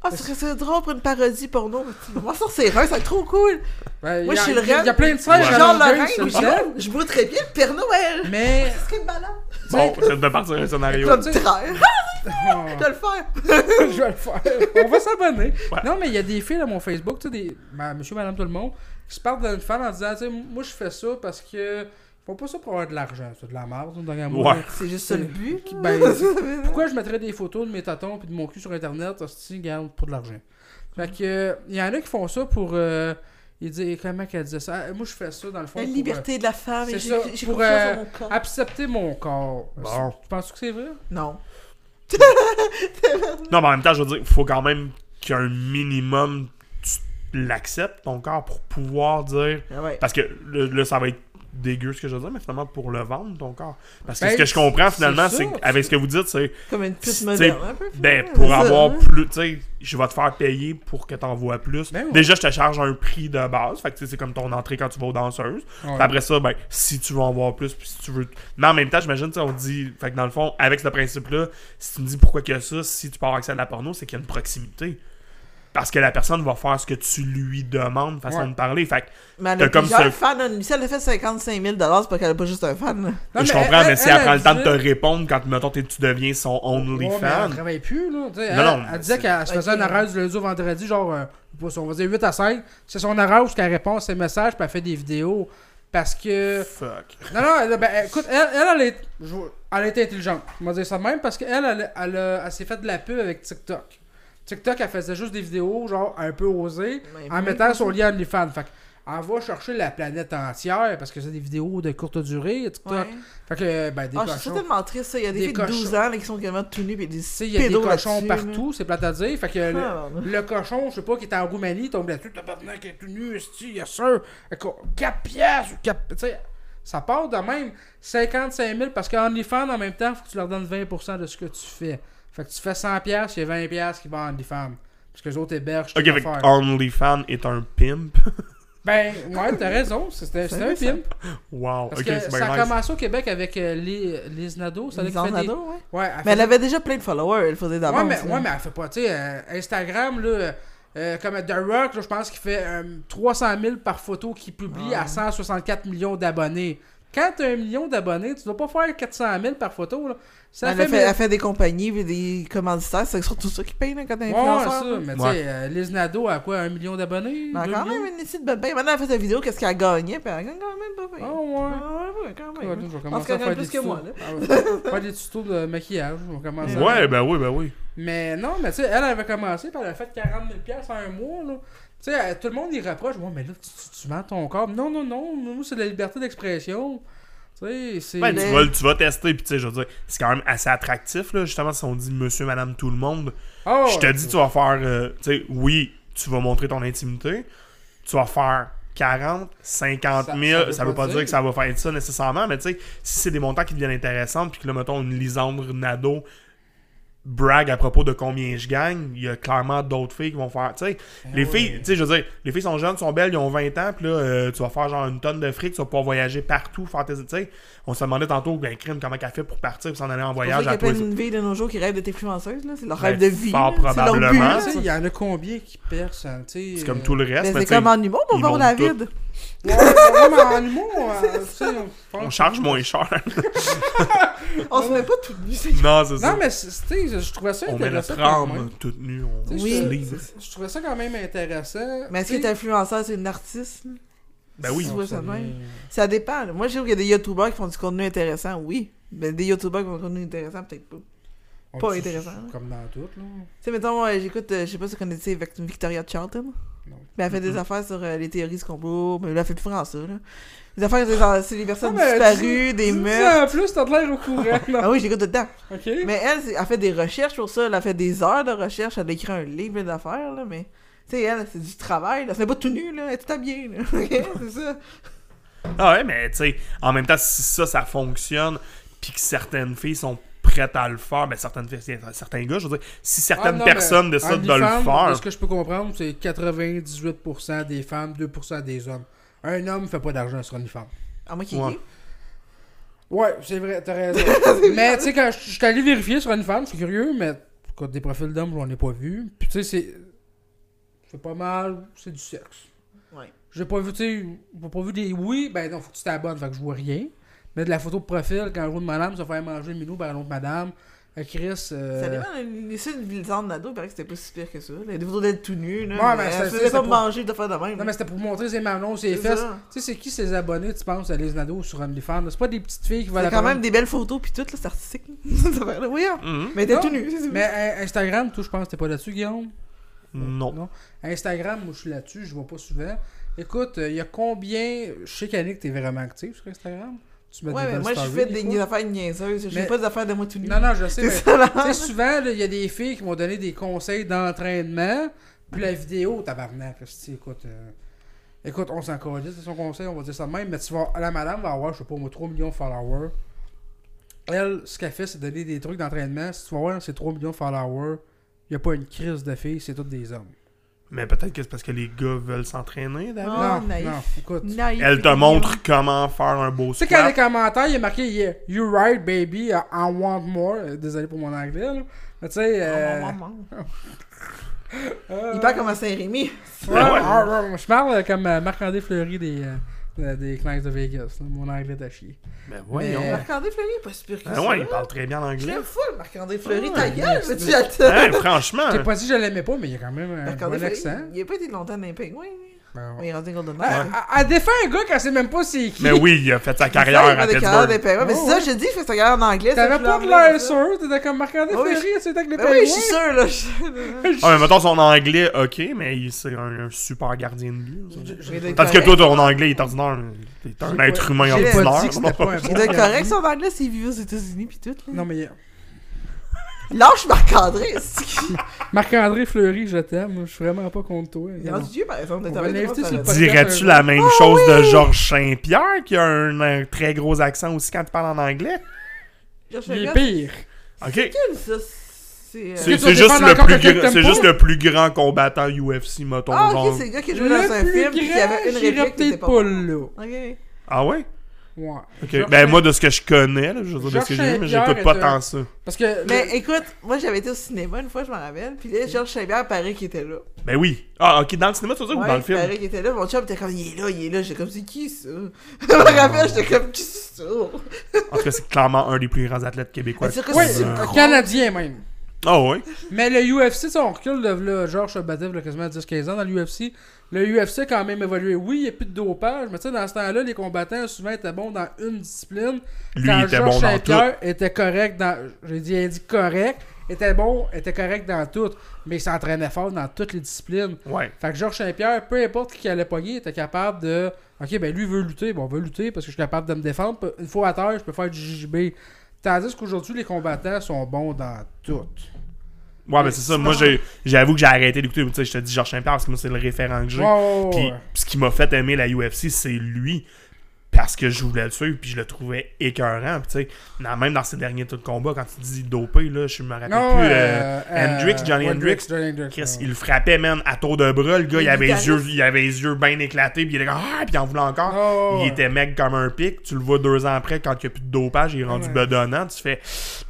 [SPEAKER 1] Ah, ce serait c'est drôle pour une parodie porno. Moi, ça, c'est vrai, c'est trop cool.
[SPEAKER 2] Ben,
[SPEAKER 1] Moi,
[SPEAKER 2] y a-
[SPEAKER 1] je suis le
[SPEAKER 2] y a-
[SPEAKER 1] reine.
[SPEAKER 2] y a plein de
[SPEAKER 1] Genre,
[SPEAKER 2] scènes,
[SPEAKER 3] Ouais.
[SPEAKER 2] Ronald Reagan,
[SPEAKER 1] le
[SPEAKER 2] c'est
[SPEAKER 1] rein,
[SPEAKER 2] le
[SPEAKER 1] je,
[SPEAKER 2] fun,
[SPEAKER 1] vois- je vois très bien le Père Noël.
[SPEAKER 2] Mais,
[SPEAKER 1] Ce serait malin.
[SPEAKER 3] Bon, ça devait partir un scénario.
[SPEAKER 1] Comme
[SPEAKER 2] tu sais-
[SPEAKER 1] traire.
[SPEAKER 2] Oh.
[SPEAKER 1] Je vais le faire.
[SPEAKER 2] je vais le faire. On va s'abonner.
[SPEAKER 3] Ouais.
[SPEAKER 2] Non, mais il y a des filles à mon Facebook, tu sais, des ma- monsieur, madame, tout le monde, qui se parlent d'une femme en disant, tu sais, moi, je fais ça parce que. Ils font pas ça pour avoir de l'argent. C'est de la merde, c'est de la merde.
[SPEAKER 3] Ouais.
[SPEAKER 1] C'est juste ça le but.
[SPEAKER 2] Qui- ben, Pourquoi je mettrais des photos de mes tatons et de mon cul sur internet hostie, garde pour de l'argent? Fait que euh, il y en a qui font ça pour euh, ils disent comment qu'elle disait ça? Ah, Moi je fais ça dans le fond.
[SPEAKER 1] La
[SPEAKER 2] pour,
[SPEAKER 1] liberté de la femme.
[SPEAKER 2] c'est
[SPEAKER 1] et
[SPEAKER 2] ça,
[SPEAKER 1] J'ai j'ai
[SPEAKER 2] pour,
[SPEAKER 1] confiance
[SPEAKER 2] euh,
[SPEAKER 1] en mon
[SPEAKER 2] euh,
[SPEAKER 1] corps.
[SPEAKER 2] accepter mon corps.
[SPEAKER 3] Bon.
[SPEAKER 2] Tu penses que c'est vrai?
[SPEAKER 1] Non.
[SPEAKER 3] Non, mais en même temps, je veux dire, faut quand même qu'il y ait un minimum, tu l'acceptes, ton corps, pour pouvoir dire.
[SPEAKER 1] Ah ouais.
[SPEAKER 3] Parce que là, là, ça va être dégueu ce que je veux dire, mais finalement, pour le vendre, ton corps. Parce que
[SPEAKER 2] Ben,
[SPEAKER 3] ce que je comprends finalement,
[SPEAKER 2] c'est
[SPEAKER 3] c'est
[SPEAKER 2] ça,
[SPEAKER 3] que- avec ce que vous dites, c'est.
[SPEAKER 1] Comme une puce
[SPEAKER 3] c'est-
[SPEAKER 1] moderne. un peu,
[SPEAKER 3] Ben,
[SPEAKER 1] finalement,
[SPEAKER 3] pour
[SPEAKER 1] c'est ça,
[SPEAKER 3] avoir
[SPEAKER 1] hein.
[SPEAKER 3] plus. Tu sais, je vais te faire payer pour que t'en vois plus.
[SPEAKER 2] Ben ouais.
[SPEAKER 3] Déjà, je te charge un prix de base. Fait que tu sais, c'est comme ton entrée quand tu vas aux danseuses.
[SPEAKER 2] Ouais.
[SPEAKER 3] Puis Après ça, ben, si tu veux en voir plus, puis si tu veux. Mais en même temps, j'imagine, tu sais, on dit. Fait que dans le fond, avec ce principe-là, si tu me dis pourquoi qu'il y a ça, si tu peux avoir accès à de la porno, c'est qu'il y a une proximité. Parce que la personne va faire ce que tu lui demandes, façon
[SPEAKER 2] Ouais.
[SPEAKER 3] de parler. Fait que
[SPEAKER 1] Mais elle
[SPEAKER 3] T'as
[SPEAKER 1] a
[SPEAKER 3] comme
[SPEAKER 1] plusieurs
[SPEAKER 3] ça-
[SPEAKER 1] fans. hein. Si elle a fait 55 000 c'est pas qu'elle a pas juste un fan. là.
[SPEAKER 2] Non,
[SPEAKER 3] je
[SPEAKER 2] mais
[SPEAKER 3] comprends,
[SPEAKER 2] elle-
[SPEAKER 3] mais si
[SPEAKER 2] elle,
[SPEAKER 3] elle, prend
[SPEAKER 2] elle
[SPEAKER 3] le temps de te
[SPEAKER 2] disait-
[SPEAKER 3] répondre quand, mettons, t'es- tu deviens son only
[SPEAKER 2] Ouais, mais
[SPEAKER 3] fan.
[SPEAKER 2] Elle travaille plus, là. tu sais,
[SPEAKER 3] Non,
[SPEAKER 2] elle,
[SPEAKER 3] non,
[SPEAKER 2] elle
[SPEAKER 3] mais
[SPEAKER 2] disait
[SPEAKER 3] c'est-
[SPEAKER 2] qu'elle se faisait un
[SPEAKER 1] Ok.
[SPEAKER 2] horaire du lundi au vendredi, genre, euh, je sais pas, on va dire 8 à 5. C'est son horaire où elle répond à ses messages, puis elle fait des vidéos. Parce que.
[SPEAKER 3] Fuck.
[SPEAKER 2] Non, non, elle- ben, écoute, elle, elle, elle est, je vois- elle était intelligente. Je vais dire ça de même parce qu'elle, elle, elle, a- elle s'est fait de la pub avec TikTok. TikTok, elle faisait juste des vidéos, genre, un peu osées,
[SPEAKER 1] Mais
[SPEAKER 2] en
[SPEAKER 1] Ben, oui.
[SPEAKER 2] mettant son lien OnlyFans. Fait que, elle va chercher la planète entière parce que c'est des vidéos de courte durée, TikTok.
[SPEAKER 1] Ouais.
[SPEAKER 2] Fait que, ben, des
[SPEAKER 1] Ah, je suis
[SPEAKER 2] cochons.
[SPEAKER 1] tellement triste, ça. Il y a des,
[SPEAKER 2] Des
[SPEAKER 1] filles de 12
[SPEAKER 2] cochons.
[SPEAKER 1] ans là, qui sont carrément tout nues et des
[SPEAKER 2] Tu sais, il y a des
[SPEAKER 1] pédos
[SPEAKER 2] cochons
[SPEAKER 1] là-dessus, là.
[SPEAKER 2] partout, c'est plate à dire. Fait que le-
[SPEAKER 1] Ah, non.
[SPEAKER 2] le, cochon, je sais pas, qui était en Roumanie, il tombe là-dessus, tabarnak, il est tout nu, esti, il y a ça, 4 piastres, ou quatre- tu sais, ça part de même 55 000 parce qu'en OnlyFans, en même temps, faut que tu leur donnes 20 de ce que tu fais. Fait que tu fais 100 piastres, il y a 20 piastres qui vont en OnlyFans. Parce que les autres hébergent,
[SPEAKER 3] Ok,
[SPEAKER 2] toute
[SPEAKER 3] fait que
[SPEAKER 2] affaire.
[SPEAKER 3] OnlyFan est un pimp.
[SPEAKER 2] Ben, ouais, t'as raison, c'était c'était un film.
[SPEAKER 3] wow.
[SPEAKER 2] Parce
[SPEAKER 3] ok,
[SPEAKER 2] que
[SPEAKER 3] c'est
[SPEAKER 2] ça
[SPEAKER 3] bien
[SPEAKER 2] a
[SPEAKER 3] nice.
[SPEAKER 2] commencé au Québec avec euh, Liz Liz Nadeau, ça
[SPEAKER 1] Ils en
[SPEAKER 2] fait des...
[SPEAKER 1] ados, ouais.
[SPEAKER 2] Ouais, elle
[SPEAKER 1] Mais elle
[SPEAKER 2] faisait-
[SPEAKER 1] avait déjà plein de followers, il faisait d'avance.
[SPEAKER 2] Ouais mais,
[SPEAKER 1] là.
[SPEAKER 2] ouais, mais elle fait pas, tu sais, euh, Instagram, là, euh, euh, comme The Rock, là, je pense qu'il fait euh, 300 000 par photo qu'il publie
[SPEAKER 1] Ah.
[SPEAKER 2] à 164 millions d'abonnés. Quand t'as un million d'abonnés, tu dois pas faire 400 000 par photo, là. Ça
[SPEAKER 1] elle, a
[SPEAKER 2] fait...
[SPEAKER 1] fait,
[SPEAKER 2] mille-
[SPEAKER 1] elle fait des compagnies puis des commanditaires, c'est surtout ça qui paye là, quand t'es
[SPEAKER 2] Ouais,
[SPEAKER 1] influenceur.
[SPEAKER 2] ça,
[SPEAKER 1] là.
[SPEAKER 2] mais tu
[SPEAKER 3] Ouais.
[SPEAKER 2] sais, euh, Liz Nadeau a quoi, un million d'abonnés?
[SPEAKER 1] Mais
[SPEAKER 2] Deux
[SPEAKER 1] quand
[SPEAKER 2] millions?
[SPEAKER 1] même, une issue de bébé. Maintenant, elle fait des vidéos, qu'est-ce qu'elle gagnait, puis elle gagne quand même pas pire.
[SPEAKER 2] Ah ouais.
[SPEAKER 1] Ouais, ouais, quand
[SPEAKER 2] Ouais,
[SPEAKER 1] même.
[SPEAKER 2] je vais
[SPEAKER 1] Parce
[SPEAKER 2] commencer à
[SPEAKER 1] qu'elle
[SPEAKER 2] faire
[SPEAKER 1] gagne plus
[SPEAKER 2] des
[SPEAKER 1] que
[SPEAKER 2] tutos.
[SPEAKER 1] moi, là.
[SPEAKER 2] Ah ouais. Faire des tutos de maquillage, on commence à-
[SPEAKER 3] Ouais, ben oui, ben oui.
[SPEAKER 2] Mais non, mais tu sais, elle avait commencé, puis elle a fait 40 000 pièces en un mois, là. Tu sais, elle- tout le monde y rapproche. Ouais, mais là, tu, tu, tu vends ton corps. Non, non, non, nous, c'est de la liberté d'expression. Tu sais, c'est.
[SPEAKER 3] Ben,
[SPEAKER 1] Mais-
[SPEAKER 3] tu, vas, tu vas tester, puis tu sais, je veux dire, c'est quand même assez attractif, là, justement, si on dit monsieur, madame, tout le monde.
[SPEAKER 2] Ah,
[SPEAKER 3] je te
[SPEAKER 1] Oh,
[SPEAKER 3] dis, tu vas faire, euh, tu sais, oui, tu vas montrer ton intimité, tu vas faire 40, 50
[SPEAKER 2] Ça-
[SPEAKER 3] 000,
[SPEAKER 2] ça
[SPEAKER 3] ça,
[SPEAKER 2] veut
[SPEAKER 3] veut
[SPEAKER 2] pas
[SPEAKER 3] pas dire
[SPEAKER 2] dire.
[SPEAKER 3] que ça va faire ça nécessairement, mais tu sais, si c'est des montants qui deviennent intéressants, puis que là, mettons, une Lisandre Nado brague à propos de combien je gagne, il y a clairement d'autres filles qui vont faire. Tu sais,
[SPEAKER 1] Ben
[SPEAKER 3] les
[SPEAKER 2] oui.
[SPEAKER 3] filles, tu sais, je veux dire, les filles sont jeunes, sont belles, ils ont 20 ans, puis là, euh, tu vas faire genre une tonne de fric, tu vas pouvoir voyager partout, faire tes. Tu sais, on se demandait tantôt, ben, crime, comment qu'elle fait pour partir, pour s'en aller en
[SPEAKER 1] C'est pour ça
[SPEAKER 3] voyage
[SPEAKER 1] qu'il y
[SPEAKER 3] à
[SPEAKER 1] a plein
[SPEAKER 3] tous les-
[SPEAKER 1] de filles de nos jours qui rêvent d'être influenceuses, là. C'est leur
[SPEAKER 3] Ben,
[SPEAKER 1] rêve de vie.
[SPEAKER 3] fort
[SPEAKER 1] là. C'est leur but,
[SPEAKER 3] probablement.
[SPEAKER 1] là.
[SPEAKER 2] Tu sais, il y en a combien qui percent, hein, tu sais.
[SPEAKER 3] C'est comme tout le
[SPEAKER 1] Mais
[SPEAKER 3] reste, mais
[SPEAKER 1] c'est
[SPEAKER 3] tu sais,
[SPEAKER 1] comme en humour, mon
[SPEAKER 3] ils
[SPEAKER 1] bon
[SPEAKER 3] montent
[SPEAKER 1] David.
[SPEAKER 2] Ouais, ouais, mais en humour, euh, tu sais, on-
[SPEAKER 3] on charge moins cher.
[SPEAKER 1] On se met pas toutes nues. c'est-
[SPEAKER 3] non, c'est ça.
[SPEAKER 2] Non, mais c'est- tu sais, je trouvais ça
[SPEAKER 3] on met
[SPEAKER 2] intéressant.
[SPEAKER 3] notre
[SPEAKER 2] quand
[SPEAKER 3] âme
[SPEAKER 2] même.
[SPEAKER 3] toute nue, on
[SPEAKER 2] Tu sais,
[SPEAKER 1] Oui.
[SPEAKER 3] se
[SPEAKER 2] je,
[SPEAKER 3] livre.
[SPEAKER 2] je trouvais ça quand même intéressant.
[SPEAKER 1] Mais est-ce
[SPEAKER 2] tu
[SPEAKER 1] que
[SPEAKER 2] sais.
[SPEAKER 1] t'es influenceur, c'est une artiste? là?
[SPEAKER 3] Ben oui.
[SPEAKER 1] Tu vois ça de même?
[SPEAKER 2] devient-
[SPEAKER 1] Ça dépend. là. Moi, je trouve qu'il y a des youtubeurs qui font du contenu intéressant, oui. Mais des youtubeurs qui font du contenu intéressant, peut-être pas. Tu
[SPEAKER 2] on
[SPEAKER 1] Pas
[SPEAKER 2] dit-
[SPEAKER 1] intéressant, là.
[SPEAKER 2] Comme dans tout, là.
[SPEAKER 1] sais, mettons, euh, j'écoute, euh, je sais pas si vous connaissez Vic- Victoria Charlton.
[SPEAKER 2] Non.
[SPEAKER 1] Mais elle fait des
[SPEAKER 3] Mhm.
[SPEAKER 1] affaires sur euh, les théories du complot. Mais elle fait plus grand ça, là. Des affaires sur les, sur les personnes
[SPEAKER 2] Ah, mais
[SPEAKER 1] disparues, des
[SPEAKER 2] Tu dis
[SPEAKER 1] meurtres.
[SPEAKER 2] ça En plus, t'as de l'air au courant.
[SPEAKER 1] Ah
[SPEAKER 2] non.
[SPEAKER 1] oui, j'écoute tout le temps.
[SPEAKER 2] Ok.
[SPEAKER 1] Mais elle, c'est- elle fait des recherches pour ça. Elle a fait des heures de recherche. Elle a écrit un livre plein d'affaires, là. Mais, tu sais, elle, c'est du travail. Là. C'est pas tout nu, là. Elle est tout habillée, là. Ok, c'est ça.
[SPEAKER 3] Ah ouais, mais tu sais, en même temps, si ça, ça fonctionne, puis que certaines filles sont prêtes à le faire, ben certaines filles, c'est- certains gars, je veux dire, si certaines
[SPEAKER 2] Ah, non,
[SPEAKER 3] personnes
[SPEAKER 2] mais
[SPEAKER 3] décident de le
[SPEAKER 2] OnlyFans, de
[SPEAKER 3] faire,
[SPEAKER 2] Ce que je peux comprendre, c'est 98% des femmes, 2% des hommes. Un homme fait pas d'argent sur OnlyFans.
[SPEAKER 1] À Ah, moi qui
[SPEAKER 3] Ouais.
[SPEAKER 2] Ouais, c'est vrai, t'as raison. mais tu sais, quand je je suis allé vérifier sur une femme, je suis curieux, mais écoute, des profils d'hommes, j'en ai pas vu. Puis tu sais, c'est. C'est pas mal, c'est du sexe.
[SPEAKER 1] Ouais.
[SPEAKER 2] J'ai pas vu, tu sais, j'ai pas vu des. Oui, ben non, faut que tu t'abonnes, fait que je vois rien. Mais de la photo de profil, quand je vois une madame se faire manger le minou par une autre madame, euh, Chris. euh,
[SPEAKER 1] Ça dépend. Les une Blizzard d'ado, il paraît que c'était pas si pire que ça. Les des photos d'être tout nu, là.
[SPEAKER 2] Ouais, mais
[SPEAKER 1] elle
[SPEAKER 2] c'est-
[SPEAKER 1] se
[SPEAKER 2] c'est-
[SPEAKER 1] faisait
[SPEAKER 2] c'est
[SPEAKER 1] pas
[SPEAKER 2] pour-
[SPEAKER 1] manger de faire de même.
[SPEAKER 2] Non, mais c'était pour montrer ses mamelons, ses
[SPEAKER 1] c'est
[SPEAKER 2] fesses.
[SPEAKER 1] ça.
[SPEAKER 2] Tu sais, c'est qui ses abonnés, tu penses, à Les Nadeau sur OnlyFans? là? C'est pas des petites filles qui vont
[SPEAKER 1] C'est
[SPEAKER 2] la
[SPEAKER 1] quand
[SPEAKER 2] prendre.
[SPEAKER 1] même des belles photos, pis tout, là. C'est artistique, là. Cette affaire-là. Oui, hein.
[SPEAKER 3] Mhm.
[SPEAKER 1] Mais t'es
[SPEAKER 2] Non,
[SPEAKER 1] tout nu. c'est-
[SPEAKER 2] Mais euh, Instagram, tout, je pense que t'es pas là-dessus, Guillaume.
[SPEAKER 3] non.
[SPEAKER 2] Non. Instagram, moi, je suis là-dessus, je vois pas souvent. Écoute, il y a combien. Je sais qu'Annick, t'es vraiment active sur Instagram. Tu mets
[SPEAKER 1] Ouais, mais
[SPEAKER 2] belles
[SPEAKER 1] moi, je
[SPEAKER 2] stories,
[SPEAKER 1] fais
[SPEAKER 2] des
[SPEAKER 1] des,
[SPEAKER 2] fois.
[SPEAKER 1] des affaires niaiseuses. Je fais
[SPEAKER 2] Mais-
[SPEAKER 1] pas des affaires de moi tout nu.
[SPEAKER 2] Non, non, je sais.
[SPEAKER 1] C'est
[SPEAKER 2] mais-
[SPEAKER 1] ça, là.
[SPEAKER 2] Tu sais, souvent, il y a des filles qui m'ont donné des conseils d'entraînement, puis la vidéo, tabarnak. hostie, écoute, euh, écoute, on s'en calisse de son conseil, on va dire ça de même, mais tu vas, la madame va avoir, je sais pas, moi, 3 millions de followers. Elle, ce qu'elle fait, c'est donner des trucs d'entraînement. Si tu vas voir, c'est 3 millions de followers, il n'y a pas une crise de filles, c'est toutes des hommes.
[SPEAKER 3] Mais peut-être que c'est parce que les gars veulent s'entraîner. David.
[SPEAKER 1] Oh,
[SPEAKER 2] non,
[SPEAKER 1] naïf.
[SPEAKER 2] non, écoute. Tu
[SPEAKER 1] Naïf,
[SPEAKER 3] Elle te
[SPEAKER 1] mignon.
[SPEAKER 3] montre comment faire un beau
[SPEAKER 2] sais, quand les
[SPEAKER 3] squat.
[SPEAKER 2] commentaires, il y a marqué yeah, You right, baby, I want more. Euh, Désolé pour mon anglais, là. Mais tu sais. euh,
[SPEAKER 1] Oh, maman.
[SPEAKER 2] euh,
[SPEAKER 1] Il parle comme à Saint-Rémy.
[SPEAKER 2] Ouais,
[SPEAKER 3] Ah ouais.
[SPEAKER 2] ah, ouais, ouais, Je parle euh, comme euh, Marc-André Fleury des, euh, euh, des Knights de Vegas. là. Mon anglais est à chier.
[SPEAKER 3] Ben voyons.
[SPEAKER 2] Mais-
[SPEAKER 1] Marc-André Fleury est pas si pire que
[SPEAKER 3] Ben
[SPEAKER 1] ça.
[SPEAKER 3] ouais, il parle très bien
[SPEAKER 1] Je
[SPEAKER 3] l'anglais.
[SPEAKER 1] l'aime full, Marc-André Fleury.
[SPEAKER 2] Ouais,
[SPEAKER 1] Ta gueule,
[SPEAKER 2] mais-
[SPEAKER 1] veux-tu la
[SPEAKER 3] Hein, franchement.
[SPEAKER 2] J'ai pas dit que je l'aimais pas, mais il y a quand même un
[SPEAKER 1] Marc-André
[SPEAKER 2] bon accent.
[SPEAKER 1] Fleury, il a pas été longtemps dans les pingouins. lui.
[SPEAKER 2] Ben,
[SPEAKER 1] Mais il est rendu Golden
[SPEAKER 2] à,
[SPEAKER 1] Knight.
[SPEAKER 2] à- à défaire un gars quand c'est même pas c'est qui.
[SPEAKER 3] Mais oui, il a fait sa
[SPEAKER 1] Il fait
[SPEAKER 3] carrière à
[SPEAKER 1] des carrières des
[SPEAKER 3] Pittsburgh.
[SPEAKER 1] pingouins. Mais
[SPEAKER 2] Oh,
[SPEAKER 1] c'est ça,
[SPEAKER 2] ouais.
[SPEAKER 1] je dis, il fait sa carrière en anglais.
[SPEAKER 2] T'avais
[SPEAKER 1] ça,
[SPEAKER 2] pas
[SPEAKER 1] je
[SPEAKER 2] de
[SPEAKER 1] l'enlève,
[SPEAKER 2] l'air
[SPEAKER 1] ça.
[SPEAKER 2] sûr, t'étais comme Marc-André
[SPEAKER 1] Oui,
[SPEAKER 2] Fleury, c'était avec les
[SPEAKER 1] Ben oui, je suis
[SPEAKER 2] Pingouins.
[SPEAKER 1] sûr, là. je-
[SPEAKER 3] Ah, mais mettons son anglais, ok, mais il- c'est un, un super gardien de but. ça.
[SPEAKER 2] Je- je-
[SPEAKER 1] Il doit être
[SPEAKER 3] Parce que
[SPEAKER 1] correct.
[SPEAKER 3] toi, ton anglais est ordinaire. mais T'es un
[SPEAKER 2] J'ai
[SPEAKER 3] être
[SPEAKER 2] pas-
[SPEAKER 3] humain
[SPEAKER 2] j'ai
[SPEAKER 3] ordinaire.
[SPEAKER 2] pas dit que c'était pas un
[SPEAKER 1] Il
[SPEAKER 2] bon
[SPEAKER 1] doit être
[SPEAKER 2] gardien.
[SPEAKER 1] correct, son anglais, s'il vivait aux États-Unis pis tout. là.
[SPEAKER 2] Non, mais euh,
[SPEAKER 1] Lâche Marc-André, c'est-
[SPEAKER 2] Marc-André Fleury, je t'aime. Je suis vraiment pas contre toi.
[SPEAKER 1] Il est rendu vieux, par exemple.
[SPEAKER 2] On
[SPEAKER 1] t'as
[SPEAKER 2] va
[SPEAKER 1] raison,
[SPEAKER 2] l'inviter
[SPEAKER 1] t'as
[SPEAKER 2] sur le
[SPEAKER 1] raison.
[SPEAKER 2] podcast.
[SPEAKER 3] Dirais-tu la même
[SPEAKER 2] Ah
[SPEAKER 3] chose de Georges Saint-Pierre qui a un, un très gros accent aussi quand il parle en anglais?
[SPEAKER 1] Je fais
[SPEAKER 2] Il est
[SPEAKER 1] gaffe.
[SPEAKER 2] pire.
[SPEAKER 3] Ok.
[SPEAKER 1] Quel, ça, c'est. euh,
[SPEAKER 3] C'est
[SPEAKER 2] tu vas
[SPEAKER 3] c'est juste,
[SPEAKER 2] défendre
[SPEAKER 3] le
[SPEAKER 2] encore
[SPEAKER 3] plus
[SPEAKER 2] quelqu'un que
[SPEAKER 3] grand-
[SPEAKER 2] t'aimes
[SPEAKER 3] c'est
[SPEAKER 2] pas?
[SPEAKER 3] juste le plus grand combattant UFC, mettons.
[SPEAKER 1] Ah,
[SPEAKER 3] genre.
[SPEAKER 1] ok, c'est le gars qui jouait dans un
[SPEAKER 2] Le
[SPEAKER 1] film
[SPEAKER 2] plus
[SPEAKER 1] pis qui avait une
[SPEAKER 2] grand, j'irais
[SPEAKER 1] réplique qui était
[SPEAKER 2] peut-être
[SPEAKER 1] pas.
[SPEAKER 2] pas
[SPEAKER 1] bonne.
[SPEAKER 2] là.
[SPEAKER 1] Ok.
[SPEAKER 3] Ah ouais?
[SPEAKER 2] Ouais.
[SPEAKER 3] Ok.
[SPEAKER 2] Georges
[SPEAKER 3] ben,
[SPEAKER 2] Saint-
[SPEAKER 3] moi, de ce que je connais, là, je veux dire, de ce que j'ai vu, mais
[SPEAKER 2] Georges
[SPEAKER 3] j'écoute pas
[SPEAKER 2] Saint-Pierre
[SPEAKER 3] tant ça.
[SPEAKER 2] Parce que.
[SPEAKER 1] Mais écoute, moi j'avais été au cinéma une fois, je m'en rappelle, puis là, Georges Chabert paraît qu'il était là.
[SPEAKER 3] Ben oui. Ah, ok, dans le cinéma, tu veux dire, ou dans
[SPEAKER 1] Ouais,
[SPEAKER 3] le
[SPEAKER 1] il
[SPEAKER 3] film?
[SPEAKER 2] ben
[SPEAKER 1] paraît qu'il était là, mon chum était comme, il est là, il est là, j'étais comme, c'est qui ça? Je me rappelle, j'étais comme, qui c'est ça?
[SPEAKER 3] En tout cas, c'est clairement un des plus grands athlètes québécois. Euh,
[SPEAKER 1] C'est-à-dire que
[SPEAKER 2] Oui,
[SPEAKER 1] c'est-
[SPEAKER 2] un Canadien même.
[SPEAKER 3] Ah ouais?
[SPEAKER 2] Mais le UFC, tu sais, on recule de là, Georges se battait il y a quasiment 10-15 ans dans l'UFC. Le UFC a quand même évolué. Oui, il n'y a plus de dopage, mais tu sais, dans ce temps-là, les combattants souvent étaient bons dans une discipline.
[SPEAKER 3] Lui,
[SPEAKER 2] quand
[SPEAKER 3] il était
[SPEAKER 2] Georges
[SPEAKER 3] bon dans
[SPEAKER 2] Saint-Pierre était correct dans. J'ai dit, il dit correct, était bon, était correct dans tout, mais il s'entraînait fort dans toutes les disciplines.
[SPEAKER 3] Ouais.
[SPEAKER 2] Fait que Georges Saint-Pierre, peu importe qui allait pogner, était capable de. Ok, ben lui veut lutter, bon, on veut lutter parce que je suis capable de me défendre. Une fois à terre, je peux faire du JJB. Tandis qu'aujourd'hui, les combattants sont bons dans tout.
[SPEAKER 3] Ouais, ben c'est ça. Moi, j'ai- j'avoue que j'ai arrêté d'écouter. Tu sais, je te
[SPEAKER 2] Oh,
[SPEAKER 3] dis Georges Saint-Pierre parce que moi, c'est le référent que j'ai.
[SPEAKER 2] Ouais, ouais, ouais,
[SPEAKER 3] Puis
[SPEAKER 2] ouais.
[SPEAKER 3] ce qui m'a fait aimer la UFC, c'est lui. parce que je voulais le suivre, puis je le trouvais écœurant. Puis, tu sais, dans- même dans ses derniers tout de combat, quand tu dis dopé, là, je me rappelle plus. euh, Hendrix, Johnny Hendrix,
[SPEAKER 2] Johnny Hendrix.
[SPEAKER 3] Chris,
[SPEAKER 2] ouais.
[SPEAKER 3] il le frappait, man, à tour de bras. Le gars,
[SPEAKER 1] Il
[SPEAKER 3] il avait, les
[SPEAKER 1] guitariste.
[SPEAKER 3] yeux, il avait les yeux bien éclatés, puis il était comme, ah, puis il en voulait encore.
[SPEAKER 2] Oh, ouais.
[SPEAKER 3] Il était mec comme un pic. Tu le vois deux ans après, quand il n'y a plus de dopage, il est rendu
[SPEAKER 2] Ouais.
[SPEAKER 3] bedonnant. Tu fais,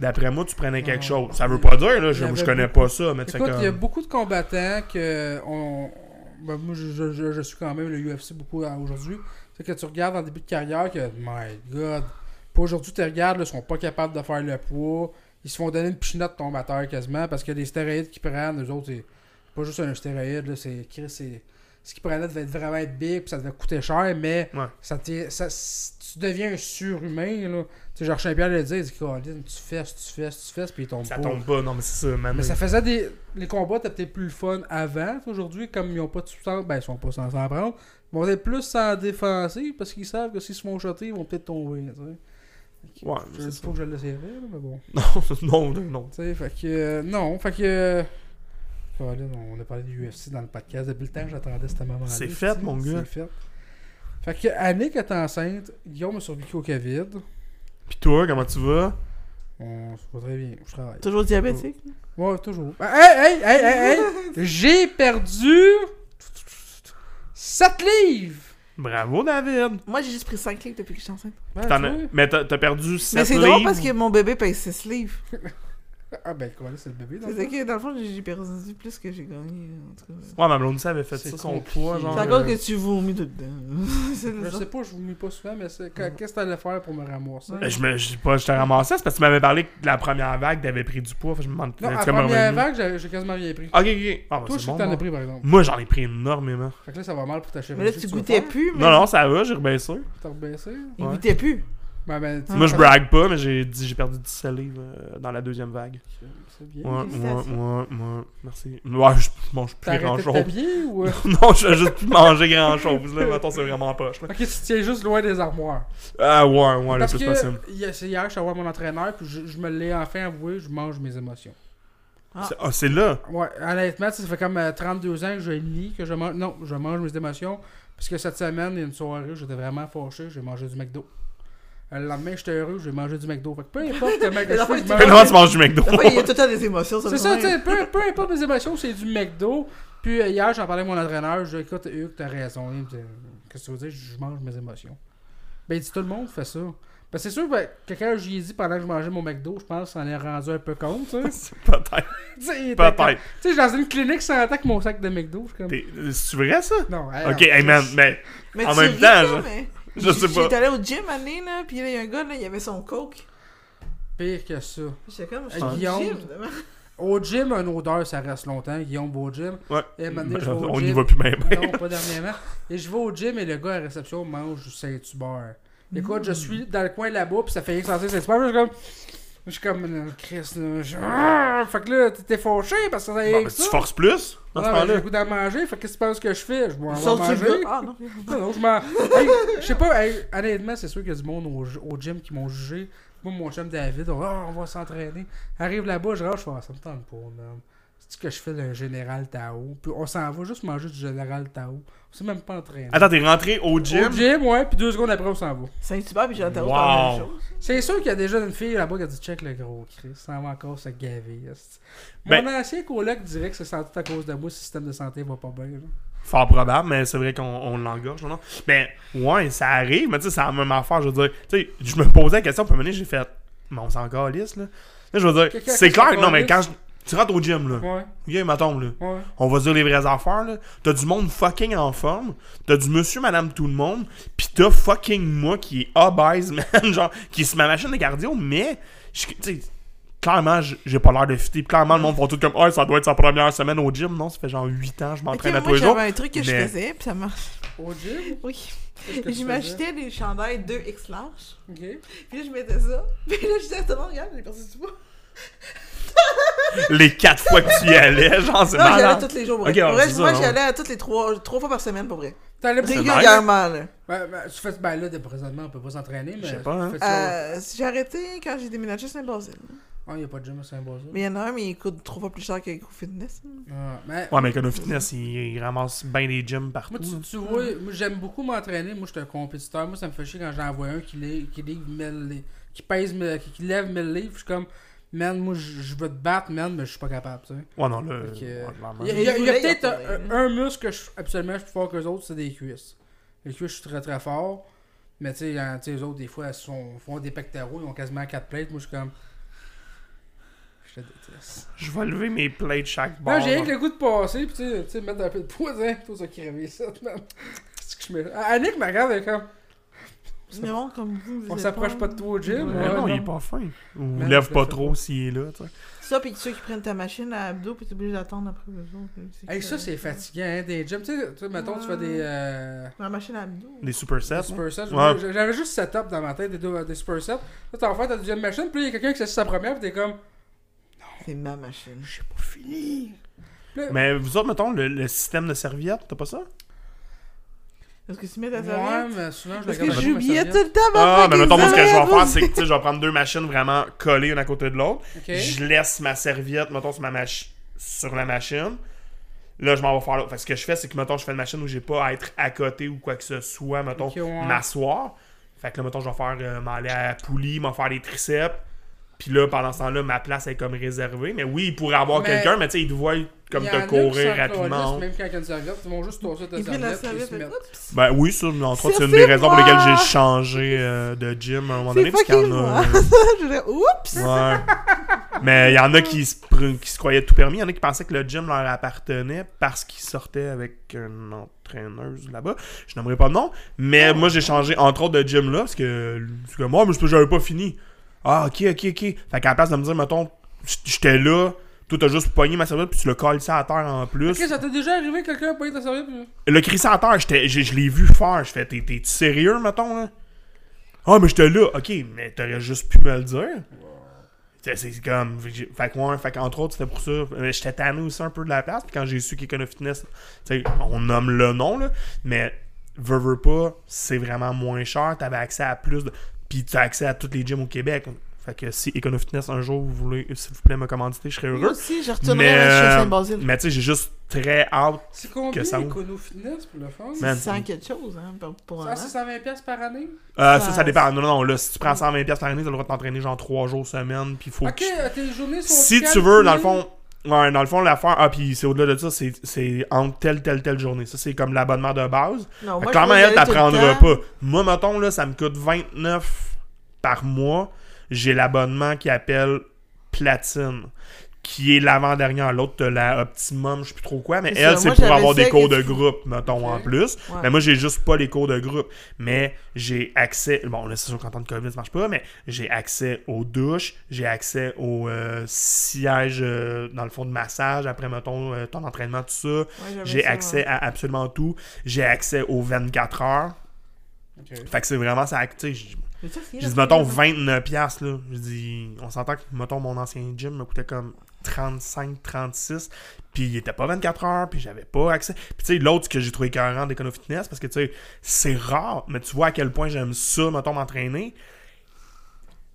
[SPEAKER 3] d'après moi, tu prenais quelque
[SPEAKER 2] Ouais.
[SPEAKER 3] chose. Ça veut pas dire, là,
[SPEAKER 2] Il
[SPEAKER 3] je,
[SPEAKER 2] y
[SPEAKER 3] je
[SPEAKER 2] avait
[SPEAKER 3] connais
[SPEAKER 2] beaucoup-
[SPEAKER 3] pas ça, mais tu fais
[SPEAKER 2] Écoute, il y a
[SPEAKER 3] comme.
[SPEAKER 2] beaucoup de combattants que on. ben, moi, je, je- je- je suis quand même le UFC beaucoup euh, aujourd'hui. C'est que tu regardes en début de carrière que, my god, pour aujourd'hui, tu regardes, là, ils sont pas capables de faire le poids. Ils se font donner une pichinotte tombateur quasiment parce que les stéroïdes qu'ils prennent, eux autres, c'est pas juste un stéroïde, là, c'est. Chris, c'est- Ce qu'ils prenaient devait être vraiment être big, puis ça devait coûter cher, mais
[SPEAKER 3] Ouais.
[SPEAKER 2] ça t'est- ça- tu deviens un surhumain. là. Tu sais, genre Champion le dit, il dit, Colin, tu fesses, tu fesses, tu fesses, puis il tombe
[SPEAKER 3] Ça
[SPEAKER 2] pas.
[SPEAKER 3] tombe pas, non, mais c'est ça, man.
[SPEAKER 2] Ah, Mais ça faisait des. Les combats étaient peut-être plus le fun avant. Aujourd'hui, comme ils ont pas de substance, ben ils sont pas sans s'en prendre. Ils vont être plus sans défenser parce qu'ils savent que s'ils se font shotter, ils vont peut-être tomber. Tu sais.
[SPEAKER 3] Ouais,
[SPEAKER 2] je
[SPEAKER 3] c'est
[SPEAKER 2] dis pas que je l'essayerai, là, mais bon.
[SPEAKER 3] Non, non, non, non.
[SPEAKER 2] Tu sais, fait que. euh, non, fait que. euh, Colin, on a parlé du UFC dans le podcast. Depuis le temps, que j'attendais ce moment-là.
[SPEAKER 3] C'est
[SPEAKER 2] tu
[SPEAKER 3] fait,
[SPEAKER 2] sais,
[SPEAKER 3] mon gars.
[SPEAKER 2] C'est fait. Fait que Annick est enceinte, Guillaume a survécu au COVID.
[SPEAKER 3] Pis toi, comment tu vas?
[SPEAKER 2] On se voit très bien, je travaille.
[SPEAKER 1] Toujours diabétique.
[SPEAKER 2] Ouais, toujours. Ah, Hey, hey, hey, hey, hey! J'ai perdu 7 livres!
[SPEAKER 3] Bravo, David!
[SPEAKER 1] Moi, j'ai juste pris 5 livres depuis que je suis enceinte.
[SPEAKER 2] Ouais,
[SPEAKER 3] T'en
[SPEAKER 2] tu
[SPEAKER 3] as-
[SPEAKER 2] vois?
[SPEAKER 3] Mais t'as t'as perdu
[SPEAKER 1] Mais
[SPEAKER 3] 7
[SPEAKER 1] c'est
[SPEAKER 3] livres.
[SPEAKER 1] drôle parce que mon bébé paye 6 livres.
[SPEAKER 2] Ah ben, quoi, là, c'est le bébé, dans le
[SPEAKER 1] C'est
[SPEAKER 2] fond.
[SPEAKER 1] que dans le fond, j'ai j'ai perdu plus que j'ai gagné. En tout cas.
[SPEAKER 3] Ouais, ma blonde, ça avait fait
[SPEAKER 2] C'est
[SPEAKER 3] ça son
[SPEAKER 2] compliqué.
[SPEAKER 3] poids,
[SPEAKER 1] C'est
[SPEAKER 3] genre. euh,
[SPEAKER 1] à
[SPEAKER 2] Ouais.
[SPEAKER 1] cause que tu vomis tout dedans. C'est
[SPEAKER 2] Je
[SPEAKER 1] le
[SPEAKER 2] sais
[SPEAKER 1] genre.
[SPEAKER 2] pas, je vous mets pas souvent, mais c'est- quand- qu'est-ce que t'allais faire pour me ramasser?
[SPEAKER 3] Euh, Je me je dis pas, je te ramassais, c'est parce que tu m'avais parlé que la première vague, t'avais pris du poids. Fait que je me demande.
[SPEAKER 2] Non,
[SPEAKER 3] tu
[SPEAKER 2] à la
[SPEAKER 3] sais, me
[SPEAKER 2] première
[SPEAKER 3] revenu.
[SPEAKER 2] vague, j'ai- j'ai quasiment rien pris.
[SPEAKER 3] Ok, ok. Ah, bah,
[SPEAKER 2] Toi, je
[SPEAKER 3] c'est
[SPEAKER 2] sais que
[SPEAKER 3] bon,
[SPEAKER 2] t'en
[SPEAKER 3] moi.
[SPEAKER 2] as pris, par exemple.
[SPEAKER 3] Moi, j'en ai pris énormément.
[SPEAKER 2] Fait que là, ça va mal pour ta chirurgie.
[SPEAKER 1] Mais là, tu
[SPEAKER 2] vas
[SPEAKER 1] goûtais
[SPEAKER 2] faire?
[SPEAKER 1] plus. Mais
[SPEAKER 3] Non, non, ça va, j'ai rebaissé.
[SPEAKER 2] T'as rebaissé?
[SPEAKER 1] Il
[SPEAKER 3] ouais.
[SPEAKER 1] goûtait plus.
[SPEAKER 2] Ben, ben, tu-
[SPEAKER 3] Moi, je brague pas, mais j'ai dit j'ai perdu 10 livres euh, dans la deuxième vague.
[SPEAKER 2] C'est bien.
[SPEAKER 3] Ouais, ouais,
[SPEAKER 1] félicitations.
[SPEAKER 3] ouais, ouais. Merci. Ouais, je je mange
[SPEAKER 2] T'as
[SPEAKER 3] plus grand
[SPEAKER 2] arrêté de
[SPEAKER 3] chose.
[SPEAKER 2] t'habiller ou... euh?
[SPEAKER 3] non, je vais juste plus manger grand chose. Là, mettons, c'est vraiment poche. là.
[SPEAKER 2] Ok, tu te tiens juste loin des armoires.
[SPEAKER 3] Ah, ouais, ouais, le
[SPEAKER 2] Parce
[SPEAKER 3] plus
[SPEAKER 2] que
[SPEAKER 3] possible.
[SPEAKER 2] il y a- c'est hier, je suis allé voir mon entraîneur, puis je, je me l'ai enfin avoué, je mange mes émotions.
[SPEAKER 1] Ah.
[SPEAKER 3] C'est- Ah, c'est là.
[SPEAKER 2] Ouais, honnêtement, ça fait comme euh, 32 ans que je nie que je mange. Non, je mange mes émotions. Parce que cette semaine, il y a une soirée où j'étais vraiment fâché, j'ai mangé du McDo. Euh, Le lendemain, j'étais heureux, j'ai mangé du MCDO. Fait que peu importe comment que je fais, je
[SPEAKER 1] Mais
[SPEAKER 3] Mais non, tu
[SPEAKER 2] mange.
[SPEAKER 3] manges du McDo.
[SPEAKER 1] Après, il y a tout le temps des émotions.
[SPEAKER 2] C'est ça, tu sais, peu, peu importe mes émotions, c'est du McDo. Puis euh, hier, j'en parlais à mon entraîneur, je dis écoute, Hugues, t'as raison. Il me dit euh, qu'est-ce que tu veux dire Je mange mes émotions. Ben, il dit tout le monde fait ça. Ben, c'est sûr ben, que quand j'y ai dit pendant que je mangeais mon McDo, je pense que ça en est rendu un peu compte. tu sais.
[SPEAKER 3] Peut-être.
[SPEAKER 2] Tu sais, il était comme-
[SPEAKER 3] Peut-être.
[SPEAKER 2] Tu sais, je suis dans une clinique sans attaque mon sac de McDo. Je suis comme.
[SPEAKER 3] T'es- C'est vrai, ça?
[SPEAKER 2] Non, hey,
[SPEAKER 3] Ok,
[SPEAKER 2] non,
[SPEAKER 3] hey man, mais
[SPEAKER 1] Mais
[SPEAKER 3] En
[SPEAKER 1] tu
[SPEAKER 3] même
[SPEAKER 1] ris
[SPEAKER 3] temps,
[SPEAKER 1] pas,
[SPEAKER 3] je-
[SPEAKER 1] mais-
[SPEAKER 3] je sais
[SPEAKER 1] J'étais
[SPEAKER 3] pas.
[SPEAKER 1] allé au gym, année, là, pis là, il y a un gars, là, il avait son coke.
[SPEAKER 2] Pire que ça.
[SPEAKER 1] J'étais comme, je
[SPEAKER 2] Hey,
[SPEAKER 1] suis au
[SPEAKER 2] Ah. Guillaume.
[SPEAKER 1] gym. demain.
[SPEAKER 2] Au gym, une odeur, ça reste longtemps. Guillaume va au gym.
[SPEAKER 3] Ouais.
[SPEAKER 2] Et maintenant, je vais au
[SPEAKER 3] On y
[SPEAKER 2] gym.
[SPEAKER 3] va plus même.
[SPEAKER 2] Non, pas dernièrement. Et je vais au gym et le gars à la réception mange du Saint-Hubert. Écoute, je suis dans le coin là-bas, puis ça fait exercer Saint-Hubert. Je suis comme. Je suis comme. euh, Chris, là. je- Ah! Fait que là, t'étais fauché parce que ça
[SPEAKER 3] Bon,
[SPEAKER 2] rien
[SPEAKER 3] ben,
[SPEAKER 2] que
[SPEAKER 3] tu
[SPEAKER 2] ça.
[SPEAKER 3] forces plus dans ce
[SPEAKER 2] Ah, ben, J'ai
[SPEAKER 3] temps-là.
[SPEAKER 2] le goût d'en manger. Fait que qu'est-ce que tu penses que je fais Je vais en
[SPEAKER 1] Sauf que
[SPEAKER 2] manger.
[SPEAKER 1] le gars- Ah, non.
[SPEAKER 2] Non, non, je m'en. Hey, je sais pas, hey, honnêtement, c'est sûr qu'il y a du monde au, au gym qui m'ont jugé. Moi, mon chum David, on, Ah, on va s'entraîner. Arrive là-bas, je rentre, je fais, Ah, ça me tente pas, man. C'est-tu que je fais le général Tao? Puis on s'en va juste manger du général Tao. On s'est même pas entraîné.
[SPEAKER 3] Attends, t'es rentré au
[SPEAKER 2] Au
[SPEAKER 3] gym?
[SPEAKER 2] gym, ouais, puis deux secondes après, on s'en va.
[SPEAKER 1] Saint-Hubert pis j'ai entendu
[SPEAKER 3] Wow.
[SPEAKER 1] la même chose.
[SPEAKER 2] C'est sûr qu'il y a déjà une fille là-bas qui a dit check le gros Chris, ça va encore se gaver. esti. Mon
[SPEAKER 3] Ben-
[SPEAKER 2] ancien coloc dirait que c'est sans doute à cause de moi, le système de santé va pas bien. là.
[SPEAKER 3] Fort probable, mais c'est vrai qu'on on l'engorge, non? Ben, ouais, ça arrive, mais tu sais, c'est la même affaire, je veux dire. Tu sais, je me posais la question, puis à un moment donné, j'ai fait, mais on s'en calisse, là. Là, je veux dire,
[SPEAKER 2] Quelqu'un
[SPEAKER 3] c'est
[SPEAKER 2] qui s'en
[SPEAKER 3] clair, non, mais quand
[SPEAKER 2] calisse.
[SPEAKER 3] je- tu rentres au gym, là,
[SPEAKER 2] Ouais,
[SPEAKER 3] viens, ma tombe, là.
[SPEAKER 2] ouais.
[SPEAKER 3] On va dire les vraies affaires, là. T'as du monde fucking en forme, t'as du monsieur, madame, tout le monde, pis t'as fucking moi qui est obèse, man, genre, qui est sur ma machine de cardio, mais, je- tu sais, clairement, j- j'ai pas l'air de fitter. Pis Clairement, le monde font tout comme, ah, ça doit être sa première semaine au gym. Non, ça fait genre 8 ans, je
[SPEAKER 1] Ok,
[SPEAKER 3] m'entraîne à tous
[SPEAKER 1] moi,
[SPEAKER 3] les jours.
[SPEAKER 1] j'avais un truc que je
[SPEAKER 3] mais-
[SPEAKER 1] faisais, pis ça marche.
[SPEAKER 2] Au gym,
[SPEAKER 1] Oui.
[SPEAKER 2] qu'est-ce que tu
[SPEAKER 1] Je
[SPEAKER 2] faisais?
[SPEAKER 1] m'achetais des chandails 2X large.
[SPEAKER 2] Ok.
[SPEAKER 1] Puis là, je mettais ça. Puis là, je disais à tout le monde, regarde, j'ai perdu du poids.
[SPEAKER 3] Les 4 fois que tu y allais, genre, c'est
[SPEAKER 1] Non, j'y allais
[SPEAKER 3] malade.
[SPEAKER 1] tous les jours, pour vrai.
[SPEAKER 3] Ok,
[SPEAKER 1] Pour
[SPEAKER 3] ouais,
[SPEAKER 1] vrai,
[SPEAKER 3] c'est
[SPEAKER 1] moi,
[SPEAKER 3] ça,
[SPEAKER 1] j'y
[SPEAKER 3] ouais.
[SPEAKER 1] allais à toutes les trois, trois fois par semaine, pour vrai.
[SPEAKER 2] T'allais
[SPEAKER 3] C'est nice.
[SPEAKER 1] Régulièrement, là.
[SPEAKER 2] Ben, ben, tu fais, ben là, de- présentement, on peut pas s'entraîner, mais.
[SPEAKER 3] Je sais pas, hein.
[SPEAKER 2] fais ça.
[SPEAKER 1] Euh, j'ai arrêté quand j'ai déménagé à Saint-Basile.
[SPEAKER 2] Ah, il n'y a pas de gym à Saint-Basile.
[SPEAKER 1] Mais il y en a un, mais il coûte trois fois plus cher qu'Eco Fitness. là.
[SPEAKER 2] Ah, mais
[SPEAKER 3] Ouais, mais Econo Fitness, il, il ramasse bien des gyms partout.
[SPEAKER 2] moi, tu,
[SPEAKER 3] là.
[SPEAKER 2] tu vois, moi, j'aime beaucoup m'entraîner. Moi, je suis un compétiteur. Moi, ça me fait chier quand j'en vois un qui, lè- qui, lève mille li- qui pèse, mille- qui, qui lève 1000 livres. Je suis comme, man, moi, je je veux te battre, man, mais je suis pas capable, tu sais.
[SPEAKER 3] Ouais, non, là.
[SPEAKER 2] Fait que-
[SPEAKER 3] ouais, clairement.
[SPEAKER 2] Il y a, il y a- il y a peut-être un,
[SPEAKER 1] Voulez,
[SPEAKER 2] un muscle que je, absolument je suis plus fort que les autres, c'est des cuisses. Les cuisses, je suis très très fort. Mais tu sais, hein, tu sais, les autres, des fois, elles sont, font des pectoraux, ils ont quasiment 4 plates. Moi, je suis comme. Je te déteste.
[SPEAKER 3] Je vais lever mes plates chaque
[SPEAKER 2] Non,
[SPEAKER 3] bord.
[SPEAKER 2] j'ai rien que le goût de passer, pis tu sais, tu sais, mettre un peu de poids, hein. Toi, ça qui réveille ça, man. C'est que je me. Ah, Annick me regarde, elle est comme.
[SPEAKER 1] Mais bon, comme vous, vous
[SPEAKER 2] On
[SPEAKER 1] êtes
[SPEAKER 2] s'approche pas de toi au gym.
[SPEAKER 3] Mais
[SPEAKER 2] ouais,
[SPEAKER 3] non, il est
[SPEAKER 2] non. Ben,
[SPEAKER 3] pas fin. Ou
[SPEAKER 2] Mais non,
[SPEAKER 3] lève
[SPEAKER 2] je
[SPEAKER 3] pas
[SPEAKER 2] le fais
[SPEAKER 3] trop
[SPEAKER 2] pas.
[SPEAKER 3] s'il est là, tu sais.
[SPEAKER 1] Ça, puis ceux qui prennent ta machine à abdos, puis t'es obligé d'attendre après eux autres. là,
[SPEAKER 2] Hey, ça,
[SPEAKER 1] que-
[SPEAKER 2] c'est fatigant, hein, des gyms. Tu sais, tu sais, mettons, tu fais des. euh,
[SPEAKER 1] La machine à abdos.
[SPEAKER 3] Des supersets.
[SPEAKER 2] Des supersets.
[SPEAKER 3] Ouais.
[SPEAKER 2] J'avais- J'avais juste setup dans ma tête des, deux, des supersets. Là, t'en fais ta deuxième machine, puis il y a quelqu'un qui s'assied sa première, puis t'es comme,
[SPEAKER 1] C'est ma machine.
[SPEAKER 2] j'ai pas fini.
[SPEAKER 3] hein. Mais vous autres, mettons, le, le système de serviette, t'as pas ça?
[SPEAKER 1] Parce que si tu mets ta
[SPEAKER 2] Ouais,
[SPEAKER 1] serviette...
[SPEAKER 2] mais souvent, je
[SPEAKER 1] Parce
[SPEAKER 2] le
[SPEAKER 1] que
[SPEAKER 2] garde avec
[SPEAKER 1] j'oubliais
[SPEAKER 2] ma
[SPEAKER 1] tout le temps ma
[SPEAKER 3] Ah, mais
[SPEAKER 1] fucking
[SPEAKER 3] mettons, moi, ce que je vais
[SPEAKER 1] serviette,
[SPEAKER 3] faire,
[SPEAKER 1] vous-
[SPEAKER 3] c'est que tu sais, je vais prendre deux machines vraiment collées une à côté de l'autre.
[SPEAKER 2] serviette.
[SPEAKER 3] Je laisse ma serviette, mettons, sur, ma mach- sur la machine. Là, je m'en vais faire l'autre. Fait que ce que je fais, c'est que, mettons, je fais une machine où j'ai pas à être à côté ou quoi que ce soit, mettons,
[SPEAKER 2] Ok, ouais.
[SPEAKER 3] m'asseoir. Fait que là, mettons, je vais faire, euh, m'aller à la poulie, m'en faire les triceps. Puis là, pendant ce temps-là, ma place est comme réservée. Mais oui, il pourrait avoir
[SPEAKER 2] Mais-
[SPEAKER 3] quelqu'un, mais tu sais, il te voit comme
[SPEAKER 2] Il y en a
[SPEAKER 3] te
[SPEAKER 2] qui
[SPEAKER 3] courir
[SPEAKER 2] s'en
[SPEAKER 3] rapidement.
[SPEAKER 2] calissent, Même quand il y a une serviette, ils vont juste tosser ta
[SPEAKER 1] Il pris la
[SPEAKER 2] serviette. puis ils
[SPEAKER 1] serviette,
[SPEAKER 2] se
[SPEAKER 1] fait,
[SPEAKER 2] mettent-
[SPEAKER 1] oups.
[SPEAKER 3] Ben oui, ça, mais entre autres, c'est une
[SPEAKER 1] C'est
[SPEAKER 3] des raisons pour
[SPEAKER 1] moi!
[SPEAKER 3] lesquelles j'ai changé euh, de gym à un moment
[SPEAKER 1] C'est
[SPEAKER 3] donné. Parce qu'il y
[SPEAKER 1] fucking
[SPEAKER 3] en
[SPEAKER 1] moi.
[SPEAKER 3] a.
[SPEAKER 1] Je dirais, oups!
[SPEAKER 3] Ouais. Mais il y en a qui se, pre- qui se croyaient tout permis. Il y en a qui pensaient que le gym leur appartenait parce qu'ils sortaient avec une entraîneuse là-bas. Je nommerai pas de nom. Mais moi, j'ai changé entre autres de gym là parce que c'est comme, moi, mais c'est parce que j'avais pas fini. Ah, ok, ok, ok. Fait qu'à la place de me dire, mettons, j- j'étais là, toi, t'as juste pogné ma serviette puis tu le colles ça à terre en plus.
[SPEAKER 2] Ok, ça t'est déjà arrivé quelqu'un a pogné ta serviette? puis-
[SPEAKER 3] Le crissateur, à terre, j'étais- je, je l'ai vu faire. Je fais, t'es- t'es-tu sérieux, mettons, là? Ah, mais j'étais là. Ok, mais t'aurais juste pu me le dire. C'est c'est comme. fait que j'ai- Fait que, ouais, fait qu'entre autres, c'était pour ça. Mais J'étais tanné aussi un peu de la place. Puis quand j'ai su qu'Econo Fitness, tu sais, on nomme le nom, là. Mais, veux, veux pas, c'est vraiment moins cher. T'avais accès à plus de. Puis t'as accès à tous les gyms au Québec. Fait que si Econo Fitness un jour, vous voulez, s'il vous plaît, me commanditer, je serais
[SPEAKER 1] Moi
[SPEAKER 3] heureux.
[SPEAKER 1] aussi, je
[SPEAKER 3] Mais, euh,
[SPEAKER 1] retournerais à la Saint-Basile.
[SPEAKER 3] mais tu sais, j'ai juste très hâte.
[SPEAKER 2] C'est combien
[SPEAKER 3] Que ça ouvre.
[SPEAKER 2] Econo Fitness pour le fun?
[SPEAKER 3] man,
[SPEAKER 1] sans quelque chose, hein, pour- pour un
[SPEAKER 2] Ça,
[SPEAKER 1] an.
[SPEAKER 2] c'est 120$ piastres par année?
[SPEAKER 3] Euh,
[SPEAKER 1] Ça-
[SPEAKER 3] ça, ça dépend. Non, non, non, là, si tu prends 120$ piastres par année, t'as le droit de t'entraîner genre 3 jours semaine, puis faut
[SPEAKER 2] Ok, euh,
[SPEAKER 3] que... tu-
[SPEAKER 2] tes journées sont.
[SPEAKER 3] Si tu veux, dans le fond... Ouais, dans le fond, l'affaire... Ah, puis c'est au-delà de ça, c'est- c'est entre telle, telle, telle journée. Ça, c'est comme l'abonnement de base.
[SPEAKER 1] Non, moi,
[SPEAKER 3] Fait que
[SPEAKER 1] je
[SPEAKER 3] clairement,
[SPEAKER 1] pourrais y
[SPEAKER 3] elle,
[SPEAKER 1] aller tout le
[SPEAKER 3] t'apprendras
[SPEAKER 1] temps.
[SPEAKER 3] pas. Moi, mettons, là, ça me coûte 29 par mois. J'ai l'abonnement qui appelle Platine, qui est l'avant-dernière. L'autre, t'as la Optimum, je sais plus trop quoi, mais
[SPEAKER 1] C'est ça,
[SPEAKER 3] elle, c'est
[SPEAKER 1] moi,
[SPEAKER 3] pour
[SPEAKER 1] j'avais
[SPEAKER 3] avoir des
[SPEAKER 1] ça
[SPEAKER 3] cours
[SPEAKER 1] que
[SPEAKER 3] de
[SPEAKER 1] tu-
[SPEAKER 3] groupe, mettons, en
[SPEAKER 2] Ok.
[SPEAKER 3] plus.
[SPEAKER 1] Ouais.
[SPEAKER 3] Mais moi, j'ai juste pas les cours de groupe. Mais j'ai accès. Bon, là, c'est sûr qu'en temps de COVID, ça marche pas, mais j'ai accès aux douches, j'ai accès au euh, siège, euh, dans le fond, de massage, après, mettons, euh, ton entraînement, tout ça.
[SPEAKER 1] Ouais, j'avais
[SPEAKER 3] J'ai
[SPEAKER 1] ça,
[SPEAKER 3] accès
[SPEAKER 1] ouais.
[SPEAKER 3] à absolument tout. J'ai accès aux 24 heures. Fait que c'est vraiment ça. tu sais, j-
[SPEAKER 1] Mais ça, c'est
[SPEAKER 3] J'ai dit,
[SPEAKER 1] la-
[SPEAKER 3] mettons, 29 piastres, là. Je dis, on s'entend que, mettons, mon ancien gym me coûtait comme 35, 36. Puis il était pas 24 heures, puis j'avais pas accès. Puis tu sais, l'autre que j'ai trouvé cohérent d'Econo Fitness, parce que tu sais, c'est rare, mais tu vois à quel point j'aime ça, mettons, m'entraîner.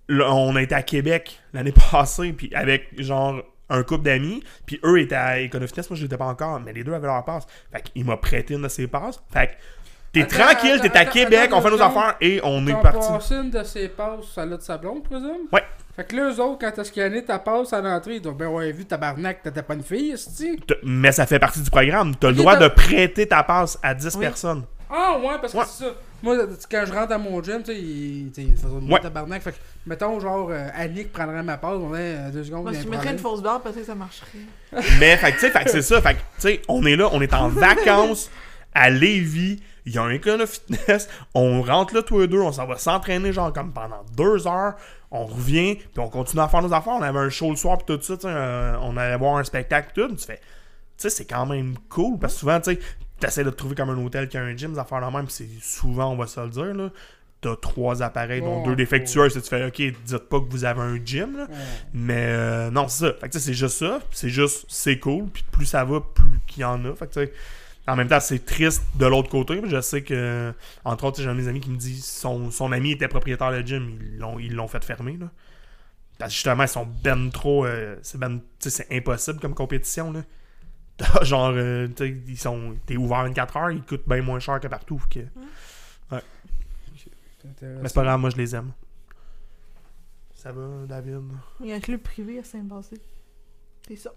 [SPEAKER 3] Là, on a été à Québec l'année passée, puis avec genre un couple d'amis, puis eux étaient à Econo Fitness, moi je l'étais pas encore, mais les deux avaient leur passe. Fait qu'il m'a prêté une de ses passes. Fait que t'es
[SPEAKER 2] Attends,
[SPEAKER 3] tranquille,
[SPEAKER 2] attends,
[SPEAKER 3] t'es à
[SPEAKER 2] attends,
[SPEAKER 3] Québec,
[SPEAKER 2] attends,
[SPEAKER 3] on fait nos
[SPEAKER 2] attends.
[SPEAKER 3] affaires et on est
[SPEAKER 2] T'as
[SPEAKER 3] parti.
[SPEAKER 2] passé une de ses passes, ça l'a de sa blonde, présume?
[SPEAKER 3] Ouais.
[SPEAKER 2] Fait que là, eux autres, quand t'as scanné ta passe à l'entrée, ils disent Ben ouais, vu tabarnak, t'étais pas une fille, esti.
[SPEAKER 3] T- Mais ça fait partie du programme. T'as le
[SPEAKER 2] Ok,
[SPEAKER 3] droit
[SPEAKER 2] t'as-
[SPEAKER 3] de prêter ta passe à 10
[SPEAKER 1] Oui.
[SPEAKER 3] personnes.
[SPEAKER 2] Ah ouais, parce que
[SPEAKER 3] Ouais.
[SPEAKER 2] c'est ça. Moi, quand je rentre à mon gym, tu sais, il tu sais, il y a une façon de
[SPEAKER 3] Ouais.
[SPEAKER 2] tabarnak. Fait que, mettons, genre, euh, Annick prendrait ma passe, on est euh, deux secondes.
[SPEAKER 1] Moi,
[SPEAKER 2] il y a
[SPEAKER 1] si je
[SPEAKER 2] un
[SPEAKER 1] mettrais une
[SPEAKER 2] problème.
[SPEAKER 1] fausse barre, peut-être que ça marcherait.
[SPEAKER 3] Mais, fait que, tu sais, fait que c'est ça. Fait que, tu sais, on est là, on est en vacances à Lévis. Il y a un école fitness. On rentre là tous les deux. On s'en va s'entraîner, genre, comme pendant deux heures. On revient, puis on continue à faire nos affaires. On avait un show le soir, puis tout ça. tu sais, euh, on allait voir un spectacle, tout. Tu fais, tu sais, c'est quand même cool. Parce que souvent, tu sais, t'essaies de te trouver comme un hôtel qui a un gym, des affaires la même. Puis c'est souvent, on va se le dire, là. T'as trois appareils, dont
[SPEAKER 2] Ouais,
[SPEAKER 3] deux
[SPEAKER 2] ouais.
[SPEAKER 3] défectueux. Tu fais, OK, dites pas que vous avez un gym, là.
[SPEAKER 2] Ouais.
[SPEAKER 3] Mais euh, non, c'est ça. Fait que tu sais, c'est juste ça. Puis C'est juste, c'est cool. Puis plus ça va, plus qu'il y en a. Fait que tu sais, en même temps, c'est triste de l'autre côté. Je sais que, entre autres, tu sais, j'ai un de mes amis qui me dit son, son ami était propriétaire de gym. Ils l'ont, ils l'ont fait fermer. Là. Parce que justement, ils sont ben trop. euh, c'est ben- tu sais, c'est impossible comme compétition, là. T'as Genre, euh, tu sais, ils sont. T'es ouvert 24 heures, ils coûtent bien moins cher que partout. que-
[SPEAKER 2] C'est intéressant.
[SPEAKER 3] Mais c'est pas grave, moi je les aime. Ça va, David?
[SPEAKER 1] Il y a un club privé à Saint-Basile. C'est ça.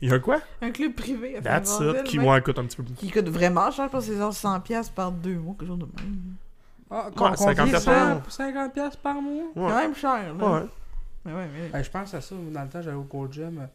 [SPEAKER 3] Il y a un quoi?
[SPEAKER 1] Un club privé à
[SPEAKER 3] That's
[SPEAKER 1] Saint-Basile.
[SPEAKER 3] it. Qui
[SPEAKER 1] mec,
[SPEAKER 3] ouais, coûte un petit peu beaucoup.
[SPEAKER 1] qui coûte vraiment cher, je pense que c'est genre 100$ piastres par deux mois, quelque chose de même.
[SPEAKER 2] Ah, con-
[SPEAKER 3] Ouais,
[SPEAKER 2] combien
[SPEAKER 3] 50
[SPEAKER 2] ça? 50 piastres par mois?
[SPEAKER 1] C'est quand
[SPEAKER 3] Ouais.
[SPEAKER 1] même cher, là.
[SPEAKER 3] Ouais.
[SPEAKER 1] Mais ouais, mais...
[SPEAKER 2] Ben, je pense à ça, dans le temps, j'allais au Gold Gym, euh,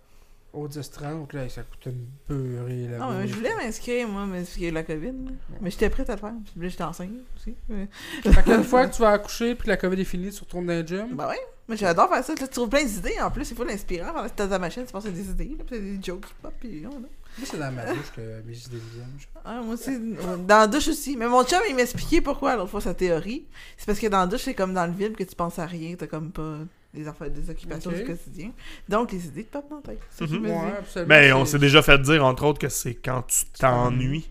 [SPEAKER 2] au 10-30, là, ça coûtait une beurrée, là.
[SPEAKER 1] Non, mais je voulais m'inscrire, moi, mais c'est parce qu'il y a eu la COVID. là. Mais j'étais prête à le faire. Puis là, J'étais enceinte aussi. Mais-
[SPEAKER 2] Fait que là, une fois que tu vas accoucher puis que la COVID est finie, tu retournes dans le gym.
[SPEAKER 1] Bah ouais, mais j'adore faire ça. Là, tu trouves plein d'idées en plus. C'est fou l'inspirant. Pendant que t'as ta machine, tu penses à des idées. Là, puis t'as des jokes qui pop. Puis, on, là.
[SPEAKER 2] Moi, c'est dans ma douche que mes idées me viennent. je-
[SPEAKER 1] Ah, moi aussi, dans la douche aussi. Mais mon chum, il m'expliquait pourquoi l'autre fois sa théorie. C'est parce que dans la douche, c'est comme dans le vide que tu penses à rien. T'as comme pas des, affaires, des occupations
[SPEAKER 2] Ok. Mhm.
[SPEAKER 1] du quotidien. Donc les idées te popent dans la tête. C'est ce que je me dis.
[SPEAKER 2] Ouais, absolument.
[SPEAKER 3] Mais Ben, on
[SPEAKER 2] c'est-
[SPEAKER 3] s'est déjà fait dire, entre autres, que c'est quand tu t'ennuies. Tu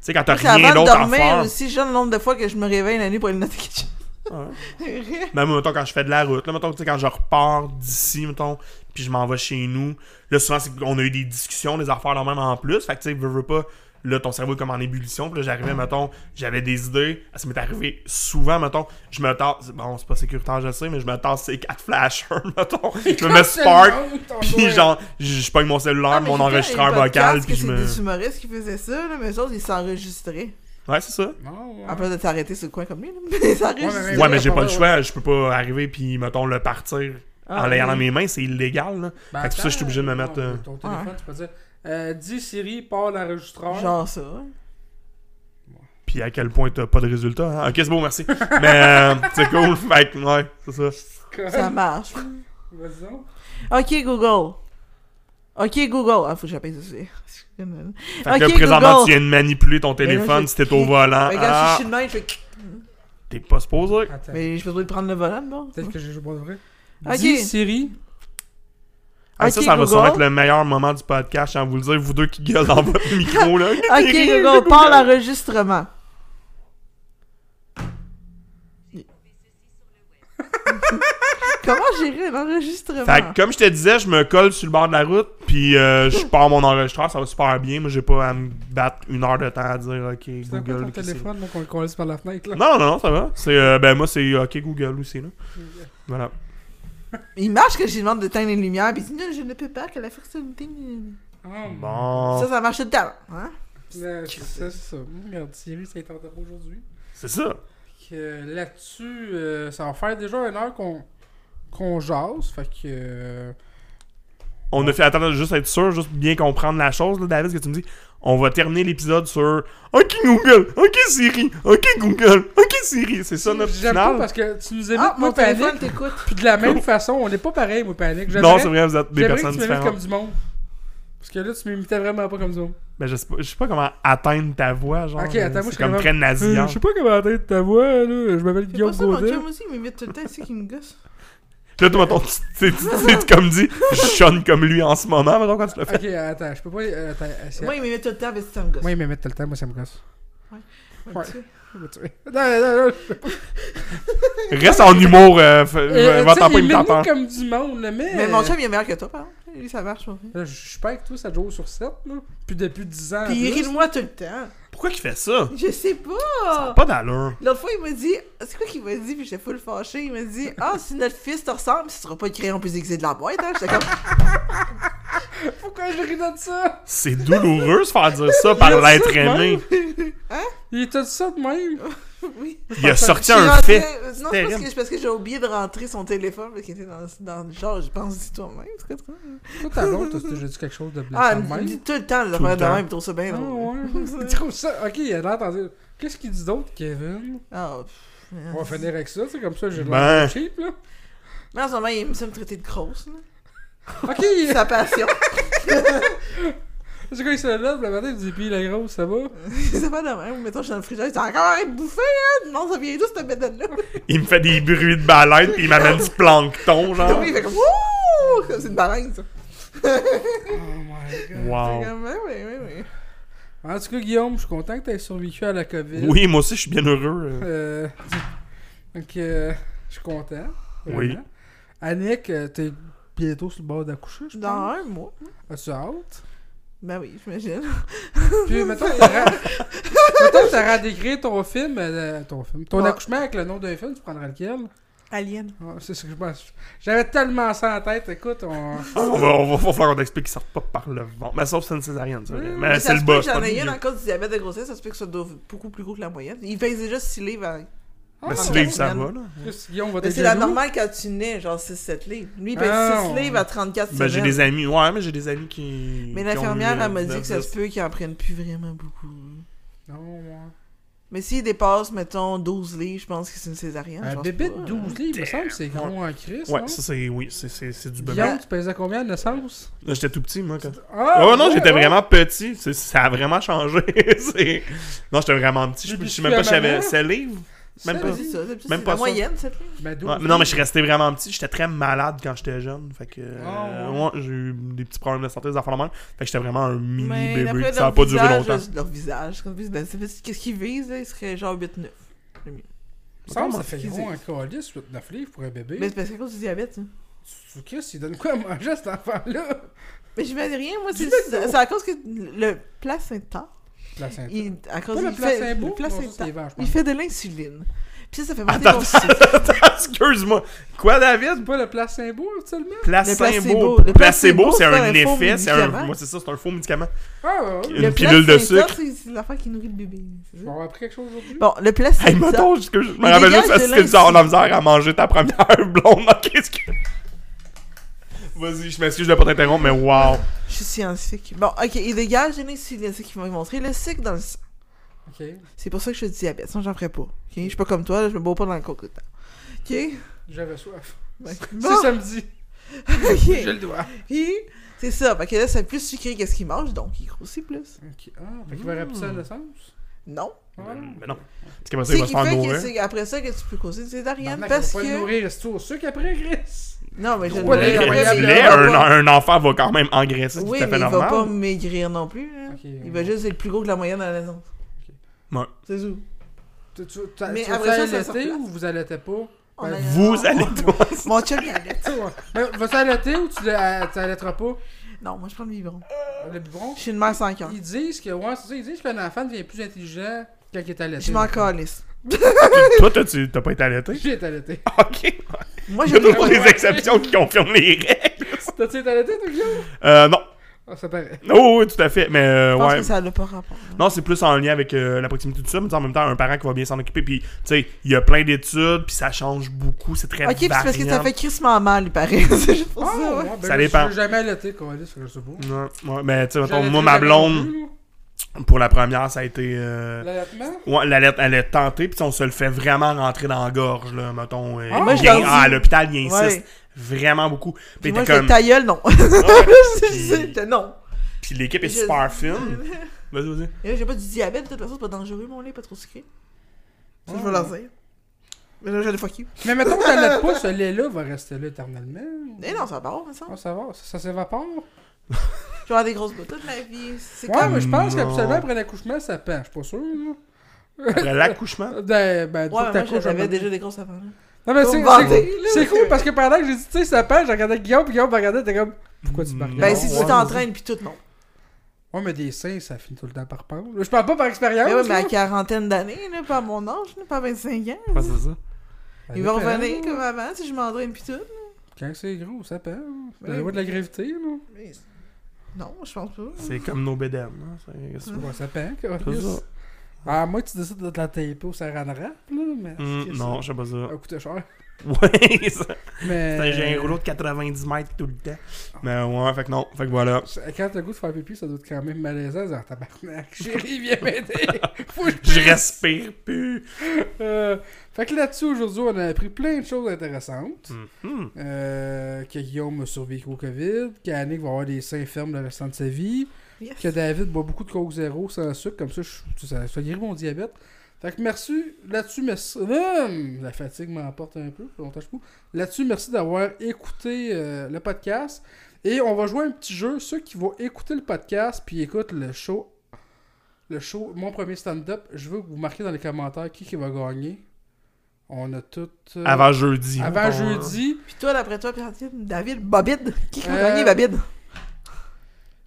[SPEAKER 3] sais, quand t'as
[SPEAKER 1] Moi, c'est avant
[SPEAKER 3] rien
[SPEAKER 1] de
[SPEAKER 3] d'autre à
[SPEAKER 1] dormir
[SPEAKER 3] faire.
[SPEAKER 1] aussi, genre le nombre de fois que je me réveille la nuit pour aller dans la kitchen.
[SPEAKER 3] Ouais. Même, Ben, mettons, quand je fais de la route, là, mettons, tu sais, quand je repars d'ici, mettons, puis je m'en vais chez nous, là, souvent, c'est qu'on a eu des discussions, des affaires là-même en plus. Fait que, tu sais, veux, veux pas, là, ton cerveau est comme en ébullition. Puis là, j'arrivais, mettons, j'avais des idées. Ah, Ça m'est arrivé souvent, mettons, je me tasse. Bon, c'est pas sécuritaire, je le sais, mais je me tasse ces quatre flashers, mettons. Je me mets Spark, puis genre, je je pogne mon cellulaire,
[SPEAKER 1] Ah, mais
[SPEAKER 3] mon
[SPEAKER 1] j'ai vu
[SPEAKER 3] enregistreur
[SPEAKER 1] un podcast
[SPEAKER 3] vocal,
[SPEAKER 1] que
[SPEAKER 3] puis je
[SPEAKER 1] c'est
[SPEAKER 3] me.
[SPEAKER 1] des humoristes qui faisaient ça, là, mais eux autres, ils s'enregistraient.
[SPEAKER 3] Ouais, c'est ça.
[SPEAKER 2] Non, ouais. Ben,
[SPEAKER 1] En plus de s'arrêter sur le coin comme lui, là. Ils s'enregistraient.
[SPEAKER 2] Ouais,
[SPEAKER 3] Ouais, mais j'ai pas le
[SPEAKER 2] ouais.
[SPEAKER 3] choix. Je peux pas arriver puis, mettons, le partir
[SPEAKER 1] Ah,
[SPEAKER 3] en l'ayant dans mes mains. C'est illégal, là.
[SPEAKER 2] Ben,
[SPEAKER 3] Fait que pour ça, je suis obligé de me
[SPEAKER 2] attends,
[SPEAKER 3] mettre, euh,
[SPEAKER 2] Ton téléphone, tu peux dire. Euh, dis Siri, part l'enregistreur.
[SPEAKER 1] Genre ça. ouais.
[SPEAKER 3] Puis à quel point t'as pas de résultat. hein? Ok, c'est beau, merci. mais euh, c'est cool. Fait que, ouais, c'est ça.
[SPEAKER 2] Comme-
[SPEAKER 1] Ça marche.
[SPEAKER 2] Vas-y donc.
[SPEAKER 1] Ok, Google. Ok, Google. Ah, faut que j'appelle ça. c'est- Excusez-moi.
[SPEAKER 3] Fait que
[SPEAKER 1] Ok,
[SPEAKER 3] là, présentement,
[SPEAKER 1] Google. Ben
[SPEAKER 3] tu viens de manipuler ton
[SPEAKER 1] là,
[SPEAKER 3] téléphone
[SPEAKER 1] je
[SPEAKER 3] si t'es au
[SPEAKER 1] clique.
[SPEAKER 3] volant.
[SPEAKER 1] Regarde, si je
[SPEAKER 3] Ah,
[SPEAKER 1] suis de main, je fais.
[SPEAKER 3] t'es pas supposé.
[SPEAKER 2] Attends.
[SPEAKER 1] Mais j'ai pas besoin de prendre le volant, bon.
[SPEAKER 2] Peut-être que j'ai joué pour de vrai.
[SPEAKER 1] Ok.
[SPEAKER 2] Dis Siri.
[SPEAKER 3] Ah, ça,
[SPEAKER 1] Ok,
[SPEAKER 3] ça va sûrement
[SPEAKER 1] Google.
[SPEAKER 3] être le meilleur moment du podcast, sans vous le dire, vous deux qui gueulez dans votre micro, là.
[SPEAKER 1] Ok, Google, part l'enregistrement. Comment gérer l'enregistrement?
[SPEAKER 3] Fait que, comme je te disais, je me colle sur le bord de la route, puis euh, je pars mon enregistreur, ça va super bien. Moi, j'ai pas à me battre une heure de temps à dire, OK,
[SPEAKER 2] C'est quoi
[SPEAKER 3] Google.
[SPEAKER 2] ton
[SPEAKER 3] qu'est-ce que c'est?
[SPEAKER 2] téléphone là, qu'on qu'on laisse par la fenêtre là?
[SPEAKER 3] Non, non, non, ça va. C'est, euh, ben, moi, c'est OK Google aussi, là. Voilà.
[SPEAKER 1] Il marche que je lui demande d'éteindre les lumières, puis il dit non, je ne peux pas que la fertilité.
[SPEAKER 2] Ah,
[SPEAKER 3] Bon.
[SPEAKER 1] Ça, ça marche tout le temps. Hein?
[SPEAKER 2] là, C'est ça, c'est ça. Regarde, Siri, ça est en aujourd'hui.
[SPEAKER 3] C'est ça.
[SPEAKER 2] Fait que là-dessus, euh, ça va faire déjà une heure qu'on qu'on jase. Fait que. euh,
[SPEAKER 3] On a fait, attends, juste être sûr, juste bien comprendre la chose, là, David, ce que tu me dis. On va terminer l'épisode sur OK Google, OK Siri, OK Google, OK Siri. C'est ça notre
[SPEAKER 2] J'aime pas
[SPEAKER 3] finale.
[SPEAKER 2] parce que tu nous
[SPEAKER 1] Ah,
[SPEAKER 2] évites,
[SPEAKER 1] mon
[SPEAKER 2] moi,
[SPEAKER 1] téléphone
[SPEAKER 2] panique.
[SPEAKER 1] t'écoute.
[SPEAKER 2] Puis de la même façon, on n'est pas pareil, moi, panique.
[SPEAKER 3] Non, c'est vrai, vous êtes des
[SPEAKER 2] J'aimerais que
[SPEAKER 3] personnes
[SPEAKER 2] tu m'imites comme
[SPEAKER 3] différentes.
[SPEAKER 2] du monde. Parce que là, tu m'imitais vraiment pas comme du monde.
[SPEAKER 3] Ben, je sais pas, je sais pas comment atteindre ta voix, genre.
[SPEAKER 2] Ok,
[SPEAKER 3] euh,
[SPEAKER 2] attends, moi,
[SPEAKER 3] c'est
[SPEAKER 2] je
[SPEAKER 3] comme
[SPEAKER 2] suis
[SPEAKER 3] très nasillant.
[SPEAKER 2] je sais pas comment atteindre ta voix, là. Je m'appelle
[SPEAKER 1] C'est pas
[SPEAKER 2] Guillaume
[SPEAKER 1] ça, mon
[SPEAKER 2] Gaudin.
[SPEAKER 1] chum aussi, il m'imite tout le temps, c'est qui me gosse.
[SPEAKER 3] Là, toi, mettons, tu tu- tu- tu- tu- comme dit, je sonne comme lui en ce moment, mettons, quand tu le fais.
[SPEAKER 2] Ok, attends, je peux pas. euh, Attends, c'est-
[SPEAKER 1] Moi, il m'imite tout le temps, mais c'est ça me gosse.
[SPEAKER 2] Moi, il me met tout le temps, moi, ça me gosse.
[SPEAKER 1] Ouais, tu sais.
[SPEAKER 2] Je vais tuer. Non, non, non.
[SPEAKER 3] Reste en humour, euh, f-
[SPEAKER 2] Euh,
[SPEAKER 3] va
[SPEAKER 2] tu sais,
[SPEAKER 3] t'en pas
[SPEAKER 2] il
[SPEAKER 3] imitant.
[SPEAKER 2] m'imite comme du monde, là, mais.
[SPEAKER 1] Mais mon chum, il est meilleur que toi, par exemple. Lui, ça marche, mon frère.
[SPEAKER 2] Là, Je suis pas avec toi, ça joue sur 7, là. Puis depuis 10 ans.
[SPEAKER 1] Puis il rit
[SPEAKER 2] plus.
[SPEAKER 1] de moi tout le temps.
[SPEAKER 3] Pourquoi qu'il fait ça?
[SPEAKER 1] Je sais pas.
[SPEAKER 3] Pas d'allure.
[SPEAKER 1] L'autre fois, il m'a dit. C'est quoi qu'il m'a dit? Puis j'étais full fâché. Il m'a dit Ah, si notre fils te ressemble, ce sera pas le crayon plus aiguisé de la boîte, hein. J'étais comme.
[SPEAKER 2] Pourquoi je ris de ça?
[SPEAKER 3] C'est douloureux se faire dire ça par l'être aimé.
[SPEAKER 1] Hein?
[SPEAKER 2] Il est tout ça de même.
[SPEAKER 1] Oui.
[SPEAKER 3] Il a sorti
[SPEAKER 1] Je suis
[SPEAKER 3] un
[SPEAKER 1] rentrée-
[SPEAKER 3] fait.
[SPEAKER 1] euh, Non, c'est
[SPEAKER 3] terrible.
[SPEAKER 1] parce que, c'est parce que j'ai oublié de rentrer son téléphone parce qu'il était dans, dans le genre, je pense, dis toi-même. c'est quoi ça?
[SPEAKER 2] Toi, t'as l'autre, t'as déjà dit quelque chose de blessant
[SPEAKER 1] Ah, Oh,
[SPEAKER 2] de
[SPEAKER 1] il me
[SPEAKER 2] même.
[SPEAKER 1] dit tout le temps les
[SPEAKER 3] Tout le
[SPEAKER 1] affaires de
[SPEAKER 3] temps.
[SPEAKER 1] même, il trouve ça bien
[SPEAKER 2] Ah,
[SPEAKER 1] drôle.
[SPEAKER 2] ouais. Il trouve ça. Ok, il a l'air d'en dire- Qu'est-ce qu'il dit d'autre, Kevin?
[SPEAKER 1] Ah, pff, man.
[SPEAKER 2] On va finir avec ça, c'est comme ça, j'ai
[SPEAKER 3] Ben.
[SPEAKER 2] l'air cheap, là.
[SPEAKER 1] Mais en ce moment, il aime ça me traiter de grosse, là.
[SPEAKER 2] Ok,
[SPEAKER 1] C'est sa passion.
[SPEAKER 2] c'est quoi, il se lève le matin, il dit, pis la grosse, ça va?
[SPEAKER 1] C'est pas de même. Mettons, je suis dans le frigidaire, c'est encore arrête de bouffer, hein! Non, ça vient d'où cette bédaine-là?
[SPEAKER 3] Il me fait des bruits de baleine puis il m'amène du plancton, genre.
[SPEAKER 1] Oui, il fait comme Wouh! Comme C'est une baleine, ça.
[SPEAKER 2] Oh my god.
[SPEAKER 3] Wow.
[SPEAKER 1] C'est comme, ouais, ouais, ouais, ouais.
[SPEAKER 2] En tout cas, Guillaume, je suis content que t'aies survécu à la COVID.
[SPEAKER 3] Oui, moi aussi, je suis bien heureux. euh.
[SPEAKER 2] Euh, donc, euh, je suis content.
[SPEAKER 3] Oui.
[SPEAKER 2] vraiment. Annick, euh, t'es bientôt sur le bord d'accoucher, je
[SPEAKER 1] Dans
[SPEAKER 2] pense.
[SPEAKER 3] Ah.
[SPEAKER 1] un mois.
[SPEAKER 2] As-tu hâte?
[SPEAKER 1] Ben oui, j'imagine.
[SPEAKER 2] Puis, mettons, t'aurais- mettons, t'aurais à décrire ton film, euh, ton film, ton
[SPEAKER 1] Ouais.
[SPEAKER 2] accouchement avec le nom d'un film, tu prendrais lequel?
[SPEAKER 1] Alien.
[SPEAKER 2] Ouais, c'est ce que je pense. J'avais tellement ça en tête, écoute, on...
[SPEAKER 3] Ah, on, va, on va faut faire un explict qui sort pas par le ventre. Mais sauf que c'est une césarienne, ça.
[SPEAKER 2] Mm,
[SPEAKER 3] mais
[SPEAKER 1] ça
[SPEAKER 3] Ben, c'est
[SPEAKER 1] se
[SPEAKER 3] le
[SPEAKER 1] peut
[SPEAKER 3] bas.
[SPEAKER 1] que
[SPEAKER 3] c'est pas
[SPEAKER 1] J'en
[SPEAKER 3] le
[SPEAKER 1] ai un
[SPEAKER 3] milieu.
[SPEAKER 1] à cause du diabète de grossesse, ça se peut que ça doit beaucoup plus gros que la moyenne. Il pèse déjà 6 livres. à-
[SPEAKER 2] Ah,
[SPEAKER 3] Mais si
[SPEAKER 2] ouais.
[SPEAKER 3] livre, ça
[SPEAKER 1] man.
[SPEAKER 3] va, là.
[SPEAKER 2] Chris, Guillaume va
[SPEAKER 1] Mais
[SPEAKER 2] t'être
[SPEAKER 1] c'est la
[SPEAKER 2] jaloux.
[SPEAKER 1] normale quand tu nais, genre 6-7 livres. Lui, il pèse
[SPEAKER 2] Ah,
[SPEAKER 1] 6
[SPEAKER 2] ouais.
[SPEAKER 1] livres à 34
[SPEAKER 3] Ben, j'ai
[SPEAKER 1] semaines.
[SPEAKER 3] des amis. Ouais, mais j'ai des amis qui.
[SPEAKER 1] Mais
[SPEAKER 3] qui ont eu,
[SPEAKER 1] l'infirmière,
[SPEAKER 3] euh,
[SPEAKER 1] elle m'a dit
[SPEAKER 3] neuf,
[SPEAKER 1] que ça se
[SPEAKER 3] dix.
[SPEAKER 1] peut qu'il en prenne plus vraiment beaucoup.
[SPEAKER 2] Non, ouais.
[SPEAKER 1] Mais s'il dépasse, mettons, 12 livres, je pense que c'est une césarienne. je
[SPEAKER 2] Un
[SPEAKER 1] pense
[SPEAKER 2] bébé
[SPEAKER 1] pas,
[SPEAKER 2] de
[SPEAKER 1] hein.
[SPEAKER 2] 12 livres, il me semble, c'est
[SPEAKER 3] Damn.
[SPEAKER 2] gros en Christ,
[SPEAKER 3] Ouais,
[SPEAKER 2] non?
[SPEAKER 3] ça, c'est. Oui, c'est- c'est c'est du bébé.
[SPEAKER 2] Guillaume, tu pesais combien à la naissance?
[SPEAKER 3] Là, J'étais tout petit, moi, quand.
[SPEAKER 2] Ah,
[SPEAKER 3] Oh non,
[SPEAKER 2] ouais,
[SPEAKER 3] j'étais
[SPEAKER 2] ouais.
[SPEAKER 3] vraiment petit. C'est- Ça a vraiment changé. C'est- non, j'étais vraiment petit. Je
[SPEAKER 2] Des
[SPEAKER 3] je
[SPEAKER 2] biscuits
[SPEAKER 3] sais même pas
[SPEAKER 2] à
[SPEAKER 3] si j'avais
[SPEAKER 2] maman.
[SPEAKER 3] 7 livres. Même
[SPEAKER 2] Ça
[SPEAKER 3] pas.
[SPEAKER 1] C'est
[SPEAKER 2] dit.
[SPEAKER 1] ça, c'est peut-être
[SPEAKER 3] Même
[SPEAKER 1] c'est
[SPEAKER 3] pas
[SPEAKER 1] la
[SPEAKER 3] ça.
[SPEAKER 1] moyenne, 7 livres.
[SPEAKER 2] Ben, 12
[SPEAKER 3] Ouais, mais non, mais je suis resté vraiment petit. J'étais très malade quand j'étais jeune. Fait que. euh,
[SPEAKER 2] Ah, ouais.
[SPEAKER 3] ouais, j'ai eu des petits problèmes de santé, des enfants de même. Fait que j'étais vraiment un mini
[SPEAKER 1] Mais
[SPEAKER 3] bébé.
[SPEAKER 1] d'après
[SPEAKER 3] Ça a
[SPEAKER 1] leur
[SPEAKER 3] pas duré
[SPEAKER 1] visage,
[SPEAKER 3] longtemps.
[SPEAKER 1] là, Leur visage, comme ils- c'est- qu'est-ce qu'ils visent, là, ils seraient genre 8-9.
[SPEAKER 2] Il me semble que ça
[SPEAKER 3] Comment
[SPEAKER 2] fait
[SPEAKER 1] qu'ils
[SPEAKER 2] gros en calice, 8-9 livres pour un bébé.
[SPEAKER 1] Mais c'est parce que cause du diabète, hein.
[SPEAKER 2] Tu Chris, il donne quoi à manger à cet enfant-là?
[SPEAKER 1] Mais je mets rien, moi,
[SPEAKER 2] Du
[SPEAKER 1] c'est
[SPEAKER 2] McDo.
[SPEAKER 1] c'est à cause que le placenta,
[SPEAKER 2] Placenta.
[SPEAKER 1] il, à
[SPEAKER 2] Pas
[SPEAKER 1] cause
[SPEAKER 2] le
[SPEAKER 1] il fait-
[SPEAKER 2] placebo?
[SPEAKER 1] le
[SPEAKER 2] Non, ça,
[SPEAKER 1] placenta,
[SPEAKER 2] c'est les vaches, je
[SPEAKER 1] il
[SPEAKER 2] pense.
[SPEAKER 1] fait de l'insuline. Puis ça, ça fait monter
[SPEAKER 3] Attends,
[SPEAKER 1] ton sucre.
[SPEAKER 3] Excuse-moi. Quoi, David?
[SPEAKER 2] Pas le placebo, seulement?
[SPEAKER 3] Placebo.
[SPEAKER 1] placebo. Le
[SPEAKER 3] Placebo,
[SPEAKER 1] placebo,
[SPEAKER 3] c'est
[SPEAKER 1] c'est
[SPEAKER 3] un
[SPEAKER 1] un faux
[SPEAKER 3] effet. C'est un.
[SPEAKER 1] médicament.
[SPEAKER 3] Moi, c'est ça, c'est un faux médicament.
[SPEAKER 2] Ah, ouais, ouais.
[SPEAKER 3] Une
[SPEAKER 1] Le
[SPEAKER 3] pilule de
[SPEAKER 1] placenta,
[SPEAKER 3] sucre.
[SPEAKER 1] C'est c'est l'affaire qui nourrit le bébé. c'est ça.
[SPEAKER 2] On a appris quelque chose aujourd'hui?
[SPEAKER 1] Bon, le placenta.
[SPEAKER 3] Hey, mettons, je, que je me
[SPEAKER 1] Il
[SPEAKER 3] rappelle
[SPEAKER 1] dégage
[SPEAKER 3] juste
[SPEAKER 1] de
[SPEAKER 3] parce que tu as
[SPEAKER 1] l'insuline.
[SPEAKER 3] la misère à manger ta première blonde. Non, Qu'est-ce que. Vas-y, je m'excuse, je vais pas t'interrompre, mais wow.
[SPEAKER 1] Je suis scientifique. Bon, ok, il dégage de l'insuline, c'est ce qu'ils m'ont montré. Le sucre dans le sang.
[SPEAKER 2] Ok.
[SPEAKER 1] C'est pour ça que je suis diabète, sinon j'en ferais pas. Ok, je suis pas comme toi, là, je me bois pas dans le coco de temps. Ok?
[SPEAKER 2] J'avais soif.
[SPEAKER 1] Ben,
[SPEAKER 2] C'est
[SPEAKER 1] bon,
[SPEAKER 2] samedi.
[SPEAKER 1] ok.
[SPEAKER 2] Je le dois.
[SPEAKER 1] Puis, C'est ça, parce que là, c'est plus sucré qu'est-ce qu'il mange, donc il grossit plus.
[SPEAKER 2] Ok. Ah, fait qu'il
[SPEAKER 1] Mm.
[SPEAKER 2] va rappeler ça à l'essence?
[SPEAKER 1] Non.
[SPEAKER 2] Voilà.
[SPEAKER 3] Euh, Mais non. Parce qu'après ça,
[SPEAKER 1] C'est
[SPEAKER 3] il va
[SPEAKER 1] qui
[SPEAKER 3] se faire
[SPEAKER 1] fait que
[SPEAKER 3] nourrir.
[SPEAKER 1] c'est après ça que tu peux causer une césarienne
[SPEAKER 2] Barnac, on
[SPEAKER 1] parce
[SPEAKER 2] va pas le
[SPEAKER 1] que
[SPEAKER 2] nourrir, reste au sucre après, Chris?
[SPEAKER 1] non mais je
[SPEAKER 2] Ouais,
[SPEAKER 1] le
[SPEAKER 2] ouais,
[SPEAKER 1] après,
[SPEAKER 2] du
[SPEAKER 1] il
[SPEAKER 2] lait,
[SPEAKER 1] va
[SPEAKER 3] un,
[SPEAKER 1] pas-
[SPEAKER 3] un enfant va quand même engraisser,
[SPEAKER 1] oui
[SPEAKER 3] c'est tout
[SPEAKER 1] mais
[SPEAKER 3] à fait
[SPEAKER 1] il va
[SPEAKER 3] normal.
[SPEAKER 1] pas maigrir non plus hein.
[SPEAKER 2] Ok,
[SPEAKER 1] il
[SPEAKER 2] ouais.
[SPEAKER 1] va juste être plus gros que la moyenne à la naissance
[SPEAKER 3] Ouais.
[SPEAKER 1] c'est tout
[SPEAKER 2] Tu, tu, tu,
[SPEAKER 1] Mais
[SPEAKER 2] tu
[SPEAKER 1] après
[SPEAKER 2] vas-tu
[SPEAKER 1] ça, ça
[SPEAKER 2] allaiter
[SPEAKER 1] se
[SPEAKER 2] ou vous allaitez pas?
[SPEAKER 1] On a-
[SPEAKER 3] Vous allez tous.
[SPEAKER 1] mon chum il allait
[SPEAKER 2] Tu sais, ouais. Mais vas-tu allaiter ou tu l'a- tu allaiteras pas?
[SPEAKER 1] non moi je prends le biberon
[SPEAKER 2] Le biberon?
[SPEAKER 1] je suis une mère sans cœur
[SPEAKER 2] Ils disent que, ouais, c'est ça, ils disent qu'un enfant devient plus intelligent quand il est allaité.
[SPEAKER 1] je m'en calisse
[SPEAKER 3] Toi, toi, tu t'as pas été allaité?
[SPEAKER 2] J'ai été allaité.
[SPEAKER 1] Ah,
[SPEAKER 3] Ok.
[SPEAKER 1] moi
[SPEAKER 3] Il
[SPEAKER 1] je
[SPEAKER 3] y a toujours
[SPEAKER 2] Ouais,
[SPEAKER 3] des
[SPEAKER 2] ouais.
[SPEAKER 3] exceptions qui confirment les règles.
[SPEAKER 2] T'as-tu été allaité, toi, Guillaume?
[SPEAKER 3] Euh, non.
[SPEAKER 2] Ah, ça paraît.
[SPEAKER 3] Oh, oui, tout à fait. Mais euh,
[SPEAKER 1] pense
[SPEAKER 3] ouais.
[SPEAKER 1] que ça n'a pas rapport hein.
[SPEAKER 3] Non, c'est plus en lien avec euh, la proximité de ça, mais tu sais, en même temps, un parent qui va bien s'en occuper. Puis, tu sais, il y a plein d'études, puis ça change beaucoup, c'est très
[SPEAKER 1] ok puis c'est parce que ça
[SPEAKER 3] variant.
[SPEAKER 1] fait crissement mal il paraît c'est juste pour
[SPEAKER 2] Ah,
[SPEAKER 1] ça
[SPEAKER 2] ouais,
[SPEAKER 1] Oh, ouais.
[SPEAKER 2] ben,
[SPEAKER 3] Ça
[SPEAKER 2] je-
[SPEAKER 3] dépend.
[SPEAKER 2] Je l'ai jamais allaité, quoi, c'est que je sais pas.
[SPEAKER 3] Non, ouais, mais tu sais,
[SPEAKER 2] J'ai
[SPEAKER 3] mettons,
[SPEAKER 2] allaité
[SPEAKER 3] moi, ma
[SPEAKER 2] jamais
[SPEAKER 3] blonde,
[SPEAKER 2] non
[SPEAKER 3] pour la première, ça a été. euh,
[SPEAKER 2] plus, L'allaitement?
[SPEAKER 3] Ouais, la lettre, elle est tentée, puis on se le fait vraiment rentrer dans la gorge, là, mettons. euh,
[SPEAKER 2] Ah, moi,
[SPEAKER 3] il
[SPEAKER 2] je
[SPEAKER 3] y a-
[SPEAKER 1] l'ai
[SPEAKER 3] ah, à
[SPEAKER 1] dit.
[SPEAKER 3] l'hôpital, il insiste
[SPEAKER 1] Ouais.
[SPEAKER 3] vraiment beaucoup.
[SPEAKER 1] Puis
[SPEAKER 3] Puis
[SPEAKER 1] moi je
[SPEAKER 3] t'es
[SPEAKER 1] fais
[SPEAKER 3] comme.
[SPEAKER 1] ta gueule non
[SPEAKER 3] puis-
[SPEAKER 1] J'étais non
[SPEAKER 3] Puis l'équipe est
[SPEAKER 1] Je-
[SPEAKER 3] super fine. Vas-y, vas-y.
[SPEAKER 1] Et là, j'ai pas du diabète, de toute façon, c'est pas dangereux, mon lait, pas trop sucré. Ça, je vais leur dire. Mais là, j'ai le fuck you.
[SPEAKER 2] Mais mettons que t'allaites pas, ce lait-là va rester là éternellement.
[SPEAKER 1] Eh non, ça part, ça.
[SPEAKER 2] Ah, ça va, ça, ça s'évapore.
[SPEAKER 1] Je vais avoir des grosses bottes toute ma vie. C'est
[SPEAKER 2] Ouais,
[SPEAKER 1] comme.
[SPEAKER 2] mais je pense
[SPEAKER 3] Non.
[SPEAKER 2] qu'absolument après l'accouchement, ça pend. Je suis pas sûr, là.
[SPEAKER 3] Après l'accouchement.
[SPEAKER 2] Ben, ben,
[SPEAKER 1] Ouais, mais moi,
[SPEAKER 2] t'accouches,
[SPEAKER 1] j'avais
[SPEAKER 2] j'en-
[SPEAKER 1] déjà des grosses hein. avant. là.
[SPEAKER 2] Non, mais
[SPEAKER 1] Faut
[SPEAKER 2] c'est-
[SPEAKER 1] me vanter,
[SPEAKER 2] c'est
[SPEAKER 1] là,
[SPEAKER 2] c'est
[SPEAKER 1] parce
[SPEAKER 2] cool
[SPEAKER 1] que-
[SPEAKER 2] parce que pendant que j'ai dit, tu sais, ça pend, j'ai regardé Guillaume, puis Guillaume me regardait, t'es comme, pourquoi
[SPEAKER 3] Mm,
[SPEAKER 2] tu me regardes?
[SPEAKER 1] Ben, si
[SPEAKER 2] Ouais,
[SPEAKER 1] tu t'entraînes pis tout, non.
[SPEAKER 2] Ouais, mais des seins, ça finit tout le temps par pendre. Je parle pas par expérience.
[SPEAKER 3] Ah,
[SPEAKER 1] Mais Ben ouais, mais à
[SPEAKER 2] là.
[SPEAKER 1] quarantaine d'années, là, pas à mon âge, là, pas à 25 ans.
[SPEAKER 3] Ouais, c'est ça. Ben,
[SPEAKER 1] Ils vont revenir comme avant si je m'entraîne pis tout.
[SPEAKER 2] Quand c'est gros, ça pend. hein.
[SPEAKER 1] Ben
[SPEAKER 2] La
[SPEAKER 1] oui.
[SPEAKER 2] loi de la gravité, là.
[SPEAKER 1] Mais. Non, je pense pas.
[SPEAKER 3] C'est comme nos bédaines. hein, c'est- qu'est-ce que
[SPEAKER 2] Ouais, ça pend, quoi.
[SPEAKER 3] C'est ça.
[SPEAKER 2] Ah, moi, tu décides de te la taper au saran wrap, là, mais.
[SPEAKER 3] tu- Hum,
[SPEAKER 2] Qu'est-ce
[SPEAKER 3] non,
[SPEAKER 2] que
[SPEAKER 3] je sais pas
[SPEAKER 2] Ça Ça
[SPEAKER 3] ça.
[SPEAKER 2] va coûter cher.
[SPEAKER 3] Ah Ouais, ça.
[SPEAKER 2] Mais.
[SPEAKER 3] J'ai un rouleau de 90 mètres tout le temps. Mais ouais, fait que non. Fait que voilà.
[SPEAKER 2] Ça- Quand t'as le goût de faire pipi, ça doit être quand même malaisant. Genre, tabarnak, chérie, viens m'aider. Faut que je
[SPEAKER 3] Je
[SPEAKER 2] pisse.
[SPEAKER 3] respire plus.
[SPEAKER 2] Euh, fait que là-dessus, aujourd'hui, on a appris plein de choses intéressantes.
[SPEAKER 3] Hum.
[SPEAKER 2] Euh, que Guillaume a survécu au COVID, qu'Annick va avoir des seins fermes le restant de sa vie,
[SPEAKER 1] Yes.
[SPEAKER 2] que David boit beaucoup de coke zéro sans sucre, comme ça, je- ça, ça guérit mon diabète. Fait que merci, là-dessus, merci. Hum, la fatigue m'emporte un peu, ça fait longtemps que je cours. Là-dessus, merci d'avoir écouté euh, le podcast. Et on va jouer à un petit jeu. Ceux qui vont écouter le podcast, puis écoutent le show, le show, mon premier stand-up, je veux que vous marquiez dans les commentaires qui, qui va gagner. On a tout. euh,
[SPEAKER 3] Avant jeudi.
[SPEAKER 2] avant
[SPEAKER 3] mettons, là.
[SPEAKER 2] jeudi.
[SPEAKER 1] Puis toi, d'après toi, Pierre-Antoine, David, Bobide. Qui a
[SPEAKER 2] Euh,
[SPEAKER 1] gagné Bobide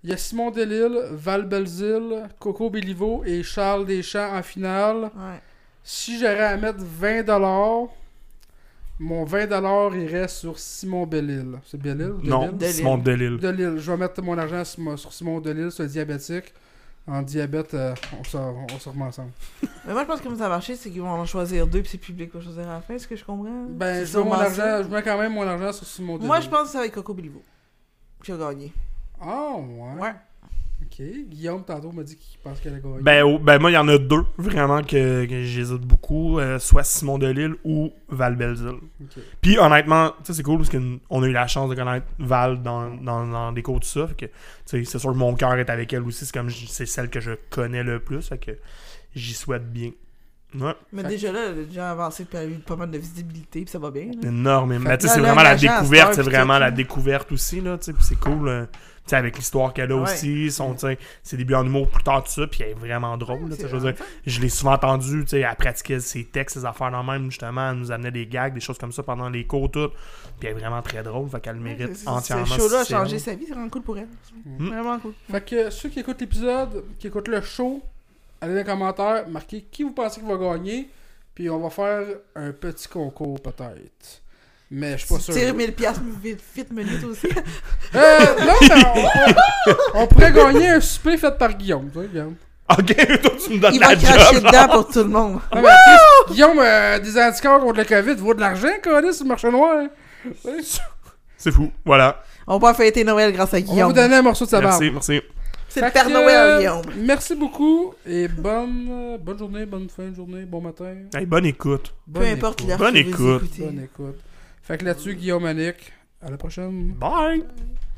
[SPEAKER 2] Il y a Simon Delille, Val Belzil, Coco Béliveau et Charles Deschamps en finale.
[SPEAKER 1] Ouais.
[SPEAKER 2] Si j'aurais à mettre 20$, mon 20$ irait sur Simon Bellil. C'est Bellil ou
[SPEAKER 3] Non,
[SPEAKER 2] Delille?
[SPEAKER 1] Delille.
[SPEAKER 3] Simon Delille.
[SPEAKER 2] Delille. Je vais mettre mon argent sur, mon- sur Simon Delille, sur le diabétique. En diabète, euh, on sort, on sort ensemble.
[SPEAKER 1] Mais moi, je pense que comment ça va marcher, c'est qu'ils vont en choisir deux, puis c'est le public qui va choisir à la fin, est-ce que je comprends
[SPEAKER 2] Ben,
[SPEAKER 1] C'est
[SPEAKER 2] je mets, mon
[SPEAKER 1] sûrement ça.
[SPEAKER 2] argent, je mets quand même mon argent sur Simon Delille.
[SPEAKER 1] Moi, je pense que c'est avec Coco Bilivo. Qui a gagné.
[SPEAKER 2] Ah, ouais.
[SPEAKER 1] Ouais.
[SPEAKER 2] Ok. Guillaume, tantôt, m'a dit qu'il pense qu'elle a gagné.
[SPEAKER 3] Ben, oh, ben, moi, il y en a deux, vraiment, que, que j'hésite beaucoup. euh, soit Simon Delille ou Val Belzil.
[SPEAKER 2] Ok.
[SPEAKER 3] Puis, honnêtement, tu sais, c'est cool parce qu'on a eu la chance de connaître Val dans, dans, dans des cours de ça. Fait que, tu sais, c'est sûr que mon cœur est avec elle aussi. C'est comme, j- c'est celle que je connais le plus. Fait que j'y souhaite bien. Ouais,
[SPEAKER 1] Mais
[SPEAKER 2] Fait-
[SPEAKER 1] déjà là, elle a déjà avancé, puis elle a eu pas mal de visibilité, puis ça va bien. là.
[SPEAKER 3] énormément.
[SPEAKER 2] Fait
[SPEAKER 3] Mais
[SPEAKER 2] que
[SPEAKER 3] tu sais,
[SPEAKER 1] là,
[SPEAKER 3] c'est
[SPEAKER 1] là,
[SPEAKER 3] vraiment la
[SPEAKER 1] l'agent, à cette
[SPEAKER 3] découverte.
[SPEAKER 1] heure,
[SPEAKER 3] C'est
[SPEAKER 1] puis
[SPEAKER 3] vraiment
[SPEAKER 1] tout,
[SPEAKER 3] la
[SPEAKER 1] là.
[SPEAKER 3] découverte aussi, là. Tu sais, puis c'est cool. euh, tu sais, avec l'histoire qu'elle a
[SPEAKER 1] Ouais.
[SPEAKER 3] aussi, son, tu sais, ses débuts en humour plus tard, tout ça. Puis elle est vraiment drôle, là, tu sais,
[SPEAKER 1] C'est
[SPEAKER 3] je veux dire.
[SPEAKER 1] vraiment ça.
[SPEAKER 3] Je l'ai souvent entendu, tu sais, elle pratiquait ses textes, ses affaires dans même, justement, elle nous amenait des gags, des choses comme ça pendant les cours, tout. Puis elle est vraiment très drôle, fait qu'elle mérite
[SPEAKER 1] C'est- c'est-
[SPEAKER 3] entièrement.
[SPEAKER 1] Ce show-là a
[SPEAKER 3] si c'est
[SPEAKER 1] changé
[SPEAKER 3] elle.
[SPEAKER 1] sa vie, c'est vraiment cool pour elle.
[SPEAKER 2] Mm.
[SPEAKER 1] Vraiment cool.
[SPEAKER 2] Fait que ceux qui écoutent l'épisode, qui écoutent le show, allez dans les commentaires, marquez qui vous pensez qui va gagner, puis on va faire un petit concours peut-être. Mais je suis pas sûr.
[SPEAKER 1] Tire 1000 piastres, vite, vite, minute aussi.
[SPEAKER 2] Euh, non, mais on, on pourrait gagner un souper fait par Guillaume, tu sais, Guillaume.
[SPEAKER 3] Ok, toi, tu me donnes
[SPEAKER 1] Il
[SPEAKER 3] la
[SPEAKER 1] va cracher
[SPEAKER 3] job.
[SPEAKER 1] dedans pour tout le monde.
[SPEAKER 2] Non, mais Chris, Guillaume, euh, des anticorps contre le COVID vaut de l'argent, Colis, sur le marché noir. hein.
[SPEAKER 3] C'est fou, voilà.
[SPEAKER 1] On va fêter Noël grâce à
[SPEAKER 2] On va vous
[SPEAKER 1] Guillaume.
[SPEAKER 2] donner un morceau de sa barbe.
[SPEAKER 3] Merci, merci.
[SPEAKER 1] C'est le
[SPEAKER 2] Fait
[SPEAKER 1] Père
[SPEAKER 2] que,
[SPEAKER 1] Noël,
[SPEAKER 2] euh,
[SPEAKER 1] Guillaume.
[SPEAKER 2] Merci beaucoup et bonne, bonne journée, bonne fin de journée, bon matin.
[SPEAKER 3] Hey, bonne écoute.
[SPEAKER 1] Peu
[SPEAKER 2] bonne
[SPEAKER 1] importe
[SPEAKER 2] écoute.
[SPEAKER 1] l'heure
[SPEAKER 3] Bonne
[SPEAKER 1] que vous
[SPEAKER 3] écoute.
[SPEAKER 1] écoutez.
[SPEAKER 2] Bonne écoute. Fait que là-dessus, Guillaume Manic, à la prochaine.
[SPEAKER 3] Bye!